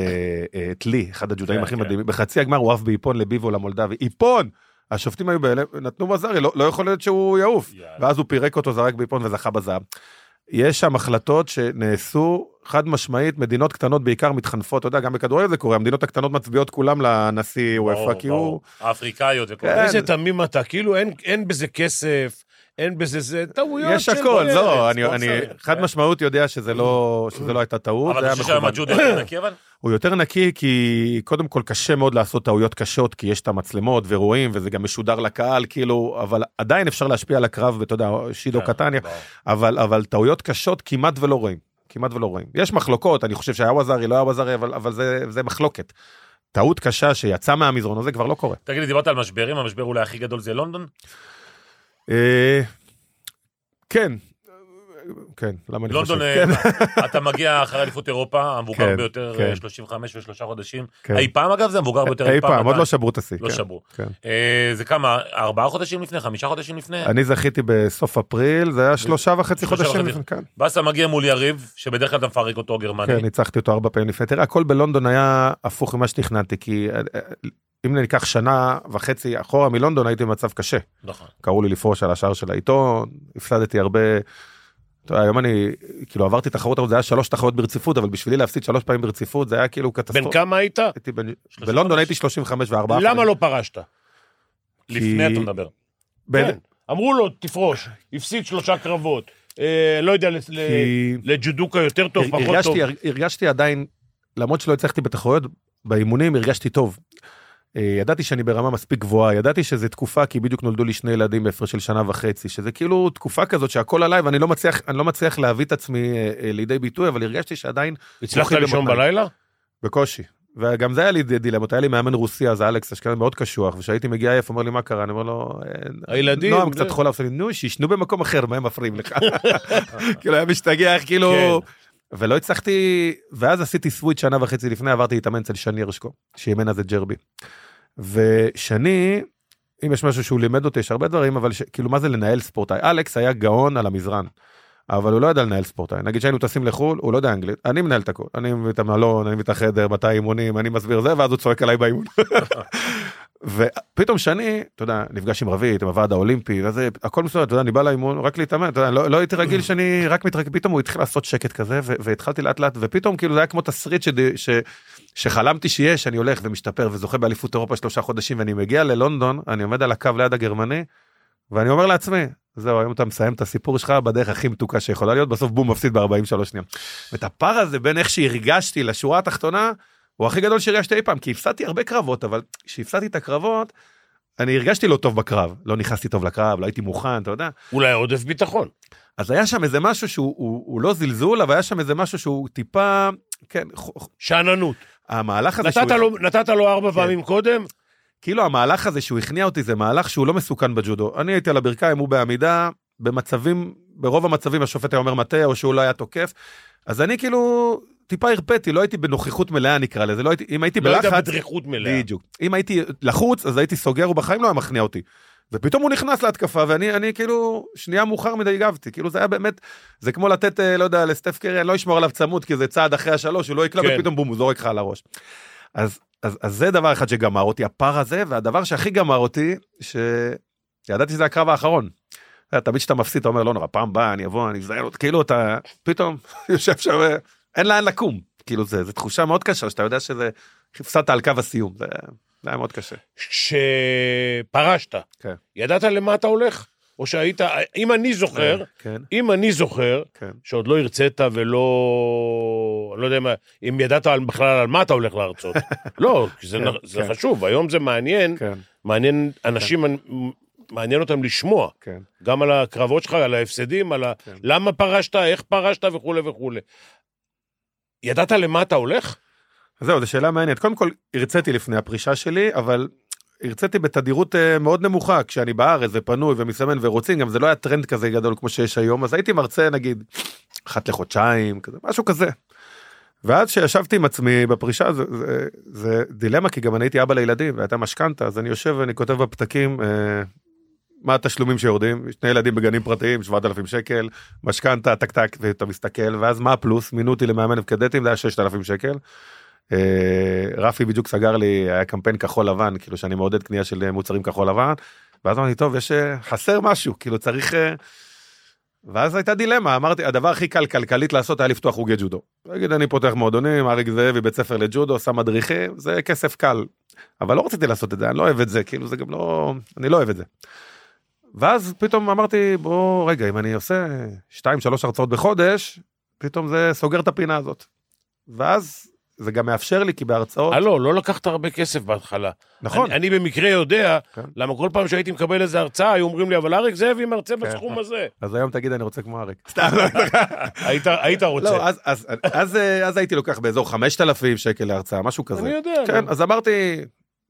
Speaker 4: אה, את לי, אחד הג'ודאים
Speaker 2: כן,
Speaker 4: הכי
Speaker 2: כן.
Speaker 4: מדהימים, בחצי הגמר הוא עף באיפון לביבו למולדבי, איפון! השופטים היו בהלם, נתנו מזארי, לא, לא יכול להיות שהוא יעוף.
Speaker 2: יאללה.
Speaker 4: ואז הוא פירק אותו, זרק באיפון וזכה בזהב. יש שם החלטות שנעשו חד משמעית, מדינות קטנות בעיקר מתחנפות, אתה יודע, גם בכדורגל זה קורה, המדינות הקטנות מצביעות כולם לנשיא
Speaker 2: ברור,
Speaker 4: וופא, כי הוא...
Speaker 2: ברור. האפריקאיות וכל
Speaker 4: כן.
Speaker 2: זה.
Speaker 3: איזה תמים אתה, כאילו אין- אין בזה כסף, אין בזה זה, טעויות.
Speaker 4: יש
Speaker 3: של
Speaker 4: הכל,
Speaker 3: בארץ,
Speaker 4: לא, אני-
Speaker 3: כמו
Speaker 4: אני
Speaker 3: שצריך.
Speaker 4: חד משמעיות יודע שזה לא שזה לא הייתה טעות,
Speaker 2: אבל
Speaker 4: זה היה אה.
Speaker 2: אתה חושב שהיום
Speaker 4: מכוון.
Speaker 2: הג'ודו יותר נקי אבל?
Speaker 4: הוא יותר נקי כי קודם כל קשה מאוד לעשות טעויות קשות כי יש את המצלמות ורואים וזה גם משודר לקהל כאילו אבל עדיין אפשר להשפיע על הקרב אתה יודע שידו
Speaker 2: כן,
Speaker 4: לא, קטניה
Speaker 2: ברור.
Speaker 4: אבל אבל טעויות קשות כמעט ולא רואים כמעט ולא רואים יש מחלוקות אני חושב שהיה ווזארי לא היה ווזארי אבל אבל זה זה מחלוקת. טעות קשה שיצאה מהמזרון הזה כבר לא קורה.
Speaker 2: תגיד לי, דיברת על משברים, המשבר אולי הכי גדול זה לונדון?
Speaker 4: אה, כן. כן למה אני חושב
Speaker 2: לונדון,
Speaker 4: כן,
Speaker 2: אה, אתה מגיע אחרי אליפות אירופה, המבוגר
Speaker 4: כן,
Speaker 2: ביותר,
Speaker 4: כן.
Speaker 2: אה, 35 ושלושה חודשים.
Speaker 4: כן.
Speaker 2: אה, אי פעם, אגב, זה המבוגר ביותר
Speaker 4: אי פעם עוד
Speaker 2: עדיין.
Speaker 4: לא שברו את השיא.
Speaker 2: לא
Speaker 4: כן.
Speaker 2: שברו.
Speaker 4: כן.
Speaker 2: אה, זה כמה, ארבעה חודשים לפני, חמישה חודשים לפני?
Speaker 4: אני זכיתי בסוף אפריל זה היה שלושה וחצי
Speaker 2: שלושה
Speaker 4: חודשים
Speaker 2: וחצי.
Speaker 4: לפני כן.
Speaker 2: באסה מגיע מול יריב, שבדרך כלל אתה מפרק אותו גרמני.
Speaker 4: כן, ניצחתי אותו ארבע פעמים לפני. תראה, הכל בלונדון היה הפוך ממה שתכננתי, כי אה, אה, אם ניקח שנה וחצי אחורה מלונדון, הייתי במצב קשה.
Speaker 2: נכון.
Speaker 4: קראו לי לפרוש על השער של העיתון, הפסדתי הרבה... אתה יודע, היום אני, כאילו עברתי תחרות, אבל זה היה שלוש תחרות ברציפות, אבל בשבילי להפסיד שלוש פעמים ברציפות, זה היה כאילו
Speaker 3: בן
Speaker 4: קטסטרופה.
Speaker 3: כמה היית?
Speaker 4: הייתי בן-
Speaker 2: 35.
Speaker 4: בלונדון הייתי 35 וארבעה.
Speaker 3: למה לא פרשת?
Speaker 2: לפני
Speaker 4: כי-
Speaker 2: אתה מדבר.
Speaker 4: ב-
Speaker 3: כן. אמרו לו, תפרוש, הפסיד שלושה קרבות. אה, לא יודע, ל- ל-
Speaker 4: כי...
Speaker 3: לג'ודוקה יותר טוב,
Speaker 4: הר-
Speaker 3: פחות טוב.
Speaker 4: הרגשתי, הר- הרגשתי עדיין, למרות שלא הצלחתי בתחרויות, באימונים הרגשתי טוב. אה, ידעתי שאני ברמה מספיק גבוהה, ידעתי שזו תקופה, כי בדיוק נולדו לי שני ילדים בהפרש של שנה וחצי, שזה כאילו תקופה כזאת שהכל עליי ואני לא מצליח, אני לא מצליח להביא את עצמי אה, אה, לידי ביטוי, אבל הרגשתי שעדיין
Speaker 3: הצלחת
Speaker 4: כוחי
Speaker 3: לישון
Speaker 4: במותניי.
Speaker 3: בלילה?
Speaker 4: בקושי. וגם זה היה לי ד- דילמות, היה לי מאמן רוסי אז, אלכס אשכנזי מאוד קשוח, וכשהייתי מגיע עייף, אומר לי מה קרה, אני אומר לו, "אה,
Speaker 3: הילדים,
Speaker 4: נועם
Speaker 3: זה-
Speaker 4: קצת חולה, עושה לי, נו, שישנו במקום אחר, מה הם מפריעים לך? כאילו היה משתגע, איך כאילו... ולא הצלחתי, ואז עשיתי סוויץ' שנה וחצי לפני, עברתי להתאמן אצל שני הרשקו, שאימן אז את ג'רבי. ושני, אם יש משהו שהוא לימד אותי, יש הרבה דברים, אבל ש... כאילו מה זה לנהל ספורטאי? אלכס היה גאון על המזרן, אבל הוא לא ידע לנהל ספורטאי. נגיד שהיינו טסים לחו"ל, הוא לא יודע אנגלית, אני מנהל את הכל. אני מביא את המלון, אני מביא את החדר, מתי אימונים, אני מסביר זה, ואז הוא צועק עליי באימון. ופתאום שני, אתה יודע, נפגש עם רביד, עם הוועד האולימפי, וזה, הכל מסודר, אתה יודע, אני בא לאימון, רק להתאמן, אתה יודע, לא, לא הייתי רגיל שאני רק מתרק, פתאום הוא התחיל לעשות שקט כזה, ו- והתחלתי לאט לאט, ופתאום כאילו זה היה כמו תסריט שד- ש- שחלמתי שיש, אני הולך ומשתפר וזוכה באליפות אירופה שלושה חודשים, ואני מגיע ללונדון, אני עומד על הקו ליד הגרמני, ואני אומר לעצמי, זהו, היום אתה מסיים את הסיפור שלך בדרך הכי מתוקה שיכולה להיות, בסוף בום, מפסיד ב-43 שניות. ואת הפער הזה בין איך שהרגשתי לשורה התחתונה, הוא הכי גדול שהרגשתי אי פעם, כי הפסדתי הרבה קרבות, אבל כשהפסדתי את הקרבות, אני הרגשתי לא טוב בקרב, לא נכנסתי טוב לקרב, לא הייתי מוכן, אתה יודע.
Speaker 3: אולי עודף ביטחון.
Speaker 4: אז היה שם איזה משהו שהוא הוא, הוא לא זלזול, אבל היה שם איזה משהו שהוא טיפה, כן, חו- חו-
Speaker 3: שאננות.
Speaker 4: המהלך הזה
Speaker 3: נתת לו- נתת לו ארבע
Speaker 4: כן.
Speaker 3: פעמים קודם,
Speaker 4: כאילו המהלך הזה שהוא הכניע אותי זה מהלך שהוא לא מסוכן בג'ודו. אני הייתי על הברכיים, הוא בעמידה, במצבים, ברוב המצבים השופט היה אומר מטה או שהוא לא היה תוקף. אז אני כאילו טיפה הרפאתי, לא הייתי בנוכחות מלאה נקרא לזה, לא הייתי, אם הייתי
Speaker 3: לא
Speaker 4: בלחץ...
Speaker 3: הייתה בדריכות מלאה.
Speaker 4: בדיוק. אם הייתי לחוץ, אז הייתי סוגר, הוא בחיים לא היה מכניע אותי. ופתאום הוא נכנס להתקפה, ואני אני כאילו, שנייה מאוחר מדי הגבתי. כאילו זה היה באמת, זה כמו לתת, אה, לא יודע, לסטף קרי, אני לא אשמור עליו צמוד, כי זה צעד אחרי השלוש, הוא לא יקלע,
Speaker 3: כן.
Speaker 4: ופתאום בום, הוא זורק לך על הראש. אז, אז, אז זה דבר אחד שגמר אותי, הפער הזה, והדבר שהכי גמר אותי, שידעתי שזה הקרב האחרון. אתה יודע, תמיד כשאתה מפסיד אתה אומר לא נורא פעם באה אני אבוא אני אזדיין עוד כאילו אתה פתאום יושב שם אה, אין לאן לקום כאילו זה זה תחושה מאוד קשה שאתה יודע שזה הפסדת על קו הסיום זה זה היה מאוד קשה.
Speaker 3: כשפרשת,
Speaker 4: כן.
Speaker 3: ידעת למה אתה הולך? או שהיית, אם אני זוכר,
Speaker 4: כן
Speaker 3: אם אני זוכר,
Speaker 4: כן.
Speaker 3: שעוד לא הרצית ולא... אני לא יודע מה, אם ידעת על- בכלל על מה אתה הולך להרצות. לא, כי זה,
Speaker 4: כן,
Speaker 3: נ- זה
Speaker 4: כן.
Speaker 3: חשוב, היום זה מעניין,
Speaker 4: כן
Speaker 3: מעניין אנשים, מעניין אותם לשמוע,
Speaker 4: כן
Speaker 3: גם על הקרבות שלך, על ההפסדים, על ה...
Speaker 4: כן.
Speaker 3: למה פרשת, איך פרשת וכולי וכולי. ידעת למה אתה הולך?
Speaker 4: אז זהו, זו שאלה מעניינת. קודם כל, הרציתי לפני הפרישה שלי, אבל הרציתי בתדירות אה, מאוד נמוכה. כשאני בארץ ופנוי ומסמן ורוצים, גם זה לא היה טרנד כזה גדול כמו שיש היום, אז הייתי מרצה נגיד אחת לחודשיים, כזה, משהו כזה. ואז כשישבתי עם עצמי בפרישה, זה, זה, זה דילמה, כי גם אני הייתי אבא לילדים, והייתה משכנתה, אז אני יושב ואני כותב בפתקים, אה, מה התשלומים שיורדים, שני ילדים בגנים פרטיים, 7,000 שקל, משכנתה, טק טק, ואתה מסתכל, ואז מה הפלוס, מינו אותי למאמן וקדטים, זה היה 6,000 שקל. אה, רפי בדיוק סגר לי היה קמפיין כחול לבן כאילו שאני מעודד קנייה של אה, מוצרים כחול לבן ואז אמרתי טוב יש אה, חסר משהו כאילו צריך. אה, ואז הייתה דילמה אמרתי הדבר הכי קל כלכלית לעשות היה לפתוח חוגי ג'ודו. נגיד אני פותח מועדונים אריק זאבי בית ספר לג'ודו שם מדריכים זה כסף קל. אבל לא רציתי לעשות את זה אני לא אוהב את זה כאילו זה גם לא אני לא אוהב את זה. ואז פתאום אמרתי בוא רגע אם אני עושה 2-3 הרצאות בחודש פתאום זה סוגר את הפינה הזאת. ואז זה גם מאפשר לי כי בהרצאות
Speaker 3: הלו, לא לקחת הרבה כסף בהתחלה.
Speaker 4: אוקיי. נכון
Speaker 3: אני, אני במקרה יודע,
Speaker 4: כן.
Speaker 3: למה כל פעם שהייתי מקבל איזה הרצאה, היו אומרים לי, אבל אריק זאבי
Speaker 4: כן.
Speaker 3: מרצה בסכום הזה.
Speaker 4: אז היום תגיד אני רוצה כמו אריק. סתם לא.
Speaker 3: היית, היית רוצה.
Speaker 4: לא, אז, אז, אז, אה, אז הייתי לוקח באזור 5,000 שקל להרצאה, משהו כזה.
Speaker 3: אני יודע.
Speaker 4: כן,
Speaker 3: נו.
Speaker 4: אז אמרתי,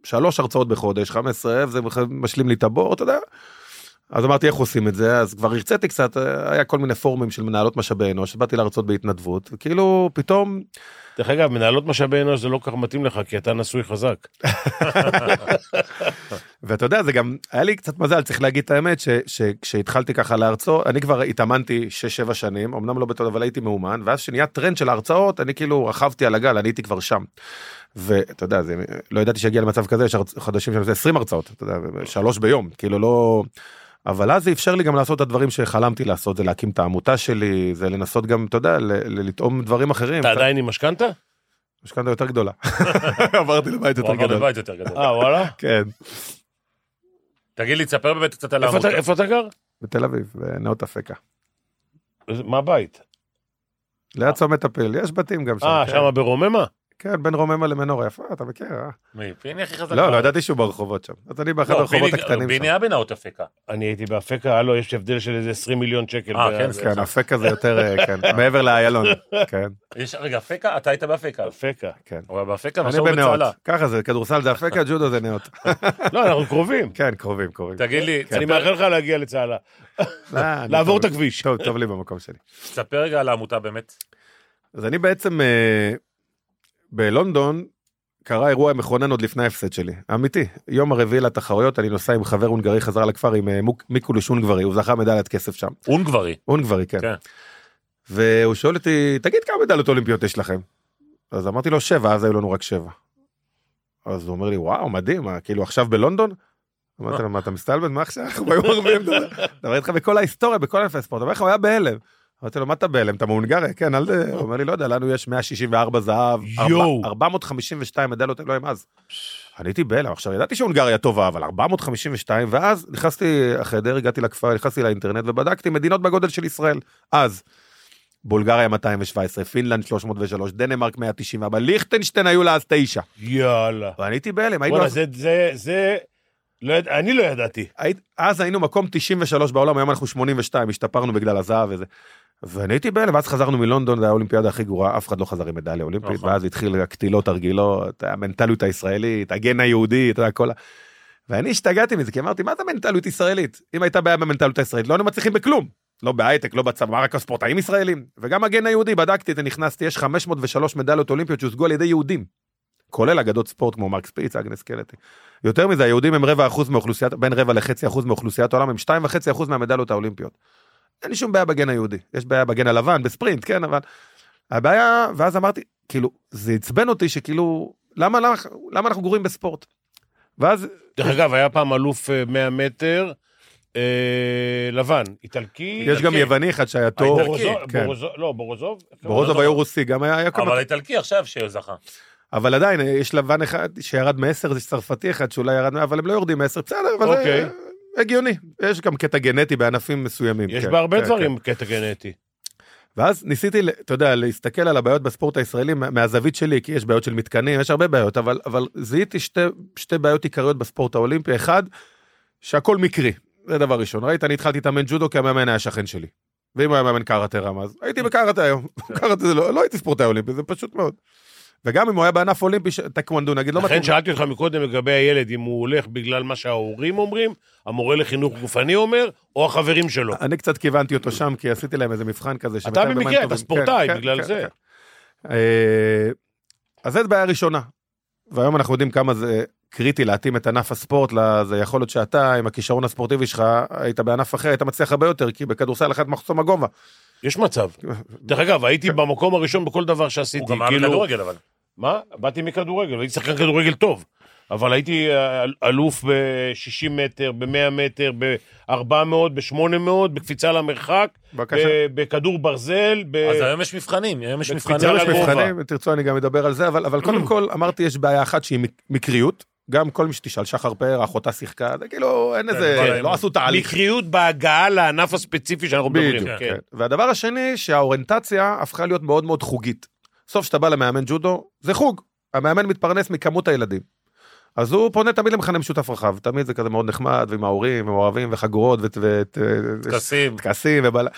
Speaker 4: שלוש הרצאות בחודש, 15,000, זה מח- משלים לי את הבור, אתה יודע. אז אמרתי, איך עושים את זה? אז כבר הרציתי קצת, אה, היה כל מיני פורומים של מנהלות משאבי אנוש, באתי להרצות בהתנדבות, וכאילו, פתאום,
Speaker 3: דרך אגב, מנהלות משאבי אנוש זה לא כל כך מתאים לך, כי אתה נשוי חזק.
Speaker 4: ואתה יודע, זה גם, היה לי קצת מזל, צריך להגיד את האמת, ש- שכשהתחלתי ככה להרצות, אני כבר התאמנתי 6-7 שנים, אמנם לא בתל אבל הייתי מאומן, ואז כשנהיה טרנד של ההרצאות, אני כאילו רכבתי על הגל, אני הייתי כבר שם. ואתה יודע, זה, לא ידעתי שיגיע למצב כזה, יש הרצ- חדשים שאני עושה 20 הרצאות, אתה יודע, שלוש ביום, כאילו לא... אבל אז זה אפשר לי גם לעשות את הדברים שחלמתי לעשות, זה להקים את העמותה שלי, זה לנסות גם, אתה יודע, ל- ל- לטעום דברים אחרים.
Speaker 3: אתה עדיין עם משכנתה?
Speaker 4: משכנתה יותר גדולה. עברתי לבית
Speaker 2: הוא
Speaker 4: יותר
Speaker 2: עבר
Speaker 4: גדול.
Speaker 2: לבית יותר גדול.
Speaker 3: אה, וואלה?
Speaker 4: כן,
Speaker 2: תגיד לי, תספר באמת קצת על
Speaker 3: איפה
Speaker 2: העמותה.
Speaker 3: אתה- איפה אתה גר?
Speaker 4: בתל אביב, בנאות אפקה.
Speaker 3: מה הבית?
Speaker 4: ליד צומת הפיל, יש בתים גם שם.
Speaker 3: אה,
Speaker 4: כן.
Speaker 3: שמה ברוממה?
Speaker 4: כן, בין רוממה למנורה יפה, אתה מכיר, אה?
Speaker 2: מי? פיני הכי חזק.
Speaker 4: לא,
Speaker 2: בארץ.
Speaker 4: לא ידעתי שהוא ברחובות שם. אז אני באחד
Speaker 2: לא,
Speaker 4: הרחובות
Speaker 2: פיני-
Speaker 4: הקטנים שם.
Speaker 2: פיני אבי נאות אפקה.
Speaker 3: אני הייתי באפקה, הלו, יש הבדל של איזה 20 מיליון שקל.
Speaker 2: אה,
Speaker 3: ב-
Speaker 2: כן,
Speaker 3: ב-
Speaker 2: זה-
Speaker 4: כן, אפקה זה יותר, אה, כן, מעבר לאיילון. כן,
Speaker 2: יש- רגע, אפקה? אתה היית באפקה.
Speaker 3: אפקה.
Speaker 4: כן.
Speaker 2: הוא היה באפקה
Speaker 4: אני
Speaker 2: ועכשיו הוא בצהלה.
Speaker 4: בנאות. ככה זה, כדורסל זה אפקה, ג'ודו זה נאות.
Speaker 3: לא, אנחנו קרובים.
Speaker 4: כן, קרובים, קרובים.
Speaker 2: תגיד לי,
Speaker 4: כן,
Speaker 3: אני
Speaker 2: תספר-
Speaker 3: מאחל לך להגיע לצהלה.
Speaker 4: לא, אני
Speaker 3: לעבור את
Speaker 4: טוב-
Speaker 3: הכביש.
Speaker 4: טוב, טוב לי במקום שלי.
Speaker 2: תספר רגע על העמותה באמת.
Speaker 4: אז אני בעצם אה, בלונדון קרה אירוע מכונן עוד לפני ההפסד שלי, אמיתי. יום הרביעי לתחרויות אני נוסע עם חבר הונגרי חזר לכפר עם אה, מוק- מיקולוש הונגברי, הוא זכה מדליית כסף שם.
Speaker 2: הונגברי.
Speaker 4: הונגברי, כן.
Speaker 2: כן.
Speaker 4: והוא שואל אותי, תגיד כמה מדליות אולימפיות יש לכם? אז אמרתי לו שבע, אז היו לנו רק שבע. אז הוא אומר לי, וואו, מדהים, מה, כאילו עכשיו בלונדון? אמרתי לו, מה אתה מסתלבט, מה עכשיו? אנחנו ביום הרביעי מדבר מדבר איתך בכל ההיסטוריה, בכל ענפי הספורט, אומר לך, הוא היה בהלם. אמרתי לו, מה אתה בהלם? אתה מהונגריה? כן, אל ת... הוא אומר לי, לא יודע, לנו יש 164 זהב,
Speaker 3: יואו.
Speaker 4: 452 מדליות, לא עם אז. אני הייתי בהלם, עכשיו ידעתי שהונגריה טובה, אבל 452, ואז נכנסתי לחדר, הגעתי לכפר, נכנסתי לאינטרנט ובדקתי מדינות בגודל של ישראל, אז. בולגריה 217, פינלנד 303, דנמרק 194, ליכטנשטיין היו לה אז תשע.
Speaker 3: יאללה.
Speaker 4: ואני הייתי בהלם, היינו
Speaker 3: וואלה,
Speaker 4: אז,
Speaker 3: זה, זה, זה, לא יד... אני לא ידעתי.
Speaker 4: היית, אז היינו מקום 93 בעולם, היום אנחנו 82, השתפרנו בגלל הזהב וזה. ואני הייתי בהלם, ואז חזרנו מלונדון, זה האולימפיאדה הכי גרועה, אף אחד לא חזר עם מדליה אולימפית,
Speaker 2: נכון.
Speaker 4: ואז התחיל הקטילות הרגילות, המנטליות הישראלית, הגן היהודי, אתה יודע, כל ה... ואני השתגעתי מזה, כי אמרתי, מה זה מנטליות ישראלית? אם הייתה בעיה במנטליות הישראלית, לא היינו מצליחים בכלום. לא בהייטק, לא בצבא, רק הספורטאים ישראלים. וגם הגן היהודי, בדקתי את זה, נכנסתי, יש 503 מדליות אולימפיות שהושגו על ידי יהודים. כולל אגדות ספורט כמו מרק ספיץ, אגנס קלטי. יותר מזה, היהודים הם רבע אחוז מאוכלוסיית, בין רבע לחצי אחוז מאוכלוסיית העולם, הם שתיים וחצי אחוז מהמדליות האולימפיות. אין לי שום בעיה בגן היהודי, יש בעיה בגן הלבן, בספרינט, כן, אבל... הבעיה, ואז אמרתי, כאילו, זה עצבן אותי שכאילו, למה, למה, למה אנחנו גורים בספורט? ואז
Speaker 3: דרך אגב, היה פעם אלוף אה, 100 מטר, אה, לבן, איטלקי.
Speaker 4: יש גם יווני אחד שהיה טוב.
Speaker 3: בורוזוב,
Speaker 4: כן.
Speaker 3: בורוזוב, לא, בורוזוב.
Speaker 4: בורוזוב היה רוסי, גם היה היה כמה.
Speaker 2: אבל האיטלקי עכשיו שזכה.
Speaker 4: אבל עדיין, יש לבן אחד שירד מעשר, יש צרפתי אחד שאולי ירד, מ- אבל הם לא יורדים מעשר, בסדר, אבל זה
Speaker 3: אוקיי.
Speaker 4: הגיוני. יש גם קטע גנטי בענפים מסוימים.
Speaker 3: יש
Speaker 4: כן,
Speaker 3: בהרבה
Speaker 4: כן,
Speaker 3: דברים קטע גנטי.
Speaker 4: ואז ניסיתי, ל- אתה יודע, להסתכל על הבעיות בספורט הישראלי מה- מהזווית שלי, כי יש בעיות של מתקנים, יש הרבה בעיות, אבל, אבל זיהיתי שתי, שתי בעיות עיקריות בספורט האולימפי. אחד, שהכל מקרי, זה דבר ראשון. ראית, אני התחלתי להתאמן ג'ודו כי המאמן היה שכן שלי. ואם הוא היה מאמן קראטה רם אז,
Speaker 3: אה.
Speaker 4: הייתי בקראטה היום. קראטה זה לא, לא הייתי ספורטאי אולימפי, זה פשוט מאוד. וגם אם הוא היה בענף אולימפי, ש- טקוונדו נגיד, לא
Speaker 3: לכן שאלתי אותך מקודם לגבי הילד, אם הוא הולך בגלל מה שההורים אומרים, המורה לחינוך גופני אומר, או החברים שלו.
Speaker 4: אני קצת כיוונתי אותו שם, כי עשיתי להם איזה מבחן כזה. שבינתיים הם
Speaker 3: במקרה,
Speaker 4: מים
Speaker 3: אתה
Speaker 4: טובים.
Speaker 3: ספורטאי, בגלל זה.
Speaker 4: כן. אה, אז זאת בעיה ראשונה. והיום אנחנו יודעים כמה זה קריטי להתאים את ענף הספורט, ל- זה יכול להיות שאתה, עם הכישרון הספורטיבי שלך, היית בענף אחר, היית מצליח הרבה יותר, כי בכדורסל אחת מחסום הגובה. כן.
Speaker 3: יש מצב. דרך אגב, הייתי במקום הראשון בכל דבר שעשיתי.
Speaker 2: הוא גם אהב
Speaker 3: כאילו-
Speaker 2: כדורגל אבל.
Speaker 3: מה? באתי מכדורגל, הייתי שחקן כדורגל טוב. אבל הייתי אה, אל- אלוף ב-60 מטר, ב-100 מטר, ב-400, ב-800, בקפיצה למרחק,
Speaker 4: בבקשה.
Speaker 3: ב- בכדור ברזל, ב...
Speaker 2: אז היום יש מבחנים, היום יש
Speaker 3: בקפיצה
Speaker 2: מבחנים.
Speaker 3: לגובה.
Speaker 4: אה, מבחנים, אם תרצו אני גם אדבר על זה, אבל, אבל קודם כל אמרתי יש בעיה אחת שהיא מק- מקריות, גם כל מי שתשאל, שחר פאר, אחותה שיחקה, זה כאילו אין איזה,
Speaker 2: אבל-
Speaker 4: לא עשו תהליך.
Speaker 3: מקריות בהגעה לענף הספציפי שאנחנו מדברים.
Speaker 2: כן.
Speaker 4: בדיוק, כן. והדבר השני, שהאוריינטציה הפכה להיות מאוד מאוד חוגית. בסוף כשאתה בא למאמן ג'ודו, זה חוג. המאמן מתפרנס מכמות הילדים. אז הוא פונה תמיד למכנה משותף רחב, תמיד זה כזה מאוד נחמד, ועם ההורים, ומעורבים, וחגורות, וטקסים,
Speaker 2: טקסים.
Speaker 4: ובל...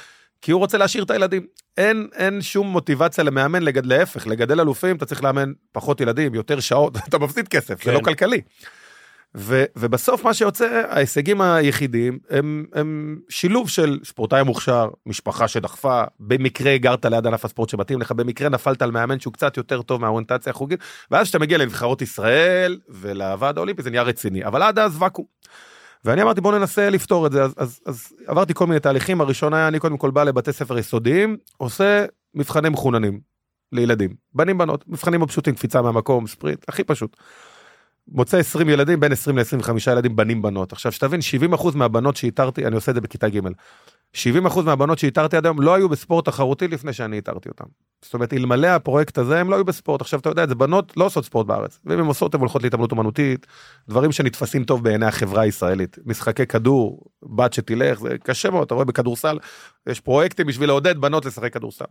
Speaker 4: כי הוא רוצה להשאיר את הילדים. אין, אין שום מוטיבציה למאמן, לגד... להפך, לגדל אלופים, אתה צריך לאמן פחות ילדים, יותר שעות, אתה מפסיד כסף, זה
Speaker 3: כן.
Speaker 4: לא כלכלי. ו, ובסוף מה שיוצא, ההישגים היחידים הם, הם שילוב של ספורטאי מוכשר, משפחה שדחפה, במקרה גרת ליד ענף הספורט שמתאים לך, במקרה נפלת על מאמן שהוא קצת יותר טוב מהאוריינטציה החוגית, ואז כשאתה מגיע לנבחרות ישראל ולוועד האולימפי זה נהיה רציני, אבל עד אז ואקום. ואני אמרתי בוא ננסה לפתור את זה, אז, אז, אז עברתי כל מיני תהליכים, הראשון היה אני קודם כל בא לבתי ספר יסודיים, עושה מבחני מחוננים לילדים, בנים בנות, מבחנים הפשוטים, קפיצה מהמקום, ספרינט, הכי פשוט. מוצא 20 ילדים, בין 20 ל-25 ילדים בנים בנות. עכשיו שתבין, 70% מהבנות שאיתרתי, אני עושה את זה בכיתה ג', 70% מהבנות שאיתרתי עד היום לא היו בספורט תחרותי לפני שאני איתרתי אותם. זאת אומרת, אלמלא הפרויקט הזה, הם לא היו בספורט. עכשיו, אתה יודע, זה בנות לא עושות ספורט בארץ. ואם הן עושות, הן הולכות להתעמלות אומנותית, דברים שנתפסים טוב בעיני החברה הישראלית. משחקי כדור, בת שתלך, זה קשה מאוד, אתה רואה בכדורסל, יש פרויקטים בשביל לעודד בנות לשחק כדורסל.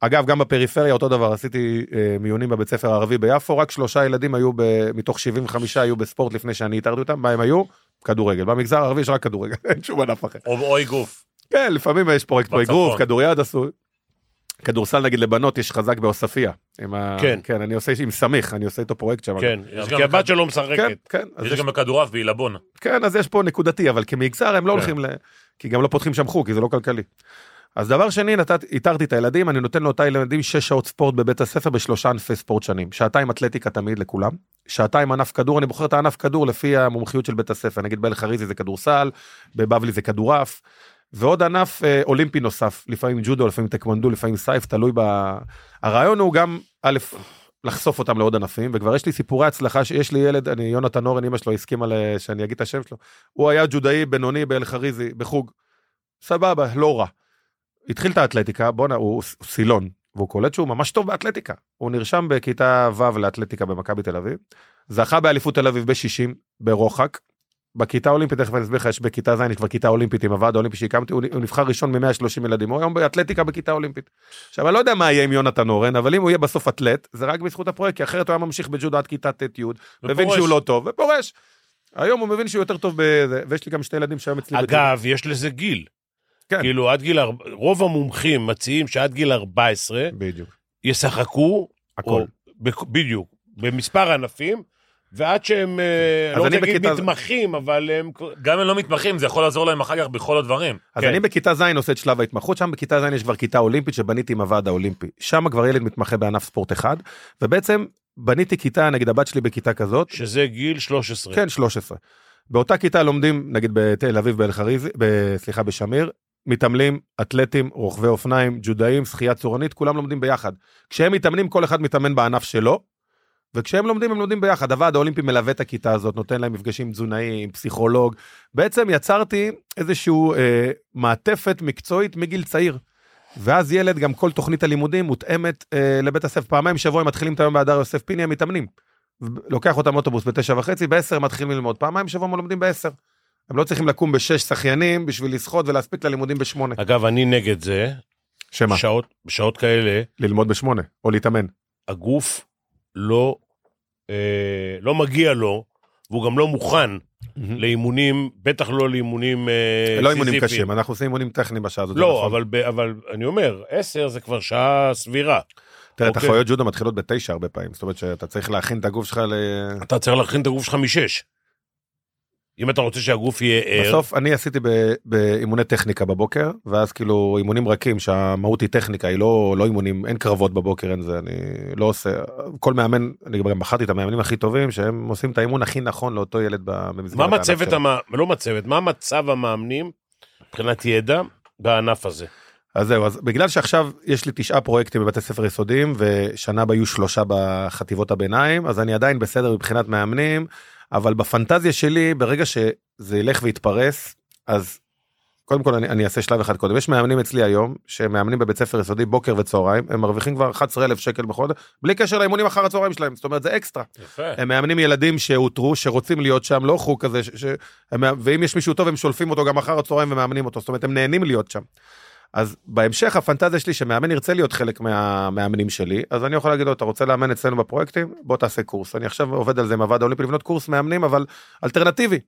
Speaker 4: אגב, גם בפריפריה אותו דבר, עשיתי אה, מיונים בבית ספר הערבי ביפו, רק שלושה ילדים היו, ב, מתוך 75 היו בספורט לפני שאני איתרתי אותם, מה הם היו? כדורגל. במגזר הערבי יש רק כדורגל, אין שום ענף אחר.
Speaker 2: או אוי גוף.
Speaker 4: כן, לפעמים יש פרויקט פה
Speaker 2: בצפון.
Speaker 4: אגרוף, כדוריד עשו. כדורסל נגיד לבנות יש חזק בעוספיא. עם ה...
Speaker 3: כן.
Speaker 4: כן, אני עושה עם סמיך, אני עושה איתו פרויקט שם.
Speaker 3: כן,
Speaker 2: יש גם
Speaker 3: כי הבת
Speaker 2: אחד-
Speaker 3: שלו
Speaker 4: כן,
Speaker 3: משחקת.
Speaker 4: כן. אז
Speaker 2: יש גם בכדורעף בעילבון.
Speaker 4: כן, אז יש פה נקודתי, אבל כמגזר הם לא הולכים ל... כי גם לא פותחים שם חוג, כי זה לא כלכלי. אז דבר שני, נתת, איתרתי את הילדים, אני נותן לאותה ילדים שש שעות ספורט בבית הספר בשלושה ענפי ספורט שונים. שעתיים אתלטיקה תמיד לכולם, שעתיים ענף כדור, אני בוחר את הענף כדור לפי המומחיות של בית הספר. נגיד באל חריזי זה כדורסל, בבבלי זה כדורעף, ועוד ענף אה, אולימפי נוסף, לפעמים ג'ודו, לפעמים טקוונדו, לפעמים סייף, תלוי ב... הרעיון הוא גם, א', לחשוף אותם לעוד ענפים, וכבר יש לי סיפורי הצלחה שיש לי ילד, אני, יונתן אורן, אמא שלו הסכימה ל- שאני אגיד את השם שלו, הוא היה ג'ודאי בינוני באל חריזי, בחוג. סבבה, לא רע. התחיל את האתלטיקה, בואנה, הוא הוא סילון, והוא קולט שהוא ממש טוב באתלטיקה. הוא נרשם בכיתה ו' לאתלטיקה במכבי תל אביב, זכה באליפות תל אביב ב-60, ברוחק. בכיתה האולימפית, תכף אני אסביר לך, יש בכיתה ז', יש כבר כיתה אולימפית עם הוועד האולימפי שהקמתי, הוא נ- הוא נבחר ראשון מ-130 ילדים, הוא היום באתלטיקה בכיתה אולימפית. עכשיו, אני לא יודע מה יהיה עם יונתן אורן, אבל אם הוא יהיה בסוף אתלט, זה רק בזכות הפרויקט, כי אחרת הוא היה ממשיך בג'ודו עד כיתה ט'-י', מבין
Speaker 2: ופורש.
Speaker 4: שהוא לא טוב, ופורש. היום הוא מבין שהוא יותר טוב בזה, ויש לי גם שני ילדים שהיום אצלי. בג'ודו.
Speaker 3: אגב, יש לזה גיל.
Speaker 4: כן.
Speaker 3: כאילו, עד גיל... ארבע- רוב המומחים מציעים שעד גיל 14
Speaker 4: בדיוק.
Speaker 3: ישחקו,
Speaker 4: הכל.
Speaker 3: או- בכ- בדיוק, במספר ענפים, ועד שהם, אה,
Speaker 4: אז
Speaker 3: לא רוצה
Speaker 4: אני
Speaker 3: להגיד
Speaker 4: בכיתה-
Speaker 3: מתמחים, אבל הם... כבר-
Speaker 2: גם אם לא מתמחים, זה יכול לעזור להם אחר כך בכל הדברים.
Speaker 4: אז
Speaker 3: כן.
Speaker 4: אני בכיתה ז' עושה את שלב ההתמחות, שם בכיתה ז' יש כבר כיתה אולימפית שבניתי עם הוועד האולימפי. שם כבר ילד מתמחה בענף ספורט אחד, ובעצם בניתי כיתה, נגיד הבת שלי בכיתה כזאת,
Speaker 3: שזה גיל 13.
Speaker 4: כן, 13. באותה כיתה לומדים, נגיד בתל אביב, באל חריזי, ב- סליחה, בשמיר, מתעמלים, אתלטים, רוכבי אופניים, ג'ודאים, שחייה צורנית, כולם לומדים ביחד. כשהם מתאמנים, כל אחד מתאמן בענף שלו, וכשהם לומדים, הם לומדים ביחד. הוועד האולימפי מלווה את הכיתה הזאת, נותן להם מפגשים תזונאיים, פסיכולוג. בעצם יצרתי איזושהי אה, מעטפת מקצועית מגיל צעיר. ואז ילד, גם כל תוכנית הלימודים מותאמת אה, לבית הספר. פעמיים בשבוע הם מתחילים את היום בהדר יוסף פיני, הם מתאמנים. לוקח אותם אוטובוס בתשע וחצי, בעשר הם מתחילים ללמוד. פעמיים בשבוע הם לומדים בעשר. הם לא צריכים לקום בשש שחיינים בשביל לשחות ולהספיק ללימודים בשמונה.
Speaker 3: אגב, אני נגד זה.
Speaker 4: שמה?
Speaker 3: שעות, בשעות כאלה,
Speaker 4: ללמוד בשמונה, או להתאמן.
Speaker 3: הגוף לא, אה, לא מגיע לו, והוא גם לא מוכן Mm-hmm. לאימונים, בטח לא לאימונים אה,
Speaker 4: לא אימונים
Speaker 3: סיזיפיים.
Speaker 4: קשים, אנחנו עושים אימונים טכניים בשעה הזאת.
Speaker 3: לא,
Speaker 4: נכון.
Speaker 3: אבל, ב, אבל אני אומר, עשר זה כבר שעה סבירה.
Speaker 4: תראה,
Speaker 3: אוקיי.
Speaker 4: תחרויות ג'ודו מתחילות בתשע הרבה פעמים, זאת אומרת שאתה צריך להכין את הגוף שלך ל...
Speaker 3: אתה צריך להכין את הגוף שלך משש. אם אתה רוצה שהגוף יהיה ער,
Speaker 4: בסוף אני עשיתי ב- באימוני טכניקה בבוקר, ואז כאילו אימונים רכים, שהמהות היא טכניקה, היא לא לא אימונים, אין קרבות בבוקר, אין זה, אני לא עושה... כל מאמן, אני גם בחרתי את המאמנים הכי טובים, שהם עושים את האימון הכי נכון לאותו ילד ב- במסגרת
Speaker 3: מה
Speaker 4: הענף
Speaker 3: מצבת,
Speaker 4: שלו.
Speaker 3: המ... לא מצבת, מה מצב המאמנים מבחינת ידע בענף הזה?
Speaker 4: אז זהו, אז בגלל שעכשיו יש לי תשעה פרויקטים בבתי ספר יסודיים, ושנה הבאה יהיו שלושה בחטיבות הביניים, אז אני עדיין בסדר מבחינת מאמנים, אבל בפנטזיה שלי, ברגע שזה ילך ויתפרס, אז קודם כל אני, אני אעשה שלב אחד קודם. יש מאמנים אצלי היום, שמאמנים בבית ספר יסודי בוקר וצהריים, הם מרוויחים כבר 11,000 שקל בחודש, בלי קשר לאימונים אחר הצהריים שלהם, זאת אומרת זה אקסטרה.
Speaker 2: יפה.
Speaker 4: הם מאמנים ילדים שאותרו, שרוצים להיות שם, לא חוג כזה, ש... ש... הם... מאמ- ואם יש מישהו טוב, הם שולפים אותו גם אחר הצהריים ומאמנים אותו, זאת אומרת, הם נהנים להיות שם. אז בהמשך הפנטזיה שלי שמאמן ירצה להיות חלק מהמאמנים שלי, אז אני יכול להגיד לו, אתה רוצה לאמן אצלנו בפרויקטים? בוא תעשה קורס. אני עכשיו עובד על זה עם הוועד האולימפי לבנות קורס מאמנים, אבל אלטרנטיבי.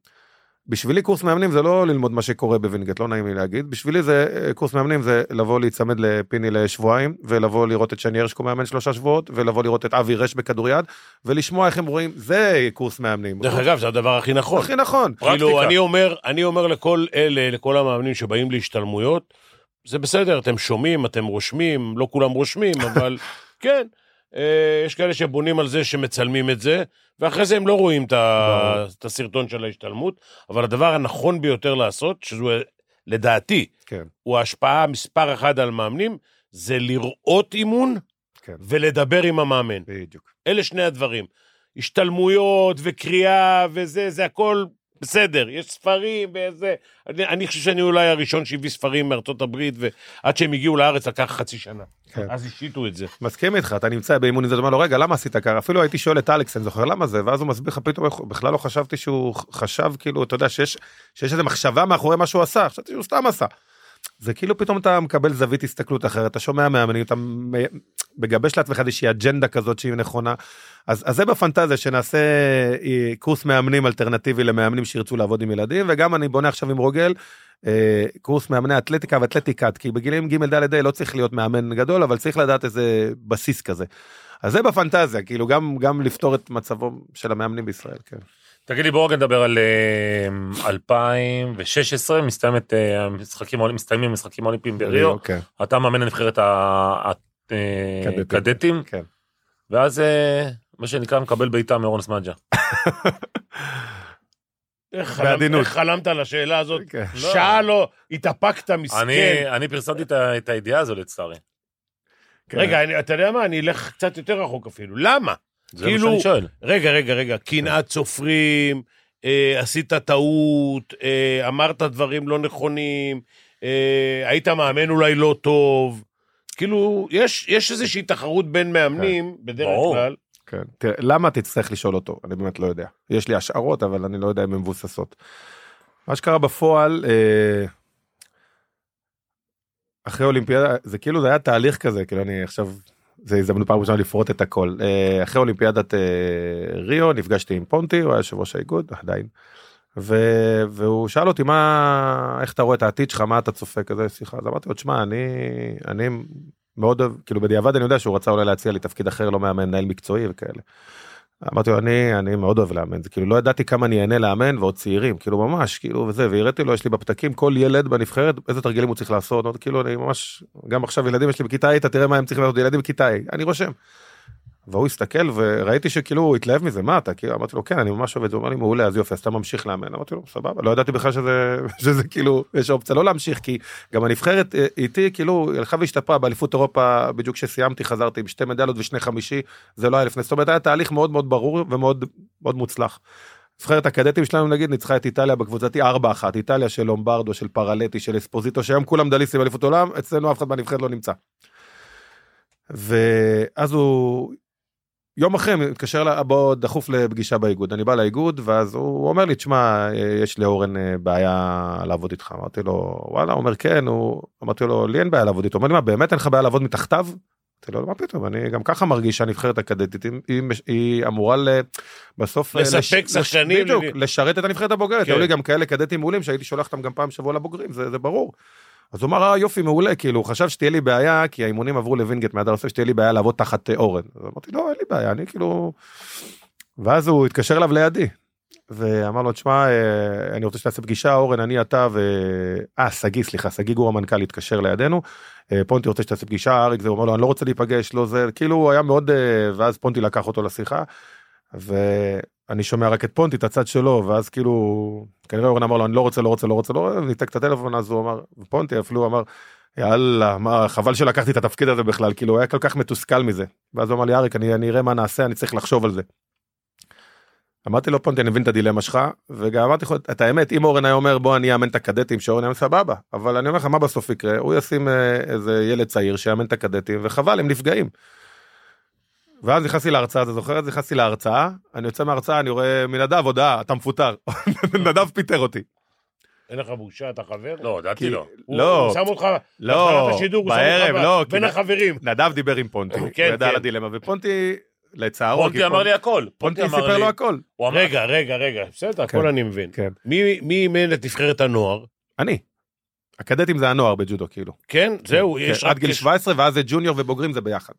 Speaker 4: בשבילי קורס מאמנים זה לא ללמוד מה שקורה בווינגייט, לא נעים לי להגיד. בשבילי זה, אה, קורס מאמנים זה לבוא להיצמד לפיני לשבועיים, ולבוא לראות את שני הרשקו מאמן שלושה שבועות, ולבוא לראות את אבי רש בכדוריד, ולשמוע איך הם רואים, זה קורס מאמנים.
Speaker 3: דרך אגב, זה הדבר הכי נכון.
Speaker 4: הכי נכון.
Speaker 3: כאילו, אני אומר, אני אומר לכל אלה, לכל המאמנים שבאים להשתלמויות, זה בסדר, אתם שומעים, אתם רושמים, לא כולם רושמים, אבל כן, אה, יש כאלה שבונים על זה שמצלמים את זה, ואחרי זה הם לא רואים את, ה, את הסרטון של ההשתלמות, אבל הדבר הנכון ביותר לעשות, שזו אה, לדעתי,
Speaker 4: כן.
Speaker 3: הוא ההשפעה מספר אחת על מאמנים, זה לראות אימון
Speaker 4: כן.
Speaker 3: ולדבר עם המאמן.
Speaker 4: בדיוק.
Speaker 3: אלה שני הדברים. השתלמויות וקריאה וזה, זה הכל בסדר. יש ספרים וזה. אני, אני חושב שאני אולי הראשון שהביא ספרים מארצות הברית, ועד שהם הגיעו לארץ לקח חצי שנה.
Speaker 4: כן.
Speaker 3: אז השיתו את זה.
Speaker 4: מסכים איתך, אתה נמצא באימון הזה, אתה אומר לו, רגע, למה עשית ככה? אפילו הייתי שואל את אלכס, אני זוכר למה זה, ואז הוא מסביר לך פתאום, איך- בכלל לא חשבתי שהוא חשב, כאילו, אתה יודע, שיש, שיש איזו מחשבה מאחורי מה שהוא עשה, חשבתי שהוא סתם עשה. זה כאילו פתאום אתה מקבל זווית הסתכלות אחרת, אתה שומע מאמנים, אתה מ- מגבש לעצמך איזושהי אג'נדה כזאת שהיא נכונה. אז, אז זה בפנטזיה, שנעשה אה, קורס מאמנים אלטרנטיבי למאמנים שירצו לעבוד עם ילדים, וגם אני בונה עכשיו עם רוגל. אה, קורס מאמני אתלטיקה ואתלטיקת, כי בגילים ג' ד' ה' לא צריך להיות מאמן גדול, אבל צריך לדעת איזה בסיס כזה. אז זה בפנטזיה, כאילו גם, גם לפתור את מצבו של המאמנים בישראל, כן.
Speaker 2: תגיד לי, בואו רגע נדבר על אה, 2016, מסתיימת, אה, המשחקים האולימפיים- מסתיימים המשחקים האולימפיים בריו.
Speaker 4: כן.
Speaker 2: אתה מאמן הנבחרת
Speaker 4: קדטים.
Speaker 2: הקדטים,
Speaker 4: כן.
Speaker 2: ואז אה, מה שנקרא מקבל בעיטה מרון סמדג'ה.
Speaker 3: איך חלמת-
Speaker 4: בעדינות.
Speaker 3: איך חלמת על השאלה הזאת?
Speaker 4: כן.
Speaker 3: שעה לא, התאפקת, מסכן.
Speaker 2: אני- אני פרסמתי את ה- את הידיעה הזו לצערי.
Speaker 3: רגע, אני- אתה יודע מה, אני אלך קצת יותר רחוק אפילו. למה?
Speaker 2: זה מה
Speaker 3: כאילו-
Speaker 2: שאני שואל.
Speaker 3: רגע, רגע, רגע, קנאת סופרים, אה, עשית טעות, אה, אמרת דברים לא נכונים, אה, היית מאמן אולי לא טוב. כאילו, יש, יש איזושהי תחרות בין מאמנים, בדרך
Speaker 2: ברור.
Speaker 3: כלל.
Speaker 4: כן. תראה, למה תצטרך לשאול אותו? אני באמת לא יודע. יש לי השערות, אבל אני לא יודע אם הן מבוססות. מה שקרה בפועל, אה, אחרי אולימפיאדה, זה כאילו זה היה תהליך כזה, כאילו אני עכשיו, זה הזדמנות פעם ראשונה לפרוט את הכל. אה, אחרי אולימפיאדת אה, ריו נפגשתי עם פונטי, הוא היה יושב ראש האיגוד, עדיין. ו... והוא שאל אותי מה איך אתה רואה את העתיד שלך מה אתה צופה כזה שיחה אז אמרתי לו תשמע אני אני מאוד אוהב כאילו בדיעבד אני יודע שהוא רצה אולי להציע לי תפקיד אחר לא מאמן מנהל מקצועי וכאלה. אמרתי לו אני אני מאוד אוהב לאמן זה כאילו לא ידעתי כמה אני אהנה לאמן ועוד צעירים כאילו ממש כאילו וזה והראיתי לו יש לי בפתקים כל ילד בנבחרת איזה תרגילים הוא צריך לעשות אמרתי, כאילו אני ממש גם עכשיו ילדים יש לי בכיתה ה' אתה תראה מה הם צריכים לעשות ילדים בכיתה ה' אני רושם. והוא הסתכל וראיתי שכאילו הוא התלהב מזה מה אתה כאילו אמרתי לו כן אני ממש אוהב את זה הוא אומר לי מעולה אז יופי אז אתה ממשיך לאמן אמרתי לו סבבה לא ידעתי בכלל שזה שזה כאילו יש אופציה לא להמשיך כי גם הנבחרת אה, איתי כאילו היא הלכה והשתפרה באליפות אירופה בדיוק כשסיימתי חזרתי עם שתי מדליות ושני חמישי זה לא היה לפני זאת אומרת היה תהליך מאוד מאוד ברור ומאוד מאוד מוצלח. נבחרת הקדטים שלנו נגיד ניצחה את איטליה בקבוצתי 4-1 איטליה של לומברדו של פרלטי של אספוזיטו שהיום כולם מדליסטים באליפות עולם אצלנו אף אחד מהנבחרת לא נמצא. ואז הוא יום אחרי מתקשר לה, בוא דחוף לפגישה באיגוד. אני בא לאיגוד, ואז הוא אומר לי, תשמע, אה, יש לאורן אה, בעיה לעבוד איתך. אמרתי לו, וואלה, הוא אומר, כן, הוא... אמרתי לו, לי אין בעיה לעבוד איתו. הוא אומר לי, מה, באמת אין לך בעיה לעבוד מתחתיו? אמרתי לו, מה פתאום, אני גם ככה מרגיש שהנבחרת הקדטית, היא- היא, מש- היא אמורה ל... בסוף... אה,
Speaker 3: לספק
Speaker 4: לש-
Speaker 3: שחקנים.
Speaker 4: בדיוק, לשרת את הנבחרת הבוגרת.
Speaker 3: כן.
Speaker 4: היו לי גם כאלה קדטים מעולים שהייתי שולח אותם גם פעם בשבוע לבוגרים, זה זה ברור. אז הוא אמר, אה, יופי, מעולה, כאילו, הוא חשב שתהיה לי בעיה, כי האימונים עברו לווינגייט מהדר יוסף, שתהיה לי בעיה לעבוד תחת אה, אורן. אז אמרתי, לא, אין לי בעיה, אני כאילו... ואז הוא התקשר אליו לידי, ואמר לו, תשמע, אה, אני רוצה שתעשה פגישה, אורן, אני, אתה ו... אה, שגיא, סליחה, שגיא גור המנכ"ל התקשר לידינו, אה, פונטי רוצה שתעשה פגישה, אריק זה, הוא אומר לו, אני לא רוצה להיפגש, לא זה, כאילו, הוא היה מאוד, אה, ואז פונטי לקח אותו לשיחה, ואני שומע רק את פונטי, את הצד שלו, ואז כאילו, כנראה אורן אמר לו, אני לא רוצה, לא רוצה, לא רוצה, לא רוצה, וניתק את הטלפון, אז הוא אמר, פונטי אפילו אמר, יאללה, מה, חבל שלקחתי את התפקיד הזה בכלל, כאילו, הוא היה כל כך מתוסכל מזה. ואז הוא אמר לי, אריק, אני, אני אראה מה נעשה, אני צריך לחשוב על זה. אמרתי לו פונטי אני מבין את הדילמה שלך וגם אמרתי לך את האמת אם אורן היה אומר בוא אני אאמן את הקדטים שאורן היה סבבה אבל אני אומר לך מה בסוף יקרה הוא ישים אה, איזה ילד צעיר שיאמן את הקדטים וחבל הם נפגעים. ואז נכנסתי להרצאה אתה זוכר את זה נכנסתי להרצאה אני יוצא מההרצאה אני רואה מנדב הודעה אתה מפוטר נדב פיטר אותי.
Speaker 3: אין לך בושה, אתה חבר? כאילו,
Speaker 2: לא, הודעתי
Speaker 4: כי-
Speaker 2: לו.
Speaker 3: הוא
Speaker 4: לא
Speaker 3: שם אותך,
Speaker 4: לא
Speaker 3: בהתחלת השידור, הוא שם
Speaker 4: בערב
Speaker 3: אותך
Speaker 4: לא כי
Speaker 3: בין החברים.
Speaker 4: נדב דיבר עם פונטי הוא
Speaker 3: כן,
Speaker 4: ידע על
Speaker 3: כן.
Speaker 4: הדילמה ופונטי לצערו כי
Speaker 2: פונטי אמר לי הכל.
Speaker 4: פונטי סיפר לו הכל
Speaker 2: הוא אמר,
Speaker 3: רגע, רגע, רגע, בסדר,
Speaker 4: כן.
Speaker 3: הכל אני מבין.
Speaker 4: כן.
Speaker 3: מי מי אימן את נבחרת הנוער?
Speaker 4: אני. הקדטים זה הנוער בג'ודו כאילו.
Speaker 3: כן, זהו,
Speaker 4: כן,
Speaker 3: יש
Speaker 4: עד
Speaker 3: רק...
Speaker 4: גיל
Speaker 3: יש-
Speaker 4: 17 ואז זה ג'וניור ובוגרים זה ביחד.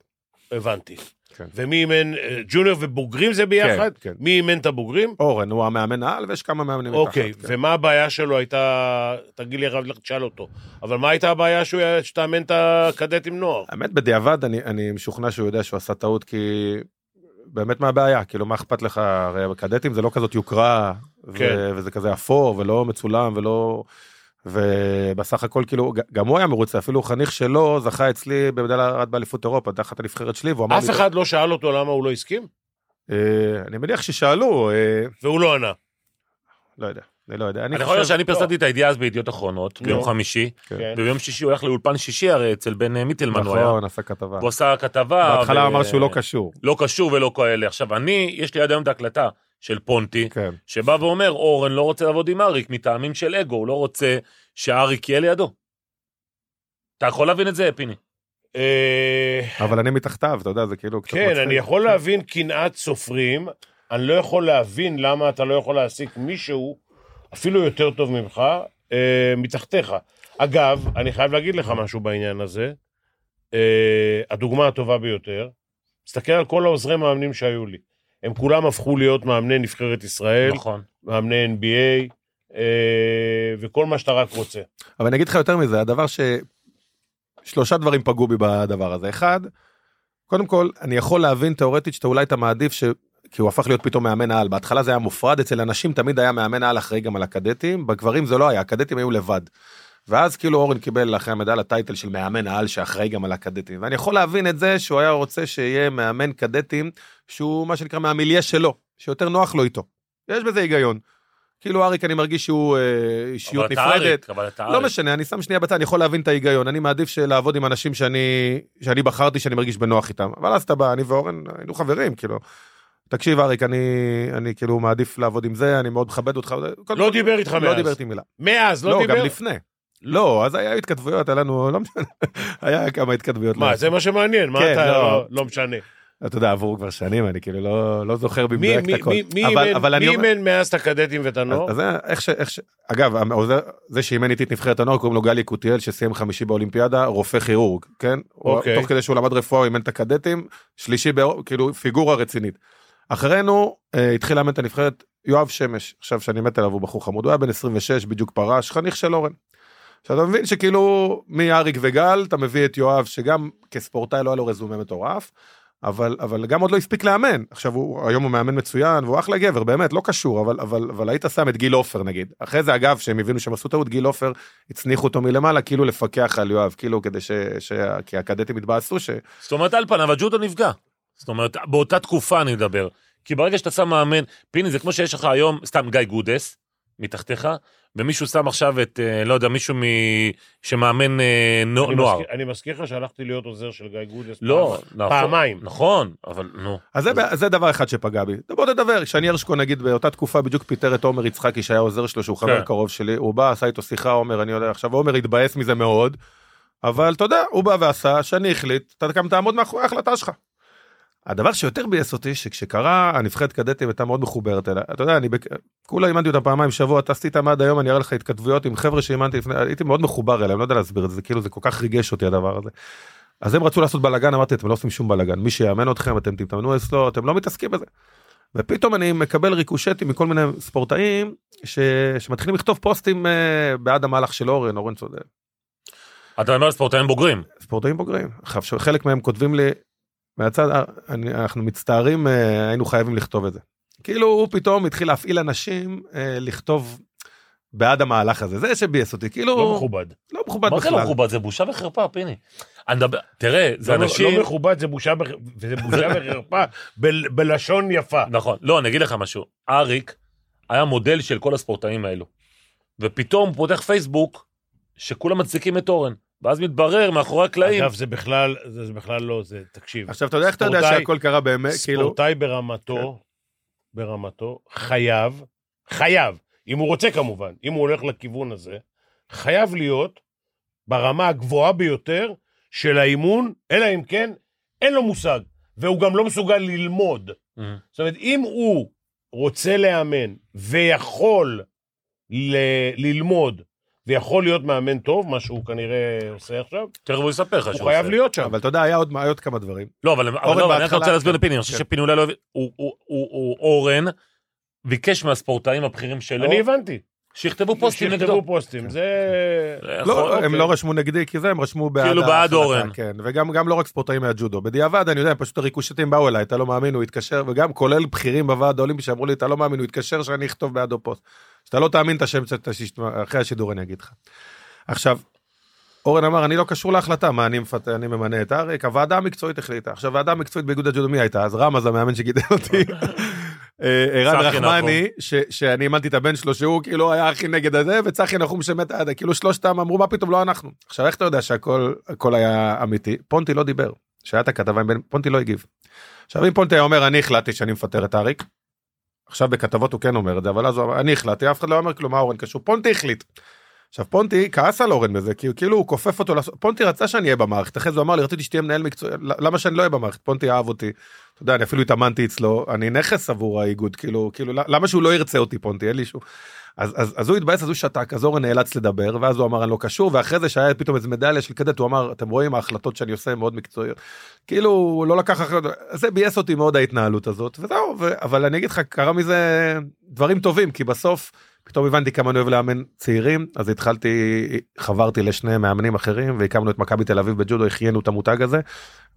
Speaker 3: הבנתי.
Speaker 4: כן.
Speaker 3: ומי אימן, אה, ג'וניור ובוגרים זה ביחד?
Speaker 4: כן, כן.
Speaker 3: מי אימן את הבוגרים?
Speaker 4: אורן הוא המאמן העל ויש כמה מאמנים
Speaker 3: אוקיי,
Speaker 4: מתחת. כן.
Speaker 3: ומה הבעיה שלו הייתה, תגיד לי הרב, לך תשאל אותו, אבל מה הייתה הבעיה שהוא היה, שתאמן את הקדטים נוער?
Speaker 4: האמת בדיעבד אני, אני משוכנע שהוא יודע שהוא עשה טעות כי באמת מה הבעיה כאילו מה אכפת לך הרי הקדטים זה לא כזאת יוקרה
Speaker 3: כן.
Speaker 4: ו- וזה כזה אפור ולא מצולם ולא ובסך הכל כאילו ג- גם הוא היה מרוצה אפילו חניך שלו זכה אצלי במדל ארד באליפות אירופה תחת הנבחרת שלי והוא אמר
Speaker 3: אף
Speaker 4: לי
Speaker 3: אחד לא שאל אותו למה הוא לא הסכים,
Speaker 4: "אה, אני מניח ששאלו אה,
Speaker 3: והוא לא ענה.
Speaker 4: לא יודע אני לא יודע
Speaker 2: אני יכול להיות שאני פרסמתי את הידיעה אז בידיעות אחרונות, ביום
Speaker 3: נו.
Speaker 2: חמישי,
Speaker 4: כן.
Speaker 2: וביום שישי הוא הלך לאולפן שישי הרי אצל בן אה, מיטלמן הוא היה.
Speaker 4: נכון עשה כתבה
Speaker 2: הוא עשה כתבה.
Speaker 4: בהתחלה
Speaker 2: ו-
Speaker 3: אה,
Speaker 4: הוא אמר שהוא לא קשור
Speaker 2: לא קשור ולא כאלה. עכשיו, אני, יש לי עד היום את ההקלטה של פונטי,
Speaker 4: כן.
Speaker 2: שבא ואומר, אורן לא רוצה לעבוד עם אריק מטעמים של אגו, הוא לא רוצה שאריק יהיה לידו. אתה יכול להבין את זה, פיני?
Speaker 3: אה,
Speaker 4: אבל אני מתחתיו, אתה יודע, זה כאילו קצת
Speaker 3: כן,
Speaker 4: מצחיק.
Speaker 3: אני יכול להבין קנאת סופרים, אני לא יכול להבין למה אתה לא יכול להעסיק מישהו אפילו יותר טוב ממך, אה, מתחתיך. אגב, אני חייב להגיד לך משהו בעניין הזה, אה, הדוגמה הטובה ביותר, תסתכל על כל העוזרי מאמנים שהיו לי. הם כולם הפכו להיות מאמני נבחרת ישראל,
Speaker 2: נכון.
Speaker 3: מאמני NBA, אה, וכל מה שאתה רק רוצה.
Speaker 4: אבל אני אגיד לך יותר מזה, הדבר ש... שלושה דברים פגעו בי בדבר הזה. אחד, קודם כל, אני יכול להבין תאורטית שאתה אולי אתה מעדיף ש... כי הוא הפך להיות פתאום מאמן העל. בהתחלה זה היה מופרד, אצל הנשים תמיד היה מאמן העל אחראי גם על הקדטים, בגברים זה לא היה, הקדטים היו לבד. ואז כאילו אורן קיבל אחרי המדל הטייטל של מאמן העל שאחראי גם על הקדטים. ואני יכול להבין את זה שהוא היה רוצה שיהיה מאמן קדטים שהוא מה שנקרא מהמיליה שלו, שיותר נוח לו איתו. יש בזה היגיון. כאילו אריק אני מרגיש שהוא אה,
Speaker 2: אבל
Speaker 4: אישיות
Speaker 2: אתה
Speaker 4: נפרדת.
Speaker 2: אריק, אבל אתה
Speaker 4: לא
Speaker 2: אריק.
Speaker 4: משנה, אני שם שנייה בצד, אני יכול להבין את ההיגיון. אני מעדיף שלעבוד עם אנשים שאני, שאני בחרתי, שאני מרגיש בנוח איתם. אבל אז אתה בא, אני ואורן היינו חברים, כאילו. תקשיב, אריק, אני, אני כאילו מעדיף לעבוד עם זה, אני מאוד מכבד אותך. קודם
Speaker 3: לא
Speaker 4: כל,
Speaker 3: דיבר איתך
Speaker 4: לא
Speaker 3: מאז.
Speaker 4: דיבר איתי מילה.
Speaker 3: מאז, לא
Speaker 4: לא, גם
Speaker 3: דיבר?
Speaker 4: לפני. לא, אז היה התכתבויות, היה לנו, לא משנה, היה כמה התכתבויות.
Speaker 3: מה, זה מה שמעניין,
Speaker 4: כן,
Speaker 3: מה אתה,
Speaker 4: לא.
Speaker 3: לא- לא משנה.
Speaker 4: אתה יודע, עברו כבר שנים, אני כאילו לא, לא זוכר
Speaker 3: מי-
Speaker 4: במדויק
Speaker 3: מי-
Speaker 4: את הכל.
Speaker 3: מי- מי
Speaker 4: אבל-
Speaker 3: אימן-
Speaker 4: אבל אני
Speaker 3: מי
Speaker 4: אומר-
Speaker 3: אימן מאז את הקדטים ואת הנוער?
Speaker 4: אז, אז זה איך ש... איך ש... אגב, העוזר, זה שאימן איתי את נבחרת הנוער, קוראים לו גל יקותיאל, שסיים חמישי באולימפיאדה, רופא כירורג, כן?
Speaker 3: אוקיי.
Speaker 4: הוא, תוך כדי שהוא למד רפואה, הוא אימן את הקדטים, שלישי, באור... כאילו, פיגורה רצינית. אחרינו אה, התחיל לאמן את הנבחרת יואב שמש, עכשיו שאני מת עליו, הוא בחור חמוד, הוא היה בן 26, בדיוק פרש, חניך של אורן. עכשיו אתה מבין שכאילו מאריק וגל אתה מביא את יואב שגם כספורטאי לא היה לו רזומה מטורף אבל, אבל גם עוד לא הספיק לאמן. עכשיו, הוא, היום הוא מאמן מצוין, והוא אחלה גבר, באמת, לא קשור, אבל, אבל, אבל היית שם את גיל עופר נגיד. אחרי זה, אגב, שהם הבינו שהם עשו טעות, גיל עופר, הצניחו אותו מלמעלה, כאילו לפקח על יואב, כאילו כדי ש... ש כי הקדטים התבאסו ש...
Speaker 2: זאת אומרת, על פניו הג'ודו נפגע. זאת אומרת, באותה תקופה אני מדבר. כי ברגע שאתה שם מאמן, פיני, זה כמו שיש לך היום, סתם גיא גודס, מתחתיך, ומישהו שם עכשיו את, אה, לא יודע, מישהו מ... שמאמן אה, נו-
Speaker 3: אני
Speaker 2: נוער.
Speaker 3: מזכיר- אני מזכיר לך שהלכתי להיות עוזר של גיא גודס.
Speaker 2: לא,
Speaker 3: פעמיים.
Speaker 2: נכון,
Speaker 3: פעמיים.
Speaker 2: נכון, אבל נו.
Speaker 4: אז זה, זה דבר אחד שפגע בי. בוא נדבר, שאני הרשקו נגיד באותה תקופה בדיוק פיטר את עומר יצחקי שהיה עוזר שלו שהוא חבר
Speaker 2: כן.
Speaker 4: קרוב שלי, הוא בא עשה איתו שיחה עומר אני יודע עכשיו עומר התבאס מזה מאוד, אבל אתה יודע הוא בא ועשה שאני החליט אתה גם תעמוד מאחורי ההחלטה שלך. הדבר שיותר ביאס אותי שכשקרה הנבחרת קדטים הייתה מאוד מחוברת אליה, אתה יודע אני בק... כולה אימנתי אותה פעמיים בשבוע טסתי איתם עד היום אני אראה לך התכתבויות עם חבר'ה שאימנתי לפני הייתי מאוד מחובר אליהם לא יודע להסביר את זה כאילו זה כל כך ריגש אותי הדבר הזה. אז הם רצו לעשות בלאגן אמרתי אתם לא עושים שום בלאגן מי שיאמן אתכם אתם תתאמנו אצלו אתם לא מתעסקים בזה. ופתאום אני מקבל ריקושטים מכל מיני ספורטאים ש... שמתחילים לכתוב פוסטים אה, בעד המהלך של אורן אורן צודק.
Speaker 2: אתה אומר ספורטאים בוגרים.
Speaker 4: ספורטאים בוגרים. עכשיו חלק מהם כותבים לי מהצד "אה, אני, אנחנו מצטערים אה, היינו חייבים לכתוב את זה. כאילו הוא פתאום התחיל להפעיל אנשים אה, לכתוב בעד המהלך הזה זה שביאס אותי כאילו
Speaker 3: לא מכובד.
Speaker 4: לא מכובד
Speaker 2: מה זה
Speaker 4: בכלל.
Speaker 2: לא מכובד? זה בושה וחרפה, פיני. אני מדבר- תראה, זה
Speaker 3: זה
Speaker 2: אנשים...
Speaker 3: לא מכובד, זה בושה בח- וזה בושה וחרפה בל- בלשון יפה.
Speaker 2: נכון. לא, אני אגיד לך משהו. אריק היה מודל של כל הספורטאים האלו. ופתאום הוא פותח פייסבוק, שכולם מצדיקים את אורן. ואז מתברר מאחורי הקלעים.
Speaker 3: אגב, זה בכלל, זה זה בכלל לא, זה, תקשיב.
Speaker 4: עכשיו אתה יודע איך אתה יודע
Speaker 3: ספורטאי-
Speaker 4: שהכל קרה באמת כאילו.
Speaker 3: ספורטאי ברמתו, ברמתו, חייב, חייב, אם הוא רוצה כמובן, אם הוא הולך לכיוון הזה, חייב להיות ברמה הגבוהה ביותר של האימון, אלא אם כן, אין לו מושג, והוא גם לא מסוגל ללמוד.
Speaker 2: אה.
Speaker 3: זאת אומרת, אם הוא רוצה לאמן ויכול ל- ללמוד ויכול להיות מאמן טוב, מה שהוא כנראה עושה עכשיו,
Speaker 2: תכף הוא יספר לך
Speaker 3: הוא
Speaker 2: שהוא
Speaker 3: חייב
Speaker 2: עושה.
Speaker 3: להיות שם.
Speaker 4: אבל אתה יודע היה עוד, היה עוד כמה דברים.
Speaker 2: לא, אבל אבל לא, אני רק
Speaker 4: בהתחלה-
Speaker 2: רוצה להסביר לפיני, אני חושב
Speaker 4: כן.
Speaker 2: שפיני אולי לא הבין, הוא- הוא- הוא הוא- אורן ביקש מהספורטאים הבכירים שלו,
Speaker 3: אני הבנתי.
Speaker 2: שיכתבו פוסטים נגדו.
Speaker 3: שיכתבו פוסטים, זה...
Speaker 4: לא,
Speaker 2: יכול-
Speaker 4: הם
Speaker 2: אוקיי.
Speaker 4: לא רשמו נגדי כי זה, הם רשמו בעד...
Speaker 2: כאילו בעד
Speaker 4: ההחלטה,
Speaker 2: אורן.
Speaker 4: כן, וגם גם לא רק ספורטאים מהג'ודו. בדיעבד, אני יודע, פשוט הריקושטים באו אליי, אתה לא מאמין, הוא התקשר, וגם כולל בכירים בוועד האולימפי שאמרו לי, אתה לא מאמין, הוא התקשר שאני אכתוב בעדו פוסט. שאתה לא תאמין את השם, שאתה- שתשמע- אחרי השידור אני אגיד לך. עכשיו, אורן אמר, אני לא קשור להחלטה, מה, אני, מפת... אני ממנה את אריק? הוועדה המקצועית החליטה. עכשיו, הוועדה המקצועית באיגוד הג'ודו מי הייתה? אז רמז, המאמן שגידל אותי, אה, ערן
Speaker 2: צחי
Speaker 4: רחמני, ש... שאני אימנתי את הבן שלו, שהוא כאילו היה הכי נגד הזה, וצחי נחום שמת עדה, כאילו שלושתם אמרו, מה פתאום, לא אנחנו. עכשיו, איך אתה יודע שהכל הכל היה אמיתי? פונטי לא דיבר. שהיה את הכתבה עם בן, פונטי לא הגיב. עכשיו, אם פונטי היה אומר, אני החלטתי שאני מפטר את אריק, עכשיו בכתבות הוא כן אומר את זה, אבל אז הוא אמר, אני החלטתי, אף אחד לא אומר כלום, מה אורן קשור? פונטי החליט. עכשיו פונטי כעס על אורן בזה, כי הוא כאילו הוא כופף אותו, לעשות- פונטי רצה שאני אהיה במערכת, אחרי זה הוא אמר לי, רציתי שתהיה מנהל מקצועי, למה שאני לא אהיה במערכת? פונטי אהב אותי, אתה יודע, אני אפילו התאמנתי אצלו, אני נכס עבור האיגוד, כאילו, כאילו, למה שהוא לא ירצה אותי פונטי, אין לי שום... אז, אז, אז הוא התבאס, אז הוא שתק, אז אורן נאלץ לדבר, ואז הוא אמר, אני לא קשור, ואחרי זה שהיה פתאום איזה מדליה של קדט, הוא אמר, אתם רואים, ההחלטות שאני עושה הן מאוד מקצועיות. כאילו, הוא לא לקח אחריות, זה ביאס אותי מאוד ההתנהלות הזאת, וזהו, ו... אבל אני אגיד לך, קרה מזה דברים טובים, כי בסוף, פתאום הבנתי כמה אני אוהב לאמן צעירים, אז התחלתי, חברתי לשני מאמנים אחרים, והקמנו את מכבי תל אביב בג'ודו, החיינו את המותג הזה,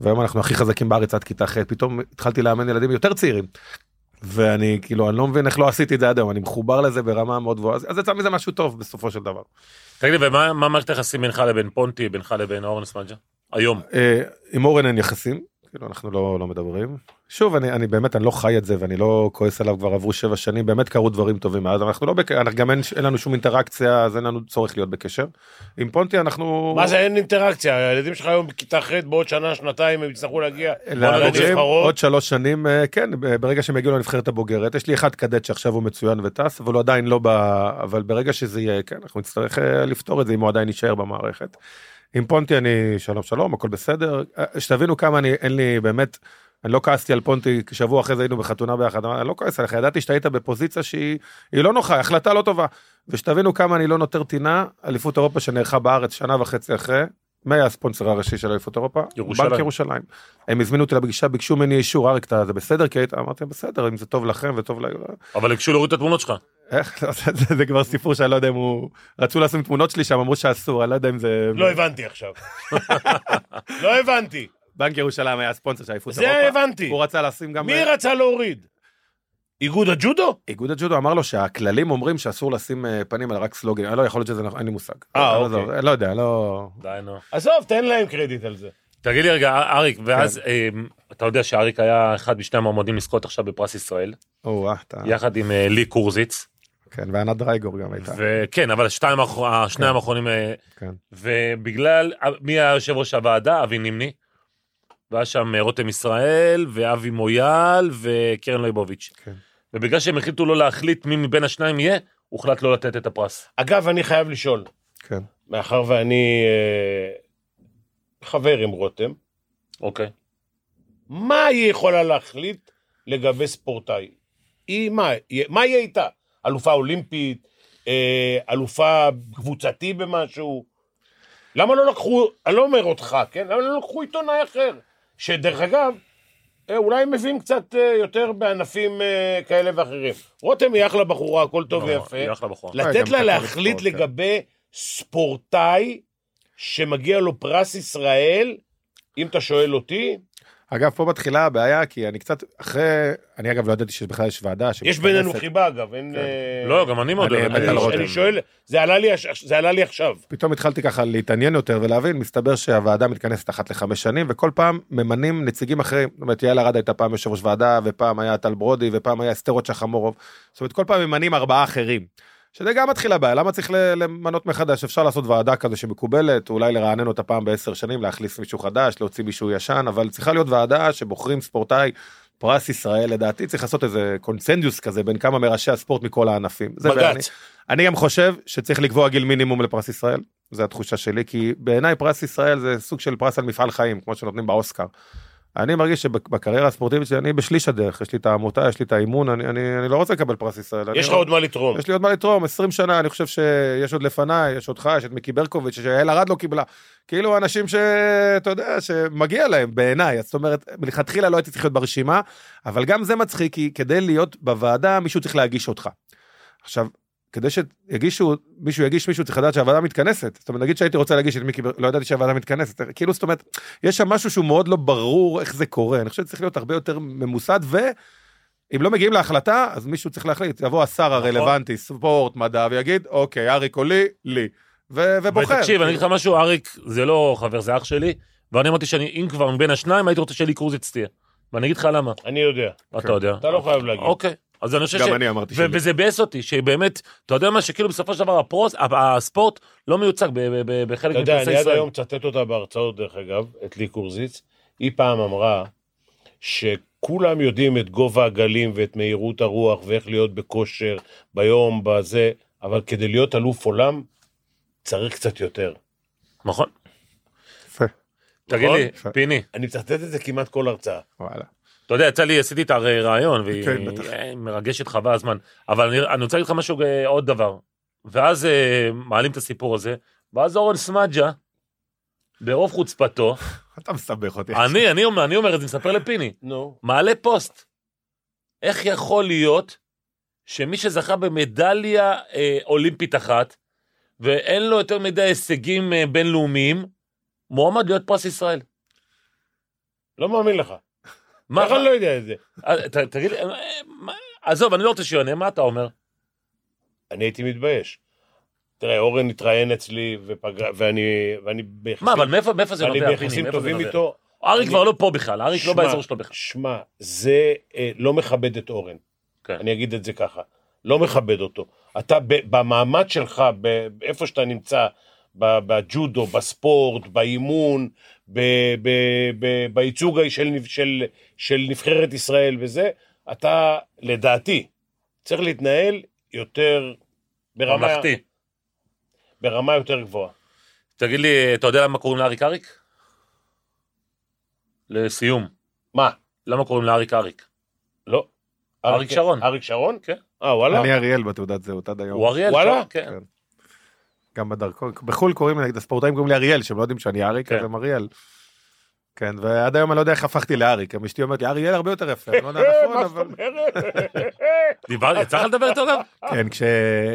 Speaker 4: והיום אנחנו הכי חזקים בארץ עד כיתה ח', פתאום התחלתי לאמן ילדים יותר צעירים. ואני כאילו אני לא מבין איך לא עשיתי את זה עד היום אני מחובר לזה ברמה מאוד גבוהה אז אז יצא מזה משהו טוב בסופו של דבר.
Speaker 2: תגיד לי, ומה מה מערכת היחסים בינך לבין פונטי, בינך לבין אורן סמנג'ה? היום.
Speaker 4: אה, עם אורן אין יחסים כאילו אנחנו לא לא מדברים שוב אני אני באמת אני לא חי את זה ואני לא כועס עליו כבר עברו שבע שנים באמת קרו דברים טובים מאז אנחנו לא בק- אנחנו גם אין, אין לנו שום אינטראקציה אז אין לנו צורך להיות בקשר. עם פונטי אנחנו
Speaker 3: מה זה אין אינטראקציה, הילדים שלך היום בכיתה ח' בעוד שנה, שנתיים הם יצטרכו להגיע.
Speaker 4: אה, לבוגרים
Speaker 3: לנבחרות.
Speaker 4: לא, עוד שלוש שנים אה, כן ב- ברגע שהם יגיעו לנבחרת הבוגרת יש לי אחד קדט שעכשיו הוא מצוין וטס אבל הוא עדיין לא ב... אבל ברגע שזה יהיה כן אנחנו נצטרך אה, לפתור את זה אם הוא עדיין יישאר במערכת. עם פונטי אני שלום שלום הכל בסדר אה, שתבינו כמה אני אין לי באמת. אני לא כעסתי על פונטי שבוע אחרי זה היינו בחתונה ביחד אמרתי, אני לא כועס עליך ידעתי שאתה היית בפוזיציה שהיא היא לא נוחה החלטה לא טובה. ושתבינו כמה אני לא נותר טינה אליפות אירופה שנערכה בארץ שנה וחצי אחרי. מי היה הספונסר הראשי של אליפות אירופה?
Speaker 2: ירושלים.
Speaker 4: בנק ירושלים. הם הזמינו אותי לפגישה, ביקשו ממני אישור, אריק, אתה- זה בסדר? כי היית, אמרתי, בסדר, אם זה טוב לכם וטוב ל...
Speaker 2: אבל ביקשו להוריד את התמונות שלך.
Speaker 4: איך? לא, זה- זה- זה כבר סיפור שאני לא יודע אם הוא... רצו לשים לא תמונות שלי שם, אמרו שאסור, אני לא יודע אם זה...
Speaker 3: לא הבנתי עכשיו. לא הבנתי.
Speaker 4: בנק ירושלים היה הספונסר של האליפות אירופה.
Speaker 3: זה הבנתי.
Speaker 4: הוא רצה לשים גם...
Speaker 3: מי רצה להוריד? איגוד הג'ודו?
Speaker 4: איגוד הג'ודו אמר לו שהכללים אומרים שאסור לשים אה, פנים אלא רק סלוגן. אה, לא, יכול להיות שזה נכון, אין לי מושג.
Speaker 3: אה,
Speaker 4: לא,
Speaker 3: אוקיי.
Speaker 4: לא, לא יודע, לא...
Speaker 2: די, נו.
Speaker 3: עזוב, תן להם קרדיט על זה.
Speaker 2: תגיד לי רגע, אריק, ואז
Speaker 4: כן.
Speaker 2: אה, אתה יודע שאריק היה אחד משני המועמדים לזכות עכשיו בפרס ישראל,
Speaker 4: או-אה, אתה...
Speaker 2: יחד עם אה, לי קורזיץ.
Speaker 4: כן, וענת דרייגור גם הייתה.
Speaker 2: וכן, אבל השתיים האחר- השניים האחרונים, אה,
Speaker 4: כן.
Speaker 2: ובגלל, אה, מי היה יושב ראש הוועדה? אבי נימני. והיה שם אה, רותם ישראל, ואבי מויאל, וקרן ליבוביץ'.
Speaker 4: כן.
Speaker 2: ובגלל שהם החליטו לא להחליט מי מבין השניים יהיה, הוחלט לא לתת את הפרס.
Speaker 3: אגב, אני חייב לשאול,
Speaker 4: כן.
Speaker 3: מאחר ואני אה, חבר עם רותם,
Speaker 2: אוקיי.
Speaker 3: מה היא יכולה להחליט לגבי ספורטאי? היא, מה, היא- מה היא הייתה? אלופה אולימפית? אה, אלופה קבוצתי במשהו? למה לא לקחו, אני לא אומר אותך, כן? למה לא לקחו עיתונאי אחר? שדרך אגב, אה, אולי מבין קצת אה, יותר בענפים אה, כאלה ואחרים. רותם היא אחלה בחורה, הכל טוב
Speaker 2: לא,
Speaker 3: ויפה.
Speaker 2: היא אחלה בחורה.
Speaker 4: אה, גם
Speaker 3: לתת לה
Speaker 4: כתבת
Speaker 3: להחליט
Speaker 4: ספורט, כן.
Speaker 3: לגבי ספורטאי שמגיע לו פרס ישראל, אם אתה שואל אותי,
Speaker 4: אגב, פה מתחילה הבעיה, כי אני קצת אחרי... אני אגב לא ידעתי שבכלל יש ועדה.
Speaker 3: יש בינינו
Speaker 4: שמתכנסת.
Speaker 3: חיבה אגב, אין...
Speaker 4: כן.
Speaker 3: אה,
Speaker 2: לא, גם אני מאוד
Speaker 4: אני
Speaker 2: אוהב
Speaker 4: מת
Speaker 2: את
Speaker 4: על
Speaker 3: אני-
Speaker 4: רותם.
Speaker 3: אני שואל, זה עלה לי הש- זה עלה לי עכשיו.
Speaker 4: פתאום התחלתי ככה להתעניין יותר ולהבין, מסתבר שהוועדה מתכנסת אחת לחמש שנים, וכל פעם ממנים נציגים אחרים. זאת אומרת, יעל ארד הייתה פעם יושב ראש ועדה, ופעם היה טל ברודי, ופעם היה אסתרות שחמורוב. זאת אומרת, כל פעם ממנים ארבעה אחרים. שזה גם מתחילה בעיה, למה צריך ל- למנות מחדש? אפשר לעשות ועדה כזו שמקובלת, אולי לרענן אותה פעם בעשר שנים, להכניס מישהו חדש, להוציא מישהו ישן, אבל צריכה להיות ועדה שבוחרים ספורטאי, פרס ישראל לדעתי, צריך לעשות איזה קונצנזוס כזה בין כמה מראשי הספורט מכל הענפים. זה ואני-
Speaker 3: בג"ץ.
Speaker 4: אני גם חושב שצריך לקבוע גיל מינימום לפרס ישראל, זו התחושה שלי, כי בעיניי פרס ישראל זה סוג של פרס על מפעל חיים, כמו שנותנים באוסקר. אני מרגיש שבקריירה הספורטיבית שלי, אני בשליש הדרך, יש לי את העמותה, יש לי את האימון, אני, אני, אני לא רוצה לקבל פרס ישראל. אני
Speaker 3: יש לך
Speaker 4: לא-
Speaker 3: עוד מה לתרום.
Speaker 4: יש לי עוד מה לתרום, 20 שנה, אני חושב שיש עוד לפניי, יש אותך, יש את מיקי ברקוביץ', שיעל ארד לא קיבלה. כאילו אנשים שאתה יודע, שמגיע להם בעיניי, אז זאת אומרת, מלכתחילה לא הייתי צריך להיות ברשימה, אבל גם זה מצחיק, כי כדי להיות בוועדה, מישהו צריך להגיש אותך. עכשיו, כדי שיגישו, מישהו יגיש מישהו, צריך לדעת שהוועדה מתכנסת. זאת אומרת, נגיד שהייתי רוצה להגיש את מיקי, בר- לא ידעתי שהוועדה מתכנסת. כאילו, זאת אומרת, יש שם משהו שהוא מאוד לא ברור איך זה קורה. אני חושב שצריך להיות הרבה יותר ממוסד, ואם לא מגיעים להחלטה, אז מישהו צריך להחליט. יבוא השר
Speaker 2: נכון.
Speaker 4: הרלוונטי, ספורט, מדע, ויגיד, אוקיי, אריק או לי, לי. ו- ובוחר.
Speaker 2: ותקשיב, אני אגיד לך משהו, אריק זה לא חבר, זה אח שלי, ואני אמרתי שאני, אם כבר מבין השניים, הייתי רוצה שלי קרוזיץ תהיה. ואני אגיד לך למה,
Speaker 3: אני יודע.
Speaker 2: אתה יודע.
Speaker 3: אתה לא חייב להגיד.
Speaker 2: אוקיי. אז אני חושב ש...
Speaker 4: גם אני אמרתי
Speaker 2: ו-
Speaker 4: שלי.
Speaker 2: וזה ביאס אותי, שבאמת, אתה יודע מה, שכאילו בסופו של דבר הפרוס, ה- הספורט לא מיוצג ב- ב- ב- בחלק
Speaker 3: אתה יודע,
Speaker 2: מפרסי
Speaker 3: אני עד
Speaker 2: ישראל.
Speaker 3: היום מצטט אותה בהרצאות, דרך אגב, את לי קורזיץ. היא פעם אמרה שכולם יודעים את גובה הגלים ואת מהירות הרוח ואיך להיות בכושר ביום, בזה, אבל כדי להיות אלוף עולם, צריך קצת יותר.
Speaker 2: נכון.
Speaker 4: יפה,
Speaker 2: תגיד
Speaker 3: נכון?
Speaker 2: לי,
Speaker 4: יפה.
Speaker 2: פיני,
Speaker 3: אני מצטט את זה כמעט כל הרצאה.
Speaker 4: וואלה.
Speaker 2: אתה יודע, יצא לי, עשיתי את הרעיון, והיא
Speaker 4: כן, בטח.
Speaker 2: אה, מרגשת חבל הזמן. אבל אני, אני רוצה להגיד לך משהו, אה, עוד דבר. ואז אה, מעלים את הסיפור הזה, ואז אורן סמדג'ה, ברוב חוצפתו,
Speaker 4: אתה מסבך אותי.
Speaker 2: אני, אני, אומר- אני אומר את זה, מספר לפיני,
Speaker 3: נו.
Speaker 2: מעלה פוסט. איך יכול להיות שמי שזכה במדליה אה, אולימפית אחת, ואין לו יותר מדי הישגים אה, בינלאומיים, מועמד להיות פרס ישראל?
Speaker 3: לא מאמין לך.
Speaker 2: מה,
Speaker 3: איך אני לא יודע את זה?
Speaker 2: אה, ת- תגיד, לי, אה, מה- עזוב, אני לא רוצה שהוא יענה, מה אתה אומר?
Speaker 3: אני הייתי מתבייש. תראה, אורן התראיין אצלי, ופגע, ואני, ואני ביחסים,
Speaker 2: מה, אבל מאיפה מאיפה זה
Speaker 3: אני
Speaker 2: נובע? פיני?
Speaker 3: ביחסים
Speaker 2: מאיפה זה
Speaker 3: טובים
Speaker 2: נובע?
Speaker 3: איתו.
Speaker 2: אריק
Speaker 3: אני-
Speaker 2: כבר לא פה בכלל, אריק לא
Speaker 3: שמע,
Speaker 2: באזור שלו בכלל.
Speaker 3: שמע, זה אה, לא מכבד את אורן.
Speaker 2: כן.
Speaker 3: אני אגיד את זה ככה. לא מכבד אותו. אתה, ב, במעמד שלך, ב, איפה שאתה נמצא, ב- בג'ודו, בספורט, באימון, ב, ב, ב, בייצוג של, של, של, של נבחרת ישראל וזה, אתה, לדעתי, צריך להתנהל יותר ברמה,
Speaker 2: ממלכתי.
Speaker 3: ברמה יותר גבוהה.
Speaker 2: תגיד לי, אתה יודע למה קוראים לאריק אריק? לסיום,
Speaker 3: מה?
Speaker 2: למה קוראים לאריק אריק?
Speaker 3: לא.
Speaker 2: אריק שרון.
Speaker 3: אריק שרון?
Speaker 2: כן.
Speaker 3: אה, וואלה?
Speaker 4: אני אריאל בתעודת זהות עד היום.
Speaker 2: הוא אריאל.
Speaker 3: וואלה?
Speaker 2: כן, כן.
Speaker 4: גם בדרכון. בחו"ל קוראים לי, הספורטאים קוראים לי אריאל, שהם לא יודעים שאני אריק,
Speaker 2: כן.
Speaker 4: אז הם אריאל. כן, ועד היום אני לא יודע איך הפכתי לאריק, גם אשתי אומרת לי, ארי יהיה הרבה יותר יפה, אני לא יודע נכון,
Speaker 3: אה, מה זאת
Speaker 4: אבל...
Speaker 3: אומרת?
Speaker 2: דיבר, יצא לך לדבר איתו גם?
Speaker 4: כן, כש...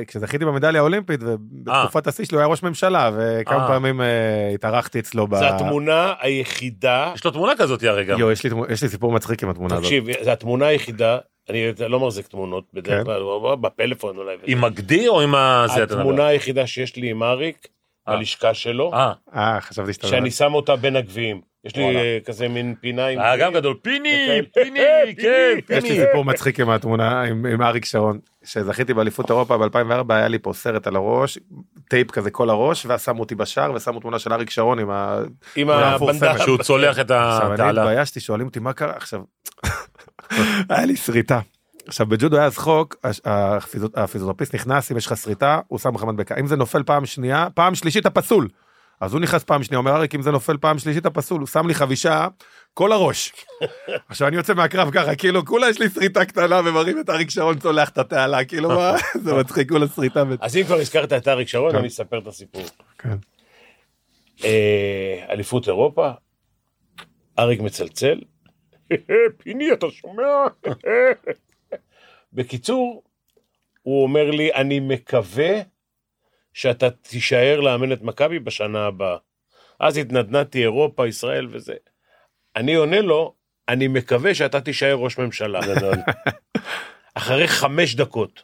Speaker 4: כשזכיתי במדליה האולימפית, ובתקופת
Speaker 3: אה.
Speaker 4: השיא שלו הוא היה ראש ממשלה, וכמה
Speaker 2: אה.
Speaker 4: פעמים אה, התארחתי אצלו ב...
Speaker 3: זו התמונה היחידה,
Speaker 2: יש לו תמונה כזאת הרי גם.
Speaker 4: יו, יש לי, תמו- יש לי סיפור מצחיק עם התמונה הזאת.
Speaker 3: תקשיב, זו התמונה היחידה, אני לא מחזיק תמונות בדרך
Speaker 4: כן.
Speaker 3: כלל, אבל בפלאפון אולי.
Speaker 2: עם הגדי או עם ה... זה אתה מדבר?
Speaker 3: התמונה היחידה שיש לי עם אריק,
Speaker 2: אה.
Speaker 3: בלשכה שלו,
Speaker 2: אה,
Speaker 4: אה, חשבתי שאתה...
Speaker 3: שאני שם אותה בין הגביעים. יש לי
Speaker 2: וואלה.
Speaker 3: אה, כזה מין פינה עם...
Speaker 2: היה גם גדול. פיני,
Speaker 3: וכאלה.
Speaker 2: פיני, כן,
Speaker 4: יש
Speaker 2: פיני.
Speaker 4: לי סיפור מצחיק עם התמונה עם, עם אריק שרון שזכיתי באליפות אירופה ב2004 היה לי פה סרט על הראש טייפ כזה כל הראש ואז שמו אותי בשער ושמו תמונה של אריק שרון עם ה...
Speaker 3: עם
Speaker 4: תמונה מפורסמת.
Speaker 3: הבנדל.
Speaker 2: שהוא צולח את
Speaker 4: עכשיו אני
Speaker 2: התעלה.
Speaker 4: התביישתי שואלים אותי מה קרה עכשיו היה לי שריטה. עכשיו בג'ודו היה אז חוק הש- הפיזיותרפיסט- הפיזיותרפיסט נכנס אם יש לך שריטה הוא שם לך מדבקה אם זה נופל פעם שנייה פעם שלישית אתה פסול. אז הוא נכנס פעם שנייה אומר אריק אם זה נופל פעם שלישית אתה פסול הוא שם לי חבישה כל הראש. עכשיו אני יוצא מהקרב ככה כאילו כולה יש לי שריטה קטנה ומראים את אריק שרון צולח את התעלה כאילו מה
Speaker 3: נכון.
Speaker 4: זה מצחיק כולה שריטה. ו-
Speaker 3: אז אם כבר הזכרת את אריק שרון,
Speaker 4: כן.
Speaker 3: אני אספר את הסיפור.
Speaker 4: כן.
Speaker 3: אה, אליפות אירופה, אריק מצלצל, פיני, אתה שומע? בקיצור, הוא אומר לי, אני מקווה שאתה תישאר לאמן את מכבי בשנה הבאה. אז התנדנדתי אירופה, ישראל וזה. אני עונה לו, אני מקווה שאתה תישאר ראש ממשלה. אחרי חמש דקות,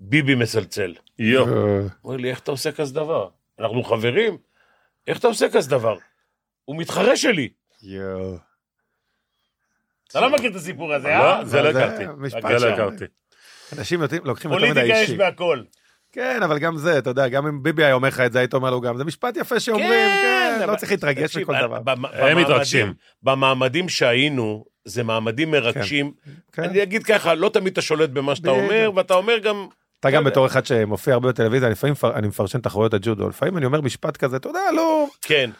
Speaker 3: ביבי מצלצל.
Speaker 2: יו.
Speaker 3: אומר לי, איך אתה עושה כזה דבר? אנחנו חברים? איך אתה עושה כזה דבר? הוא מתחרה שלי.
Speaker 4: יואו.
Speaker 3: אתה לא מכיר את הסיפור הזה,
Speaker 2: לא,
Speaker 3: אה?
Speaker 2: זה לא
Speaker 4: זה
Speaker 2: הכרתי.
Speaker 4: משפט
Speaker 2: זה לא
Speaker 3: שם.
Speaker 2: הכרתי.
Speaker 4: אנשים יודעים- לוקחים יותר מדי
Speaker 3: פוליטיקה יש
Speaker 4: אישי.
Speaker 3: בהכל.
Speaker 4: כן, אבל גם זה, אתה יודע, גם אם ביבי היה אומר לך את זה, היית אומר לו גם, זה משפט יפה שאומרים, כן, לא
Speaker 3: אבל-
Speaker 4: צריך להתרגש
Speaker 3: תקשיב,
Speaker 4: מכל דבר.
Speaker 3: במ-
Speaker 2: הם
Speaker 3: במעמדים-
Speaker 2: מתרגשים.
Speaker 3: במעמדים שהיינו, זה מעמדים מרגשים.
Speaker 4: כן.
Speaker 3: אני אגיד ככה, לא תמיד אתה שולט במה שאתה
Speaker 4: בדיוק.
Speaker 3: אומר, ואתה אומר גם...
Speaker 4: אתה גם
Speaker 3: יודע.
Speaker 4: בתור אחד שמופיע הרבה בטלוויזיה, לפעמים פר- אני מפרשן תחרויות הג'ודו, לפעמים אני אומר משפט כזה, אתה יודע, לא...
Speaker 3: כן.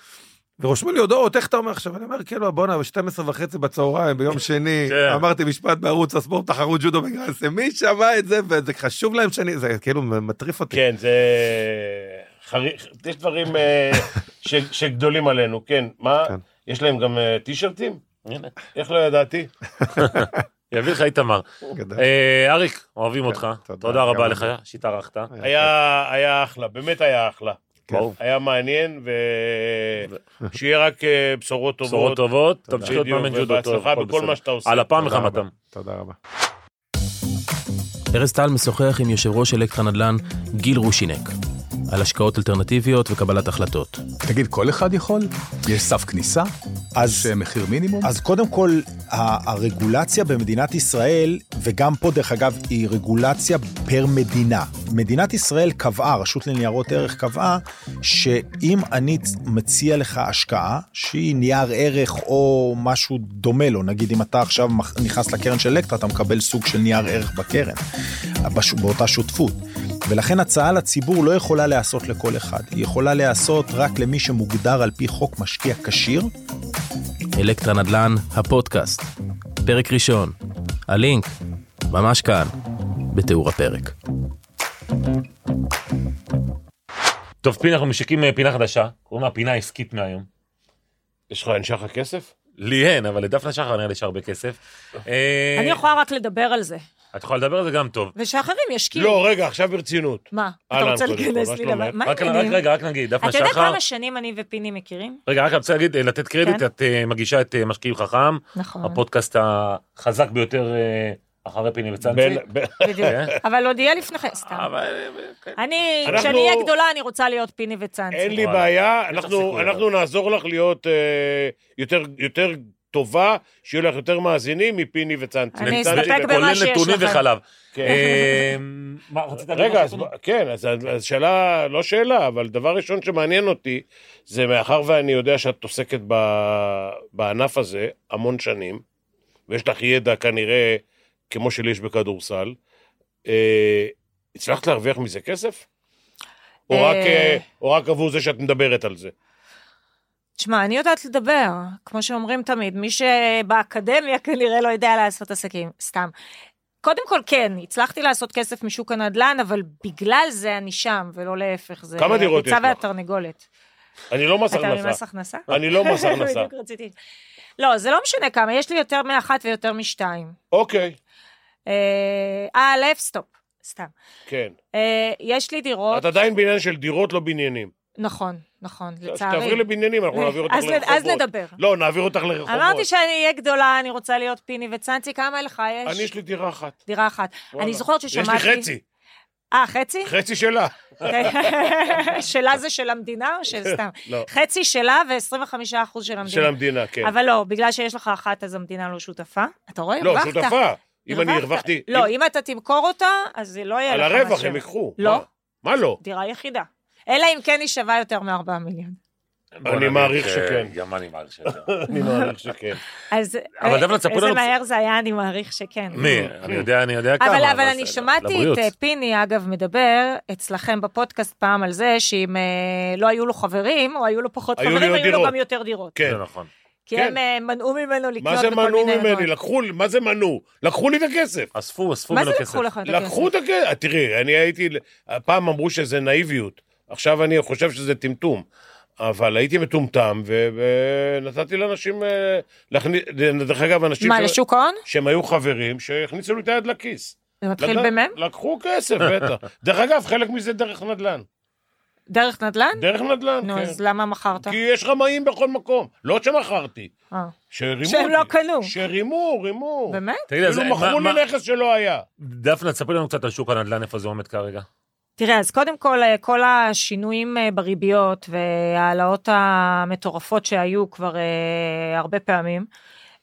Speaker 4: ורושמים לי הודעות, איך אתה אומר עכשיו? אני אומר, כאילו, בואנה, ב-12 וחצי בצהריים, ביום שני,
Speaker 2: כן.
Speaker 4: אמרתי משפט בערוץ הספורט, תחרות ג'ודו בגרנסה, מי שמע את זה, וזה חשוב להם שאני, זה כאילו מטריף אותי.
Speaker 3: כן, זה... חריך, יש דברים אה, ש- שגדולים עלינו, כן. מה?
Speaker 4: כן.
Speaker 3: יש להם גם אה, טישרטים?
Speaker 2: הנה,
Speaker 3: איך לא ידעתי?
Speaker 2: יביא לך איתמר.
Speaker 3: כן.
Speaker 4: גדול.
Speaker 2: אה, אריק, אוהבים
Speaker 4: כן,
Speaker 2: אותך.
Speaker 4: תודה,
Speaker 2: תודה רבה
Speaker 4: גם
Speaker 2: לך שהתארחת.
Speaker 3: היה היה אחלה, באמת היה אחלה.
Speaker 4: כן.
Speaker 2: ברור.
Speaker 3: היה מעניין, ושיהיה רק אה, בשורות טובות.
Speaker 2: בשורות טובות, תמשיך להיות
Speaker 3: בדיוק,
Speaker 2: מאמן ג'ודו טוב.
Speaker 3: ובהצלחה
Speaker 2: הכל
Speaker 3: בכל
Speaker 2: בסדר.
Speaker 3: מה שאתה עושה.
Speaker 2: על אפם
Speaker 4: תודה רבה.
Speaker 2: וחמתם.
Speaker 4: תודה רבה.
Speaker 1: ארז טל משוחח עם יושב ראש אלקטרה נדל"ן גיל רושינק על השקעות אלטרנטיביות וקבלת החלטות.
Speaker 5: תגיד, כל אחד יכול? יש סף כניסה?
Speaker 6: אז,
Speaker 5: יש אה, מחיר מינימום?
Speaker 6: אז קודם כל, ה- הרגולציה במדינת ישראל, וגם פה דרך אגב, היא רגולציה פר מדינה. מדינת ישראל קבעה, הרשות לניירות ערך קבעה, שאם אני צ- מציע לך השקעה, שהיא נייר ערך או משהו דומה לו, נגיד אם אתה עכשיו מח- נכנס לקרן של אלקטרה, אתה מקבל סוג של נייר ערך בקרן, בש, באותה שותפות. ולכן הצעה לציבור לא יכולה להיעשות לכל אחד, היא יכולה להיעשות רק למי שמוגדר על פי חוק משקיע כשיר,
Speaker 1: אלקטרה נדל"ן, הפודקאסט. פרק ראשון. הלינק, ממש כאן, בתיאור הפרק.
Speaker 2: טוב, פינה, אנחנו משיקים אה, פינה חדשה, קוראים לה פינה עסקית מהיום.
Speaker 3: יש לך, אין שחר כסף?
Speaker 2: לי אין, אבל לדפנה שחר נראה לי יש הרבה כסף. אה,
Speaker 7: אני יכולה רק לדבר על זה,
Speaker 2: את יכולה לדבר על זה גם טוב.
Speaker 7: ושאחרים ישקיעו.
Speaker 3: לא, רגע, עכשיו ברצינות.
Speaker 7: מה? אתה
Speaker 3: אהלן,
Speaker 7: רוצה
Speaker 3: קודם כל,
Speaker 7: להיכנס
Speaker 3: מה
Speaker 7: לי
Speaker 3: שלומך?
Speaker 7: לב... מה
Speaker 2: רק רק
Speaker 7: העניינים?
Speaker 2: רגע, רק נגיד, דפנה
Speaker 7: אתה יודע
Speaker 2: שחר.
Speaker 7: כמה שנים אני ופיני מכירים?
Speaker 2: רגע, רק אני רוצה להגיד, אה, לתת קרדיט,
Speaker 7: כן.
Speaker 2: את אה, מגישה את אה, משקיעים חכם,
Speaker 7: נכון.
Speaker 2: הפודקאסט החזק ביותר אה, אחרי פיני וצאנצי.
Speaker 3: בין- בין-
Speaker 7: בדיוק.
Speaker 2: כן.
Speaker 7: אבל עוד יהיה לפני כן, סתם.
Speaker 2: אה, אבל...
Speaker 7: אני,
Speaker 3: אנחנו-
Speaker 7: כשאני אהיה גדולה, אני רוצה להיות פיני וצאנצי.
Speaker 3: אין לי
Speaker 2: וואלה.
Speaker 3: בעיה,
Speaker 2: לך
Speaker 3: אנחנו-
Speaker 2: סיכוי,
Speaker 3: אנחנו נעזור לך להיות אה, יותר- יותר טובה, שיהיו לך יותר מאזינים מפיני וצנצי.
Speaker 7: אני
Speaker 3: וצנצי
Speaker 7: אסתפק
Speaker 3: ו-
Speaker 7: במה
Speaker 2: אה, כולל
Speaker 7: שיש
Speaker 2: נתונים
Speaker 7: לכם.
Speaker 2: וחלב.
Speaker 3: כן.
Speaker 2: אה, מה, רצית להגיד
Speaker 3: רגע, אז
Speaker 2: משהו?
Speaker 3: בוא- כן, אז אז שאלה, לא שאלה, אבל דבר ראשון שמעניין אותי, זה מאחר ואני יודע שאת עוסקת ב- בענף הזה המון שנים, ויש לך ידע כנראה כמו שלי יש בכדורסל, אה, הצלחת להרוויח מזה כסף? או
Speaker 7: אה,
Speaker 3: רק, אה, או רק עבור זה שאת מדברת על זה?
Speaker 7: תשמע, אני יודעת לדבר, כמו שאומרים תמיד, מי שבאקדמיה כנראה לא יודע לעשות עסקים, סתם. קודם כל, כן, הצלחתי לעשות כסף משוק הנדל"ן, אבל בגלל זה אני שם, ולא להפך. זה
Speaker 3: כמה דירות יש
Speaker 7: הביצה
Speaker 3: לך?
Speaker 7: והתרנגולת.
Speaker 3: אני לא מס
Speaker 7: אתה
Speaker 3: הכנסה.
Speaker 7: ממס הכנסה?
Speaker 3: אני לא מס הכנסה.
Speaker 7: בדיוק רציתי. לא, זה לא משנה כמה, יש לי יותר מאחת ויותר משתיים.
Speaker 3: אוקיי,
Speaker 7: אה, א', סטופ, סתם.
Speaker 3: כן.
Speaker 7: אה, יש לי דירות,
Speaker 3: את עדיין בעניין של דירות, לא בניינים.
Speaker 7: נכון, נכון,
Speaker 3: אז
Speaker 7: לצערי. אה,
Speaker 3: תעברי לבניינים, אנחנו נעביר אותך
Speaker 7: אז נ-
Speaker 3: לרחובות.
Speaker 7: אז נדבר.
Speaker 3: לא, נעביר אותך לרחובות.
Speaker 7: אמרתי שאני אהיה גדולה, אני רוצה להיות פיני וצאנצי, כמה לך יש?
Speaker 3: אני, יש לי דירה אחת.
Speaker 7: דירה אחת.
Speaker 3: וואלה.
Speaker 7: אני זוכרת ששמעתי...
Speaker 3: יש לי חצי,
Speaker 7: אה, חצי?
Speaker 3: חצי שלה.
Speaker 7: שלה זה של המדינה או של סתם?
Speaker 3: לא.
Speaker 7: חצי שלה ו-25% של המדינה.
Speaker 3: של המדינה, כן.
Speaker 7: אבל לא, בגלל שיש לך אחת, אז המדינה לא שותפה. אתה רואה?
Speaker 3: לא,
Speaker 7: הרווחת.
Speaker 3: שותפה. אם אני
Speaker 7: הרווחת.
Speaker 3: הרווחתי...
Speaker 7: לא,
Speaker 3: אם-
Speaker 7: אם אתה תמכור אותה, אז זה לא יהיה
Speaker 3: על
Speaker 7: לך משהו.
Speaker 3: הרווח הם ייקחו.
Speaker 7: לא.
Speaker 3: מה- מה לא?
Speaker 7: דירה יחידה. אלא אם כן היא שווה יותר מ-4 מיליון.
Speaker 2: בוא
Speaker 3: אני
Speaker 2: נגיד
Speaker 3: מעריך
Speaker 2: ש-
Speaker 3: שכן.
Speaker 2: גם אני מעריך שכן.
Speaker 3: אני מעריך שכן.
Speaker 7: אז
Speaker 2: אבל
Speaker 7: אה,
Speaker 2: דפנה, תספרי
Speaker 7: איזה
Speaker 2: לנו-
Speaker 7: מהר זה היה, אני מעריך שכן.
Speaker 2: מי? אני יודע, אני יודע כמה.
Speaker 7: אבל, אבל אני
Speaker 2: בסדר,
Speaker 7: שמעתי
Speaker 2: לבריאות.
Speaker 7: את אה, פיני, אגב, מדבר אצלכם בפודקאסט פעם על זה שאם אה, לא היו לו חברים, או היו לו פחות
Speaker 3: היו לי
Speaker 7: חברים,
Speaker 3: עוד
Speaker 7: היו לו
Speaker 3: דירות.
Speaker 7: גם יותר דירות.
Speaker 3: כן.
Speaker 2: זה נכון.
Speaker 7: כי
Speaker 3: כן.
Speaker 7: הם אה, מנעו ממנו לא. לקנות
Speaker 3: מה זה
Speaker 7: בכל
Speaker 3: מנעו
Speaker 7: מיני...
Speaker 3: ממני?
Speaker 7: עמדות.
Speaker 3: לקחו, לי- מה זה מנעו? לקחו לי את הכסף.
Speaker 2: אספו, אספו
Speaker 7: מה
Speaker 2: ממנו
Speaker 7: זה
Speaker 2: כסף.
Speaker 7: לקחו לך את הכסף?
Speaker 3: לקחו את הכסף. אה, תראי, אני הייתי... פעם אמרו שזה נאיביות. עכשיו אני חושב שזה טמטום. אבל הייתי מטומטם, ו- ונתתי לאנשים... אה, להכניס... דרך אגב, אנשים...
Speaker 7: מה,
Speaker 3: ש-
Speaker 7: לשוק ההון?
Speaker 3: שהם היו חברים, שהכניסו לי את היד לכיס.
Speaker 7: זה מתחיל
Speaker 3: לד-
Speaker 7: במם?
Speaker 3: לקחו כסף, בטח. דרך אגב, חלק מזה דרך נדל"ן.
Speaker 7: דרך נדל"ן?
Speaker 3: דרך נדל"ן,
Speaker 7: נו, אז לא
Speaker 3: כן.
Speaker 7: למה מכרת?
Speaker 3: כי יש רמאים בכל מקום. לא שמכרתי,
Speaker 7: אה,
Speaker 3: שרימו
Speaker 7: שהם
Speaker 3: אותי.
Speaker 7: לא קנו.
Speaker 3: שרימו, רימו.
Speaker 7: באמת?
Speaker 2: תגיד, אז
Speaker 3: כאילו
Speaker 2: מה-
Speaker 3: מכרו
Speaker 2: מה-
Speaker 3: לי נכס שלא היה.
Speaker 2: דפנה, תספרי לנו קצת על שוק הנדל"ן, איפה זה עומד כרגע.
Speaker 7: תראה, אז קודם כל, אה, כל השינויים אה, בריביות וההעלאות המטורפות שהיו כבר אה, הרבה פעמים,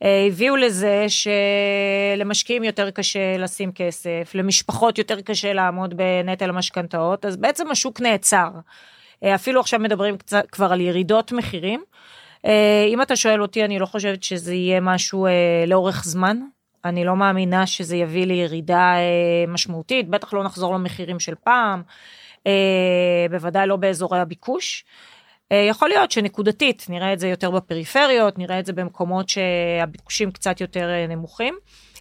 Speaker 7: אה, הביאו לזה שלמשקיעים יותר קשה לשים כסף, למשפחות יותר קשה לעמוד בנטל המשכנתאות, אז בעצם השוק נעצר. אה, אפילו עכשיו מדברים קצת, כבר על ירידות מחירים. אה, אם אתה שואל אותי, אני לא חושבת שזה יהיה משהו אה, לאורך זמן. אני לא מאמינה שזה יביא לירידה אה, משמעותית, בטח לא נחזור למחירים של פעם, אה, בוודאי לא באזורי הביקוש. אה, יכול להיות שנקודתית, נראה את זה יותר בפריפריות, נראה את זה במקומות שהביקושים קצת יותר אה, נמוכים,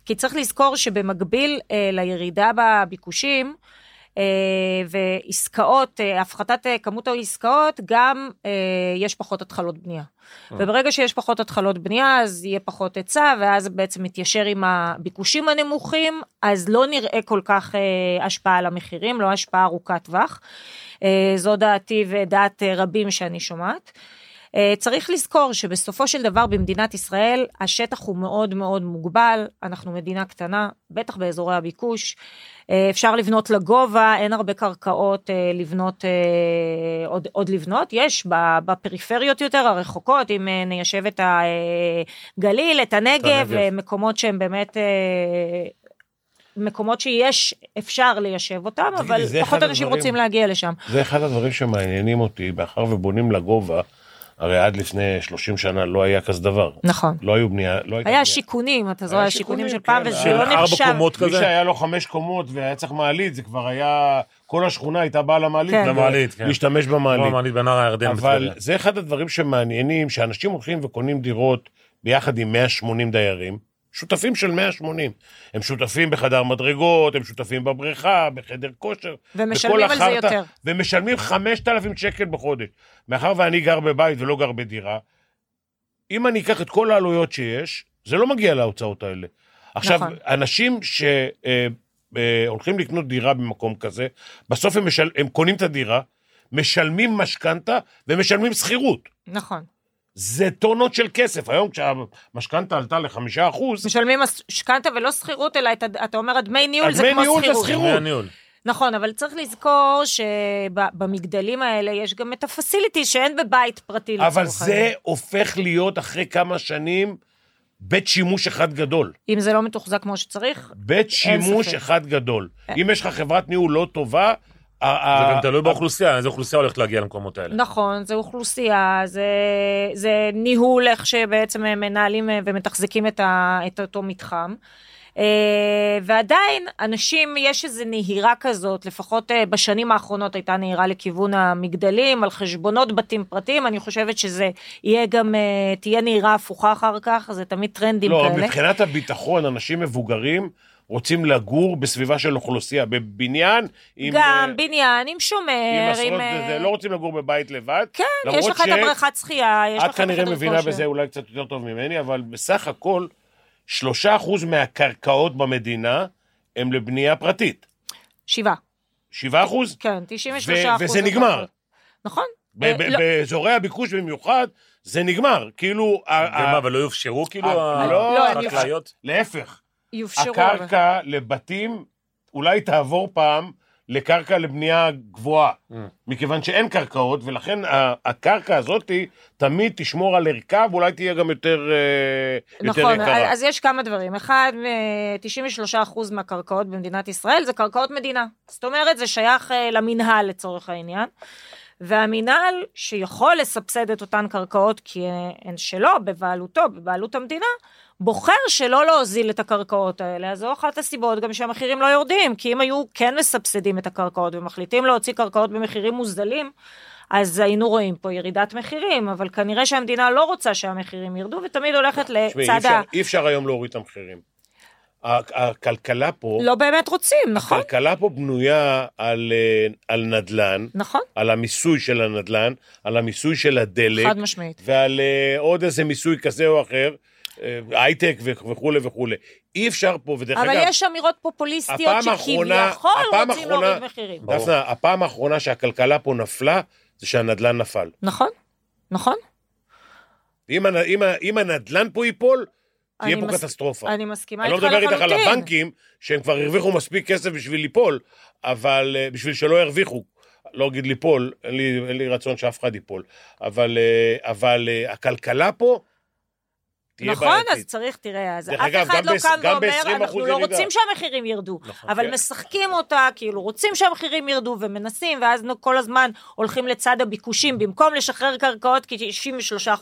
Speaker 7: כי צריך לזכור שבמקביל אה, לירידה בביקושים, אה, ועסקאות, אה, הפחתת אה, כמות העסקאות, גם אה, יש פחות התחלות בנייה. וברגע שיש פחות התחלות בנייה, אז יהיה פחות היצע, ואז זה בעצם מתיישר עם הביקושים הנמוכים, אז לא נראה כל כך אה, השפעה על המחירים, לא השפעה ארוכת טווח. אה, זו דעתי ודעת אה, רבים שאני שומעת. אה, צריך לזכור שבסופו של דבר במדינת ישראל השטח הוא מאוד מאוד מוגבל, אנחנו מדינה קטנה, בטח באזורי הביקוש, אה, אפשר לבנות לגובה, אין הרבה קרקעות אה, לבנות, אה, עוד, עוד לבנות, יש ב- בפריפריות יותר הרחוקות, אם אה, ניישב את הגליל, את הנגב,
Speaker 2: הנגב.
Speaker 7: אה, מקומות שהם באמת... אה, מקומות שיש, אפשר ליישב אותם,
Speaker 3: תגידי,
Speaker 7: אבל
Speaker 3: זה אחד
Speaker 7: פחות אנשים
Speaker 3: הדברים.
Speaker 7: רוצים להגיע לשם.
Speaker 3: זה אחד הדברים שמעניינים אותי, מאחר ובונים
Speaker 2: לא
Speaker 3: לגובה, הרי עד לפני 30 שנה לא היה כזה דבר.
Speaker 7: נכון.
Speaker 3: לא היו בנייה, לא הייתה
Speaker 7: היה
Speaker 3: בנייה.
Speaker 7: שיכונים, אתה זוכר,
Speaker 3: היה
Speaker 7: השיכונים של
Speaker 3: שיכונים,
Speaker 7: פעם,
Speaker 3: כן,
Speaker 7: וזה
Speaker 3: של
Speaker 7: לא
Speaker 2: ארבע
Speaker 7: נחשב.
Speaker 2: קומות
Speaker 3: מי
Speaker 2: כזה.
Speaker 3: שהיה לו חמש קומות והיה צריך מעלית, זה כבר היה... כל השכונה הייתה באה למעלית.
Speaker 7: כן.
Speaker 2: למעלית, כן.
Speaker 3: להשתמש
Speaker 2: כמו
Speaker 3: במעלית.
Speaker 2: המעלית בנהר הירדן.
Speaker 3: אבל
Speaker 2: בטבריה.
Speaker 3: זה אחד הדברים שמעניינים, שאנשים הולכים וקונים דירות ביחד עם 180 דיירים, שותפים של 180. הם שותפים בחדר מדרגות, הם שותפים בבריכה, בחדר כושר.
Speaker 7: ומשלמים
Speaker 3: בכל
Speaker 7: על זה
Speaker 3: החרטא,
Speaker 7: יותר.
Speaker 3: ומשלמים 5,000 שקל בחודש. מאחר ואני גר בבית ולא גר בדירה, אם אני אקח את כל העלויות שיש, זה לא מגיע להוצאות האלה. עכשיו,
Speaker 7: נכון.
Speaker 3: אנשים שהולכים לקנות דירה במקום כזה, בסוף הם, משל... הם קונים את הדירה, משלמים משכנתה ומשלמים שכירות.
Speaker 7: נכון.
Speaker 3: זה טונות של כסף. היום כשהמשכנתה עלתה לחמישה אחוז,
Speaker 7: משלמים משכנתה ולא שכירות, אלא את ה- אתה אומר, הדמי ניהול זה
Speaker 3: הדמי
Speaker 7: כמו
Speaker 3: ניהול זה
Speaker 7: שכירות.
Speaker 3: שכירות.
Speaker 2: דמי הניהול.
Speaker 7: נכון, אבל צריך לזכור שבמגדלים האלה יש גם את הפסיליטי שאין בבית פרטי.
Speaker 3: אבל
Speaker 7: לצורך
Speaker 3: זה
Speaker 7: העניין.
Speaker 3: הופך להיות אחרי כמה שנים בית שימוש אחד גדול.
Speaker 7: אם זה לא מתוחזק כמו שצריך,
Speaker 3: בית שימוש
Speaker 7: ספק. אה.
Speaker 3: אחד גדול. אם יש לך חברת ניהול לא טובה, זה
Speaker 2: זה גם תלוי באוכלוסייה, איזה אוכלוסייה הולכת להגיע למקומות האלה.
Speaker 7: נכון, זה אוכלוסייה, זה, זה ניהול איך שבעצם הם מנהלים אה, ומתחזקים את, ה, את אותו מתחם. אה, ועדיין, אנשים, יש איזו נהירה כזאת, לפחות אה, בשנים האחרונות הייתה נהירה לכיוון המגדלים, על חשבונות בתים פרטיים, אני חושבת שזה יהיה גם, אה, תהיה נהירה הפוכה אחר כך, זה תמיד טרנדים
Speaker 3: לא,
Speaker 7: כאלה.
Speaker 3: מבחינת הביטחון, אנשים מבוגרים רוצים לגור בסביבה של אוכלוסייה, בבניין עם... אה,
Speaker 7: גם בניין, עם
Speaker 3: עם
Speaker 7: שומר,
Speaker 3: עשרות,
Speaker 7: עם...
Speaker 3: זה-
Speaker 7: אה,
Speaker 3: זה, לא רוצים לגור בבית לבד.
Speaker 7: כן, יש
Speaker 3: למרות
Speaker 7: לך את
Speaker 3: ש-
Speaker 7: הבריכת שחייה, יש לך
Speaker 3: את
Speaker 7: את החדר
Speaker 3: כנראה מבינה
Speaker 7: כושר.
Speaker 3: בזה אולי קצת יותר טוב ממני, אבל בסך הכל, שלושה אחוז מהקרקעות במדינה הם לבנייה פרטית.
Speaker 7: שבעה,
Speaker 3: שבעה אחוז?
Speaker 7: כן, 93
Speaker 3: ו-
Speaker 7: אחוז.
Speaker 3: וזה נגמר.
Speaker 7: נכון.
Speaker 3: ב-
Speaker 7: אה,
Speaker 3: ב-
Speaker 7: לא.
Speaker 3: באזורי הביקוש במיוחד, זה נגמר. כאילו, ה- ה-
Speaker 2: ומה, ולא יופשרו כאילו
Speaker 3: אה, לא,
Speaker 7: לא, אני-
Speaker 2: החקלאיות?
Speaker 3: להפך,
Speaker 7: יופשרו. אבל-
Speaker 3: הקרקע לבתים אולי תעבור פעם לקרקע לבנייה גבוהה,
Speaker 2: Mm.
Speaker 3: מכיוון שאין קרקעות, ולכן ה- הקרקע הזאת תמיד תשמור על ערכה, ואולי תהיה גם יותר אה, יותר
Speaker 7: נכון,
Speaker 3: יקרה.
Speaker 7: אז יש כמה דברים. אחד, אה, 93% מהקרקעות במדינת ישראל זה קרקעות מדינה. זאת אומרת, זה שייך אה, למינהל לצורך העניין. והמינהל שיכול לסבסד את אותן קרקעות כי אה, הן שלו, בבעלותו, בבעלות המדינה, בוחר שלא להוזיל את הקרקעות האלה. אז זו אחת הסיבות גם שהמחירים לא יורדים, כי אם היו כן מסבסדים את הקרקעות ומחליטים להוציא קרקעות במחירים מוזלים, אז היינו רואים פה ירידת מחירים, אבל כנראה שהמדינה לא רוצה שהמחירים ירדו, ותמיד הולכת
Speaker 3: לא, תשמעי,
Speaker 7: לצד
Speaker 3: אי
Speaker 7: ה...
Speaker 3: אפשר- אי אפשר היום להוריד את המחירים. ה- הכלכלה פה,
Speaker 7: לא באמת רוצים, נכון?
Speaker 3: הכלכלה פה בנויה על, אה, על נדל"ן,
Speaker 7: נכון,
Speaker 3: על המיסוי של הנדל"ן, על המיסוי של הדלק,
Speaker 7: חד משמעית.
Speaker 3: ועל אה, עוד איזה מיסוי כזה או אחר, אה, הייטק וכ- וכולי וכולי. אי אפשר פה, ודרך
Speaker 7: אבל
Speaker 3: אגב,
Speaker 7: יש אמירות פופוליסטיות
Speaker 3: הפעם האחרונה-
Speaker 7: שכביכול
Speaker 3: הפעם
Speaker 7: רוצים
Speaker 3: האחרונה-
Speaker 7: להוריד מחירים.
Speaker 3: דפנה, הפעם האחרונה שהכלכלה פה נפלה, זה שהנדל"ן נפל.
Speaker 7: נכון, נכון.
Speaker 3: אם, הנ- אם, ה- אם הנדל"ן פה ייפול, תהיה
Speaker 7: אני
Speaker 3: פה
Speaker 7: מס-
Speaker 3: קטסטרופה.
Speaker 7: אני מסכימה
Speaker 3: אני לא
Speaker 7: איתך
Speaker 3: מדבר איתך על
Speaker 7: לחלוטין.
Speaker 3: הבנקים, שהם כבר הרוויחו מספיק כסף בשביל ליפול, אבל אה, בשביל שלא ירוויחו. לא אגיד ליפול, אין לי, אין לי רצון שאף אחד ייפול. אבל, אה, אבל אה, הכלכלה פה תהיה
Speaker 7: נכון,
Speaker 3: בעייתית.
Speaker 7: אז צריך, תראה, אז
Speaker 3: דרך
Speaker 7: אף
Speaker 3: אגב,
Speaker 7: אחד
Speaker 3: גם
Speaker 7: לא
Speaker 3: ב-
Speaker 7: קם
Speaker 3: גם
Speaker 7: ואומר,
Speaker 3: ב-20%
Speaker 7: אנחנו לא
Speaker 3: ירידה."
Speaker 7: רוצים שהמחירים ירדו,
Speaker 3: נכון,
Speaker 7: אבל
Speaker 3: כן.
Speaker 7: משחקים אותה, כאילו רוצים שהמחירים ירדו ומנסים, ואז נו- כל הזמן הולכים לצד הביקושים, במקום לשחרר קרקעות, כי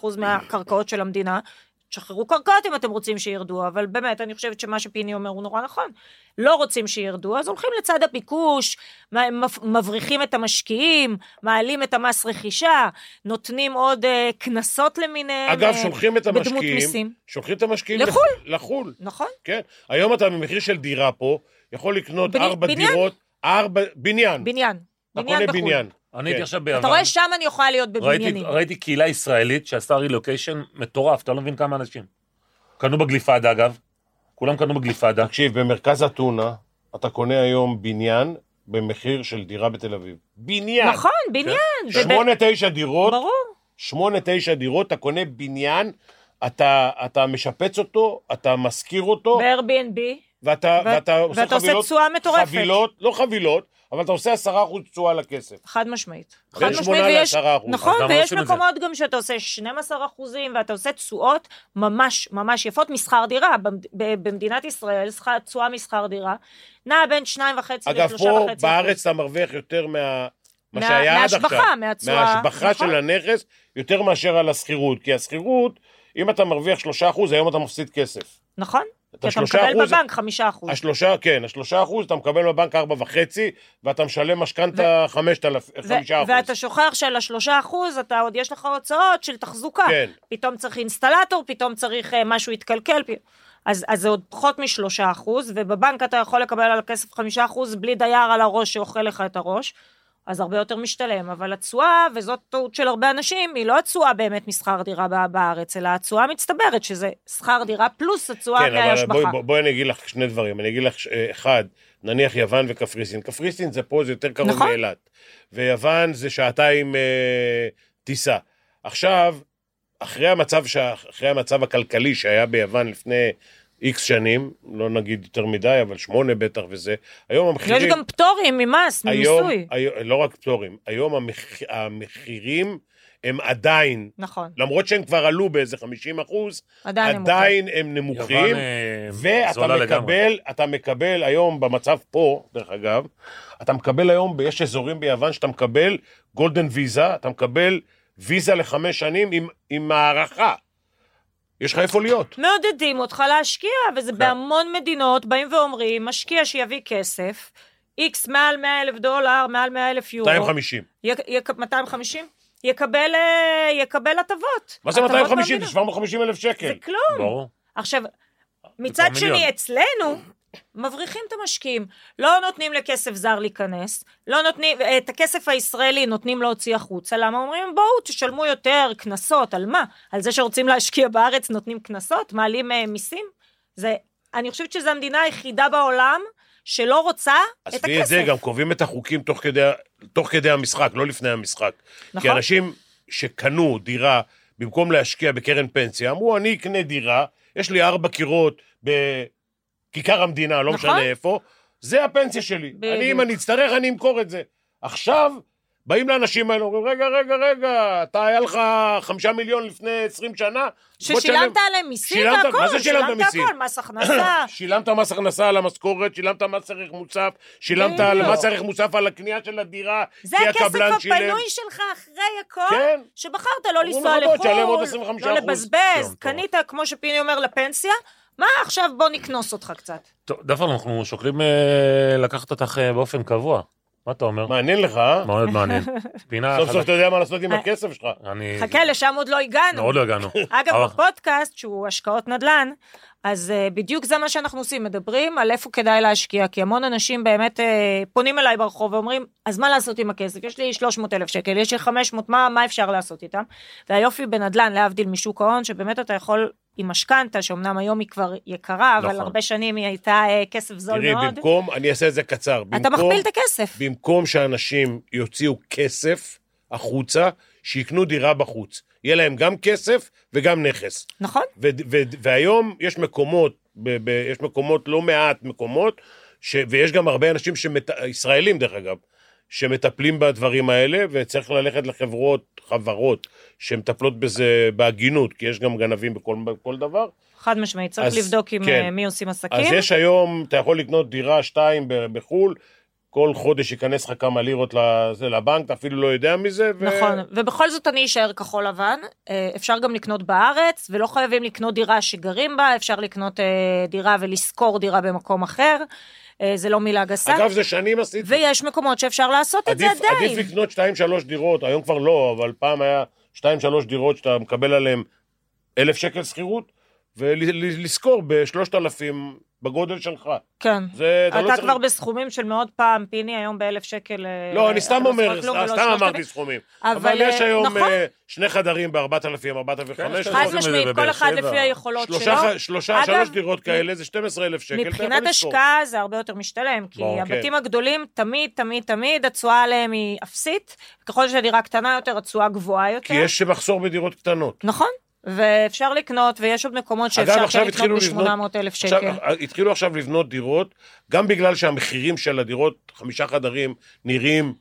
Speaker 7: 93% מהקרקעות של המדינה, תשחררו קרקעות אם אתם רוצים שירדו, אבל באמת, אני חושבת שמה שפיני אומר הוא נורא נכון. לא רוצים שירדו, אז הולכים לצד הביקוש, מ- מפ- מבריחים את המשקיעים, מעלים את המס רכישה, נותנים עוד אה, קנסות למיניהם.
Speaker 3: אגב,
Speaker 7: אה,
Speaker 3: שולחים את
Speaker 7: בדמות
Speaker 3: המשקיעים,
Speaker 7: מיסים.
Speaker 3: שולחים את המשקיעים
Speaker 7: לחו"ל.
Speaker 3: לחו"ל,
Speaker 7: נכון.
Speaker 3: כן. היום אתה במחיר של דירה פה, יכול לקנות
Speaker 7: בני-
Speaker 3: ארבע
Speaker 7: בניין.
Speaker 3: דירות, ארבע, בניין.
Speaker 7: בניין.
Speaker 3: אתה
Speaker 7: בניין
Speaker 3: קונה
Speaker 7: בחו"ל.
Speaker 3: בניין.
Speaker 2: אני הייתי
Speaker 3: כן.
Speaker 2: עכשיו
Speaker 7: אתה
Speaker 2: ביוון,
Speaker 7: רואה, שם אני יכולה להיות
Speaker 2: נכון. ראיתי-
Speaker 7: בבניינים.
Speaker 2: ראיתי קהילה ישראלית שעשתה רילוקיישן מטורף, אתה לא מבין כמה אנשים. קנו בגליפדה אגב, כולם קנו בגליפדה.
Speaker 3: תקשיב, במרכז אתונה, אתה קונה היום בניין במחיר של דירה בתל אביב. בניין.
Speaker 7: נכון, בניין. זה ב-
Speaker 3: כן. שמונה, תשע דירות,
Speaker 7: ברור.
Speaker 3: שמונה, תשע דירות, אתה קונה בניין, אתה, אתה משפץ אותו, אתה משכיר אותו,
Speaker 7: ב-Airbnb.
Speaker 3: ואתה,
Speaker 7: ו-
Speaker 3: ואתה עושה
Speaker 7: ואתה עושה
Speaker 3: חבילות,
Speaker 7: תשואה מטורפת.
Speaker 3: חבילות, לא חבילות, אבל אתה עושה עשרה אחוז תשואה על הכסף.
Speaker 7: חד משמעית.
Speaker 3: בין
Speaker 7: חד משמעית,
Speaker 3: שמונה
Speaker 7: ויש,
Speaker 3: לעשרה אחוז.
Speaker 7: נכון,
Speaker 2: אז למה
Speaker 7: ויש
Speaker 2: עושים את זה?
Speaker 7: מקומות גם שאתה עושה 12 אחוזים, ואתה עושה תשואות ממש ממש יפות משכר דירה. במד- ב- במדינת ישראל, שכר- תשואה משכר דירה, נעה בין 2.5 ל-3.5
Speaker 3: אגב, פה בארץ אתה מרוויח יותר מה... מה
Speaker 7: מה-
Speaker 3: שהיה עד עכשיו.
Speaker 7: מההשבחה, מהתשואה,
Speaker 3: מההשבחה
Speaker 7: נכון.
Speaker 3: של הנכס, יותר מאשר על השכירות. כי השכירות, אם אתה מרוויח שלושה אחוז, היום אתה מפסיד כסף.
Speaker 7: נכון?
Speaker 3: את
Speaker 7: כי אתה
Speaker 3: השלושה
Speaker 7: מקבל
Speaker 3: אחוז-
Speaker 7: בבנק 5 אחוז.
Speaker 3: השלושה, כן, השלושה אחוז, אתה מקבל בבנק ארבע וחצי, ואתה משלם משכנתה חמשת אלפים,
Speaker 7: ו-
Speaker 3: חמישה אחוז.
Speaker 7: ואתה שוכח של השלושה אחוז, אתה עוד יש לך הוצאות של תחזוקה.
Speaker 3: כן.
Speaker 7: פתאום צריך אינסטלטור, פתאום צריך אה, משהו יתקלקל. פ... אז, אז זה עוד פחות משלושה אחוז, ובבנק אתה יכול לקבל על הכסף חמישה אחוז בלי דייר על הראש שאוכל לך את הראש, אז הרבה יותר משתלם. אבל התשואה, וזאת טעות של הרבה אנשים, היא לא התשואה באמת משכר דירה בא- בארץ, אלא התשואה המצטברת, שזה שכר דירה פלוס התשואה
Speaker 3: כן, אבל
Speaker 7: מההשבחה.
Speaker 3: בואי בוא, בואי אני אגיד לך שני דברים. אני אגיד לך, ש- אה, אחד, נניח יוון וקפריסין. קפריסין זה פה, זה יותר קרוב
Speaker 7: נכון.
Speaker 3: מאילת. ויוון זה שעתיים אה, טיסה. עכשיו, אחרי המצב, שה- אחרי המצב הכלכלי שהיה ביוון לפני איקס שנים, לא נגיד יותר מדי, אבל שמונה בטח וזה, היום המחירים...
Speaker 7: יש גם פטורים ממס,
Speaker 3: היום,
Speaker 7: ממיסוי.
Speaker 3: היום, לא רק פטורים, היום המח, המחירים הם עדיין,
Speaker 7: נכון,
Speaker 3: למרות שהם כבר עלו באיזה 50 אחוז,
Speaker 7: עדיין הם
Speaker 3: עדיין הם נמוכים.
Speaker 2: יוון אה,
Speaker 3: ואתה
Speaker 2: זולה לגמרי.
Speaker 3: מקבל, אתה מקבל היום במצב פה, דרך אגב, אתה מקבל היום, יש אזורים ביוון שאתה מקבל גולדן ויזה, אתה מקבל ויזה לחמש שנים עם, עם הערכה. יש לך איפה להיות.
Speaker 7: מעודדים אותך להשקיע,
Speaker 3: כן.
Speaker 7: וזה בהמון מדינות באים ואומרים, משקיע שיביא כסף, איקס מעל 100 אלף דולר, מעל 100 אלף יורו,
Speaker 3: 250.
Speaker 7: יק- יק- 250, יקבל אה, יקבל הטבות.
Speaker 3: מה זה
Speaker 7: הטבות
Speaker 3: 250?
Speaker 7: במדינה.
Speaker 3: זה 750 אלף
Speaker 7: לא זה
Speaker 3: שקל.
Speaker 7: כלום.
Speaker 2: ברור.
Speaker 3: אה,
Speaker 7: עכשיו, מצד
Speaker 2: כבר מיליון.
Speaker 7: שני, אצלנו, מבריחים את המשקיעים, לא נותנים לכסף זר להיכנס, לא נותנים, את הכסף הישראלי נותנים להוציא החוצה, למה אומרים בואו תשלמו יותר קנסות, על מה? על זה שרוצים להשקיע בארץ נותנים קנסות? מעלים אה, מיסים? זה, אני חושבת שזו המדינה היחידה בעולם שלא רוצה את הכסף.
Speaker 3: עזבי את זה, גם קובעים את החוקים תוך כדי, תוך כדי המשחק, לא לפני המשחק.
Speaker 7: נכון.
Speaker 3: כי אנשים שקנו דירה, במקום להשקיע בקרן פנסיה, אמרו, אני אקנה דירה, יש לי ארבע קירות בכיכר המדינה, לא
Speaker 7: נכון.
Speaker 3: משנה איפה, זה הפנסיה שלי.
Speaker 7: בדיוק.
Speaker 3: אני, אם אני אצטרך, אני אמכור את זה. עכשיו, באים לאנשים האלה, אומרים, רגע, רגע, רגע, אתה, היה לך חמישה מיליון לפני עשרים שנה, בוא תשלם."
Speaker 7: ששילמת עליהם מיסים
Speaker 3: שילמת-
Speaker 7: והכל,
Speaker 3: מה זה שילמת מיסים?
Speaker 7: הכל, מס הכנסה.
Speaker 3: שילמת מס הכנסה על המשכורת, שילמת מס ערך מוסף, שילמת על
Speaker 7: בדיוק.
Speaker 3: מס ערך מוסף על הקנייה של הדירה,
Speaker 7: זה
Speaker 3: כי
Speaker 7: הכסף
Speaker 3: הקבלן שילם.
Speaker 7: הפנוי שלך אחרי הכל,
Speaker 3: כן.
Speaker 7: שבחרת לא
Speaker 3: אומרים
Speaker 7: לנסוע
Speaker 3: לך, בוא, תשלם עוד
Speaker 7: לחו"ל,
Speaker 3: 25%.
Speaker 7: לא לבזבז,
Speaker 3: כן,
Speaker 7: קנית, כמו שפיני אומר, לפנסיה, מה עכשיו בוא נקנוס אותך קצת.
Speaker 2: טוב, דווקא אנחנו שוקלים אה, לקחת אותך אה, באופן קבוע. מה אתה אומר?
Speaker 3: מעניין לך, אה?
Speaker 2: מאוד מעניין. פינה
Speaker 3: סוף סוף
Speaker 2: חדשה.
Speaker 3: אתה יודע מה לעשות עם
Speaker 7: אה.
Speaker 3: הכסף שלך.
Speaker 2: אני...
Speaker 7: חכה, לשם עוד לא הגענו.
Speaker 2: עוד לא הגענו.
Speaker 7: אגב,
Speaker 2: אבל-
Speaker 7: בפודקאסט, שהוא השקעות נדל"ן, אז אה, בדיוק זה מה שאנחנו עושים, מדברים על איפה כדאי להשקיע, כי המון אנשים באמת אה, פונים אליי ברחוב ואומרים, אז מה לעשות עם הכסף? יש לי 300 אלף שקל, יש לי 500, מה, מה אפשר לעשות איתם? והיופי בנדל"ן, להבדיל משוק ההון, שבאמת אתה יכול עם משכנתה, שאומנם היום היא כבר יקרה, אבל
Speaker 2: נכון.
Speaker 7: הרבה שנים היא הייתה אה, כסף זול
Speaker 3: תראי,
Speaker 7: מאוד,
Speaker 3: במקום, אני אעשה את זה קצר.
Speaker 7: אתה
Speaker 3: במקום-
Speaker 7: מכפיל את הכסף.
Speaker 3: במקום שאנשים יוציאו כסף החוצה, שיקנו דירה בחוץ. יהיה להם גם כסף וגם נכס.
Speaker 7: נכון?
Speaker 3: ו- ו- והיום יש מקומות, ב- ב- יש מקומות, לא מעט מקומות, ש- ויש גם הרבה אנשים, שמת- ישראלים דרך אגב, שמטפלים בדברים האלה, וצריך ללכת לחברות, חברות, שמטפלות בזה בהגינות, כי יש גם גנבים בכל, בכל דבר.
Speaker 7: חד משמעית, צריך
Speaker 3: אז-
Speaker 7: לבדוק עם
Speaker 3: כן.
Speaker 7: אה, מי עושים עסקים.
Speaker 3: אז יש היום, אתה יכול לקנות דירה, שתיים ב- בחו"ל, כל חודש ייכנס לך כמה לירות לזה, לבנק, אתה אפילו לא יודע מזה. ו...
Speaker 7: נכון, ובכל זאת אני אשאר כחול לבן. אה, אפשר גם לקנות בארץ, ולא חייבים לקנות דירה שגרים בה, אפשר לקנות אה, דירה ולשכור דירה במקום אחר. אה, זה לא מילה גסה.
Speaker 3: אגב, זה שנים עשיתי.
Speaker 7: ויש מקומות שאפשר לעשות את זה
Speaker 3: עדיף,
Speaker 7: עדיין.
Speaker 3: עדיף לקנות שתיים, שלוש דירות, היום כבר לא, אבל פעם היה שתיים, שלוש דירות שאתה מקבל עליהן אלף שקל שכירות, ולשכור בשלושת אלפים בגודל שלך.
Speaker 7: כן.
Speaker 3: זה, אתה, לא
Speaker 7: אתה
Speaker 3: צריך...
Speaker 7: כבר בסכומים של מאות פעם, פיני היום באלף שקל. אה,
Speaker 3: לא, אני
Speaker 7: אתה
Speaker 3: סתם
Speaker 7: לא
Speaker 3: אומר,
Speaker 7: זוכר כלום, ולא
Speaker 3: סתם
Speaker 7: שלושת
Speaker 3: אמרתי
Speaker 7: אלפים.
Speaker 3: סכומים.
Speaker 7: אבל,
Speaker 3: אבל, יש
Speaker 7: אה,
Speaker 3: היום
Speaker 7: נכון.
Speaker 3: אה, שני חדרים ב-4,000, 4,500.
Speaker 7: חד
Speaker 2: עושים את זה
Speaker 7: משמעית, כל
Speaker 2: בבאר
Speaker 7: אחד
Speaker 2: שבע.
Speaker 7: לפי היכולות שלו.
Speaker 3: שלושה, ח- שלושה
Speaker 7: אגב,
Speaker 3: שלוש דירות כאלה זה 12,000 שקל, אתה יכול
Speaker 7: מבחינת
Speaker 3: לשכור.
Speaker 7: השקעה זה הרבה יותר משתלם, כי
Speaker 3: ברור, כן.
Speaker 7: הבתים הגדולים תמיד, תמיד, תמיד התשואה עליהם היא אפסית, ככל שהדירה קטנה יותר, התשואה גבוהה יותר.
Speaker 3: כי יש מחסור בדירות קטנות.
Speaker 7: נכון, ואפשר לקנות, ויש עוד מקומות שאפשר
Speaker 3: עכשיו
Speaker 7: כן לקנות
Speaker 3: התחילו
Speaker 7: ב-800 אלף
Speaker 3: עכשיו, אה,
Speaker 7: שקל.
Speaker 3: התחילו עכשיו לבנות דירות, גם בגלל שהמחירים של הדירות, חמישה חדרים, נראים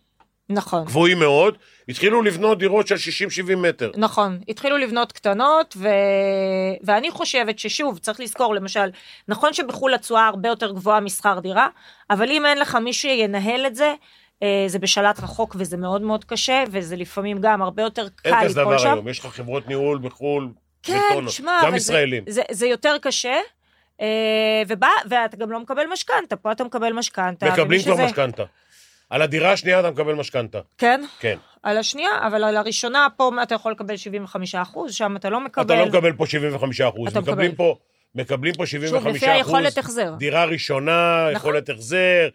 Speaker 7: נכון.
Speaker 3: גבוהים מאוד, התחילו לבנות דירות של 60-70 מטר.
Speaker 7: נכון, התחילו לבנות קטנות, ו... ואני חושבת ששוב, צריך לזכור, למשל, נכון שבחו"ל התשואה הרבה יותר גבוהה משכר דירה, אבל אם אין לך מי שינהל את זה, אה, זה בשלט רחוק וזה מאוד מאוד קשה, וזה לפעמים גם הרבה יותר
Speaker 3: אין
Speaker 7: קל
Speaker 3: כזה
Speaker 7: ליפול
Speaker 3: דבר
Speaker 7: שם.
Speaker 3: היום, יש לך חברות ניהול בחו"ל,
Speaker 7: כן,
Speaker 3: בטונות,
Speaker 7: תשמע,
Speaker 3: גם
Speaker 7: אבל
Speaker 3: ישראלים.
Speaker 7: זה, זה, זה יותר קשה, אה, ובא, ואתה גם לא מקבל משכנתה, פה אתה מקבל משכנתה.
Speaker 3: מקבלים
Speaker 7: ומי
Speaker 3: כבר
Speaker 7: שזה-
Speaker 3: משכנתה. על הדירה השנייה אתה מקבל משכנתה,
Speaker 7: כן,
Speaker 3: כן.
Speaker 7: על השנייה, אבל על הראשונה פה אתה יכול לקבל 75 אחוז, שם אתה לא מקבל.
Speaker 3: אתה לא מקבל פה 75 אחוז,
Speaker 7: אתה מקבל.
Speaker 3: מקבלים פה... מקבלים פה 75
Speaker 7: שוב,
Speaker 3: אחוז.
Speaker 7: לפי היכולת החזר.
Speaker 3: דירה ראשונה,
Speaker 7: נכון.
Speaker 3: יכולת החזר,
Speaker 7: דירה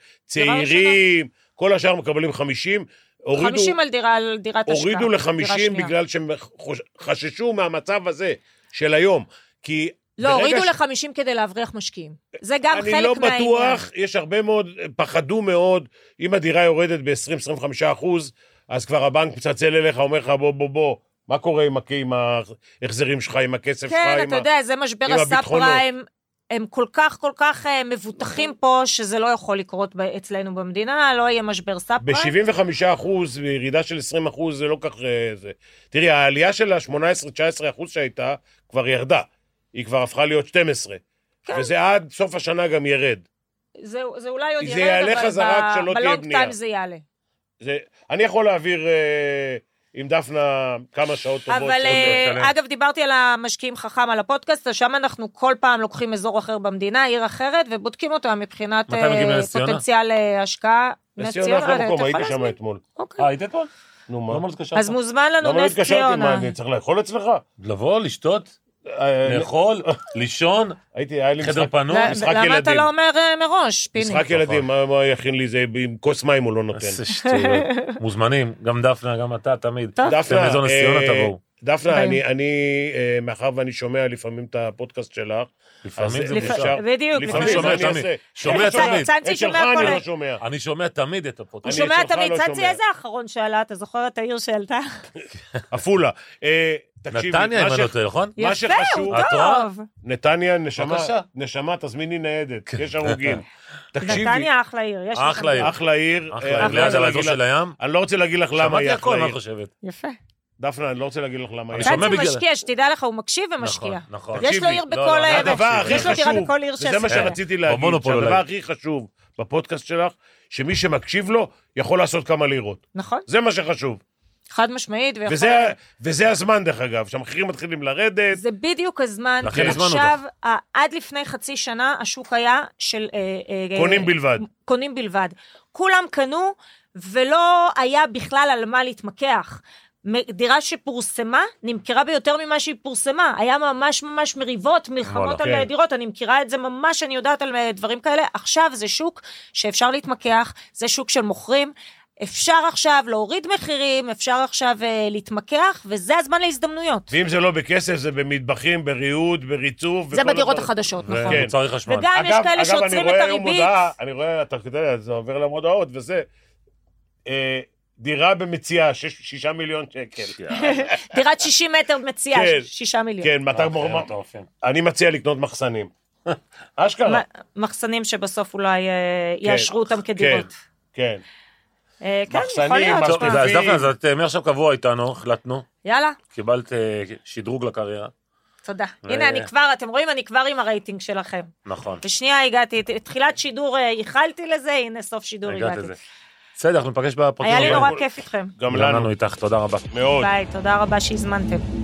Speaker 3: צעירים, כל השאר מקבלים 50. הורידו-
Speaker 7: 50 על דירה, על דירת השקעה.
Speaker 3: הורידו
Speaker 7: דירה
Speaker 3: ל-50
Speaker 7: שנייה.
Speaker 3: בגלל שהם חוש- חששו מהמצב הזה של היום. כי
Speaker 7: לא,
Speaker 3: ברגע
Speaker 7: הורידו
Speaker 3: ש-
Speaker 7: ל-50 כדי להבריח משקיעים. זה גם חלק
Speaker 3: אני לא
Speaker 7: מהעניין.
Speaker 3: בטוח, יש הרבה מאוד, פחדו מאוד, אם הדירה יורדת ב-20-25 אחוז, אז כבר הבנק מצלצל אליך, אומר לך, בוא, בוא, בוא, מה קורה עם הכ- עם ההחזרים שלך, עם הכסף שלך,
Speaker 7: כן,
Speaker 3: עם
Speaker 7: אתה
Speaker 3: ה-
Speaker 7: יודע, זה משבר
Speaker 3: עם הביטחונות. נכון.
Speaker 7: הסאב-פריים. הם כל כך, כל כך אה, מבוטחים פה, שזה לא יכול לקרות ב- אצלנו במדינה, לא יהיה משבר סאב-פריים.
Speaker 3: ב-75 אחוז, בירידה של 20 אחוז, זה לא כך... אה, זה. תראי, העלייה של ה-18-19 אחוז שהייתה, כבר ירדה. היא כבר הפכה להיות 12.
Speaker 7: כן.
Speaker 3: וזה עד סוף השנה גם ירד.
Speaker 7: זה, זה אולי עוד
Speaker 3: זה
Speaker 7: ירד,
Speaker 3: יעלה
Speaker 7: אבל
Speaker 3: חזרה
Speaker 7: ב-
Speaker 3: כשלא תהיה
Speaker 7: בלונג
Speaker 3: בנייה.
Speaker 7: טיים זה יעלה.
Speaker 3: זה, אני יכול להעביר אה, עם דפנה כמה שעות טובות.
Speaker 7: אבל
Speaker 3: של-
Speaker 7: אה,
Speaker 3: של-
Speaker 7: אגב, דיברתי על המשקיעים חכם, על הפודקאסט, אז שם אנחנו כל פעם לוקחים אזור אחר במדינה, עיר אחרת, ובודקים אותה מבחינת
Speaker 2: מתי מגיעים
Speaker 7: אה,
Speaker 2: לנס ציונה?
Speaker 7: פוטנציאל אה, השקעה.
Speaker 3: נס
Speaker 7: ציונה,
Speaker 3: ציונה אחלה
Speaker 7: אתה
Speaker 3: מקום,
Speaker 7: יכול
Speaker 3: הייתי שם
Speaker 7: להזמין?
Speaker 3: אתמול.
Speaker 7: אוקיי.
Speaker 2: אה, היית אתמול?
Speaker 3: נו,
Speaker 2: למה
Speaker 3: מה?
Speaker 2: לא התקשרת?
Speaker 7: אז מוזמן לנו
Speaker 3: למה לא
Speaker 7: נס
Speaker 3: התקשרתי? מה,
Speaker 7: ציונה.
Speaker 3: אני צריך לאכול אצלך?
Speaker 2: לבוא, לשתות?
Speaker 3: אה,
Speaker 7: נכון.
Speaker 2: לאכול, לישון,
Speaker 3: הייתי, היה לי
Speaker 2: חדר
Speaker 3: משחק-
Speaker 2: פנוי.
Speaker 7: ל-
Speaker 3: משחק
Speaker 7: למה אתה
Speaker 3: ילדים.
Speaker 7: לא אומר אה, מראש, פיני?
Speaker 3: משחק ילדים,
Speaker 2: נכון.
Speaker 3: מה מה יכין לי זה, עם כוס מים הוא לא נותן.
Speaker 2: איזה שטויות. לא- מוזמנים, גם דפנה, גם אתה, תמיד.
Speaker 7: טוב.
Speaker 3: דפנה,
Speaker 2: אתם מאזון הסיונה,
Speaker 3: אה,
Speaker 2: תבואו.
Speaker 3: דפנה,
Speaker 7: ביי.
Speaker 3: אני, אני, אה, מאחר ואני שומע לפעמים את הפודקאסט שלך,
Speaker 2: לפעמים
Speaker 3: אז- אה,
Speaker 2: זה
Speaker 7: לפ-
Speaker 3: לפ-
Speaker 2: בושה.
Speaker 7: בדיוק,
Speaker 2: לפעמים
Speaker 7: לפעמים.
Speaker 2: שומע
Speaker 3: אני
Speaker 2: תמיד.
Speaker 3: אעשה.
Speaker 2: שומע
Speaker 7: אה,
Speaker 2: תמיד.
Speaker 7: צנצי
Speaker 3: את שלך
Speaker 7: שומע כל
Speaker 3: אני
Speaker 7: ה-
Speaker 3: לא שומע.
Speaker 2: אני שומע תמיד את
Speaker 7: הוא
Speaker 2: הפודקאסט.
Speaker 7: שומע
Speaker 3: שלך
Speaker 7: תמיד,
Speaker 3: לא
Speaker 7: צאצי,
Speaker 3: שומע.
Speaker 7: איזה האחרון שעלה? אתה זוכר את העיר שעלתה?
Speaker 3: עפולה. אה, תקשיבי,
Speaker 2: נתניה,
Speaker 3: מה
Speaker 2: אם אני
Speaker 3: ש-
Speaker 2: לא טועה, נכון?
Speaker 3: מה
Speaker 7: יפה,
Speaker 3: שחשוב-
Speaker 7: הוא
Speaker 2: את רואה?
Speaker 7: טוב.
Speaker 3: נתניה, נשמה,
Speaker 2: בבקשה.
Speaker 3: נשמה, תזמיני ניידת,
Speaker 2: כן.
Speaker 3: יש הרוגים. תקשיבי,
Speaker 7: נתניה אחלה עיר. יש
Speaker 2: אחלה
Speaker 7: לכם-
Speaker 2: עיר.
Speaker 3: אחלה עיר.
Speaker 2: אחלה,
Speaker 3: אה, אני
Speaker 2: ליד
Speaker 3: לא רוצה
Speaker 2: על
Speaker 3: להגיד
Speaker 2: האזור
Speaker 3: לך-
Speaker 2: של הים.
Speaker 3: אני לא רוצה להגיד לך למה היא
Speaker 2: שמעתי הכל,
Speaker 3: אחלה
Speaker 2: מה את
Speaker 3: עיר.
Speaker 2: חושבת?
Speaker 7: יפה.
Speaker 3: דפנה, אני לא רוצה להגיד לך למה היא
Speaker 2: אני
Speaker 3: אחלה
Speaker 2: שומע
Speaker 7: צאצי
Speaker 2: בגלל-
Speaker 7: משקיע, שתדע לך, הוא מקשיב ומשקיע.
Speaker 2: נכון, נכון.
Speaker 7: יש לו
Speaker 3: תקשיבי,
Speaker 7: עיר
Speaker 2: לא,
Speaker 7: בכל...
Speaker 2: לא,
Speaker 7: אה,
Speaker 2: זה
Speaker 3: הדבר הכי
Speaker 7: יש לו דירה
Speaker 3: חשוב,
Speaker 7: בכל עיר
Speaker 3: וזה מה
Speaker 7: שעשית.
Speaker 3: שרציתי להגיד,
Speaker 2: במונופול
Speaker 3: שהדבר
Speaker 2: אולי.
Speaker 3: הכי חשוב בפודקאסט שלך, שמי שמקשיב לו יכול לעשות כמה לירות.
Speaker 7: נכון,
Speaker 3: זה מה שחשוב.
Speaker 7: חד משמעית. ויכול-
Speaker 3: וזה, וזה הזמן, דרך אגב, שהמחירים מתחילים לרדת.
Speaker 7: זה בדיוק הזמן,
Speaker 2: לכן
Speaker 7: כי
Speaker 2: הזמנו
Speaker 7: עכשיו, ה- עד לפני חצי שנה, השוק היה של... אה, אה,
Speaker 3: קונים
Speaker 7: אה,
Speaker 3: בלבד.
Speaker 7: קונים בלבד. כולם קנו, ולא היה בכלל על מה להתמקח. מ- דירה שפורסמה, נמכרה ביותר ממה שהיא פורסמה. היה ממש ממש מריבות, מלחמות
Speaker 2: וואלה,
Speaker 7: על
Speaker 3: כן.
Speaker 7: אה, דירות, אני מכירה את זה ממש, אני יודעת על אה, דברים כאלה. עכשיו זה שוק שאפשר להתמקח, זה שוק של מוכרים. אפשר עכשיו להוריד מחירים, אפשר עכשיו אה, להתמקח, וזה הזמן להזדמנויות.
Speaker 3: ואם זה לא בכסף, זה במטבחים, בריהוט, בריצוף.
Speaker 7: זה
Speaker 3: וכל
Speaker 7: בדירות
Speaker 3: הדברים.
Speaker 7: החדשות, נכון.
Speaker 3: כן.
Speaker 2: ומוצרי חשמל.
Speaker 7: וגם יש
Speaker 3: אגב-
Speaker 7: כאלה
Speaker 3: אגב, אני
Speaker 7: שעוצרים את
Speaker 3: רואה היום
Speaker 7: הריבית.
Speaker 3: הודעה, אני רואה, אתה יודע, זה עובר למודעות וזה. אה, דירה במציאה, שש- שישה מיליון שקל.
Speaker 7: דירת 60 מטר מציעה
Speaker 3: כן.
Speaker 7: שישה מיליון.
Speaker 3: כן, מתי
Speaker 2: אוקיי.
Speaker 3: מורמה?
Speaker 7: אה,
Speaker 3: אני מציע לקנות מחסנים.
Speaker 2: לא.
Speaker 3: אשכרה,
Speaker 7: מ- מחסנים שבסוף אולי אה,
Speaker 2: כן,
Speaker 7: יאשרו אותם כדירות.
Speaker 3: כן.
Speaker 7: אה, כן,
Speaker 3: מחסנים,
Speaker 7: יכול להיות.
Speaker 2: טוב,
Speaker 3: מחסנים.
Speaker 7: מה.
Speaker 2: אז דפנה, אז את אה, מעכשיו קבוע איתנו, החלטנו,
Speaker 7: יאללה,
Speaker 2: קיבלת אה, שדרוג לקריירה.
Speaker 7: תודה.
Speaker 2: ו-
Speaker 7: הנה, אני כבר, אתם רואים, אני כבר עם הרייטינג שלכם.
Speaker 2: נכון,
Speaker 7: בשנייה הגעתי, ת- תחילת שידור אה, ייחלתי לזה, הנה סוף שידור
Speaker 2: הגעת
Speaker 7: הגעתי.
Speaker 2: לזה. בסדר, אנחנו ניפגש בפרקים
Speaker 7: היה לי נורא
Speaker 2: הבאים.
Speaker 7: כיף איתכם.
Speaker 3: גם
Speaker 2: גם
Speaker 3: לנו,
Speaker 2: לנו איתך, תודה רבה.
Speaker 3: מאוד.
Speaker 7: ביי, תודה רבה שהזמנתם.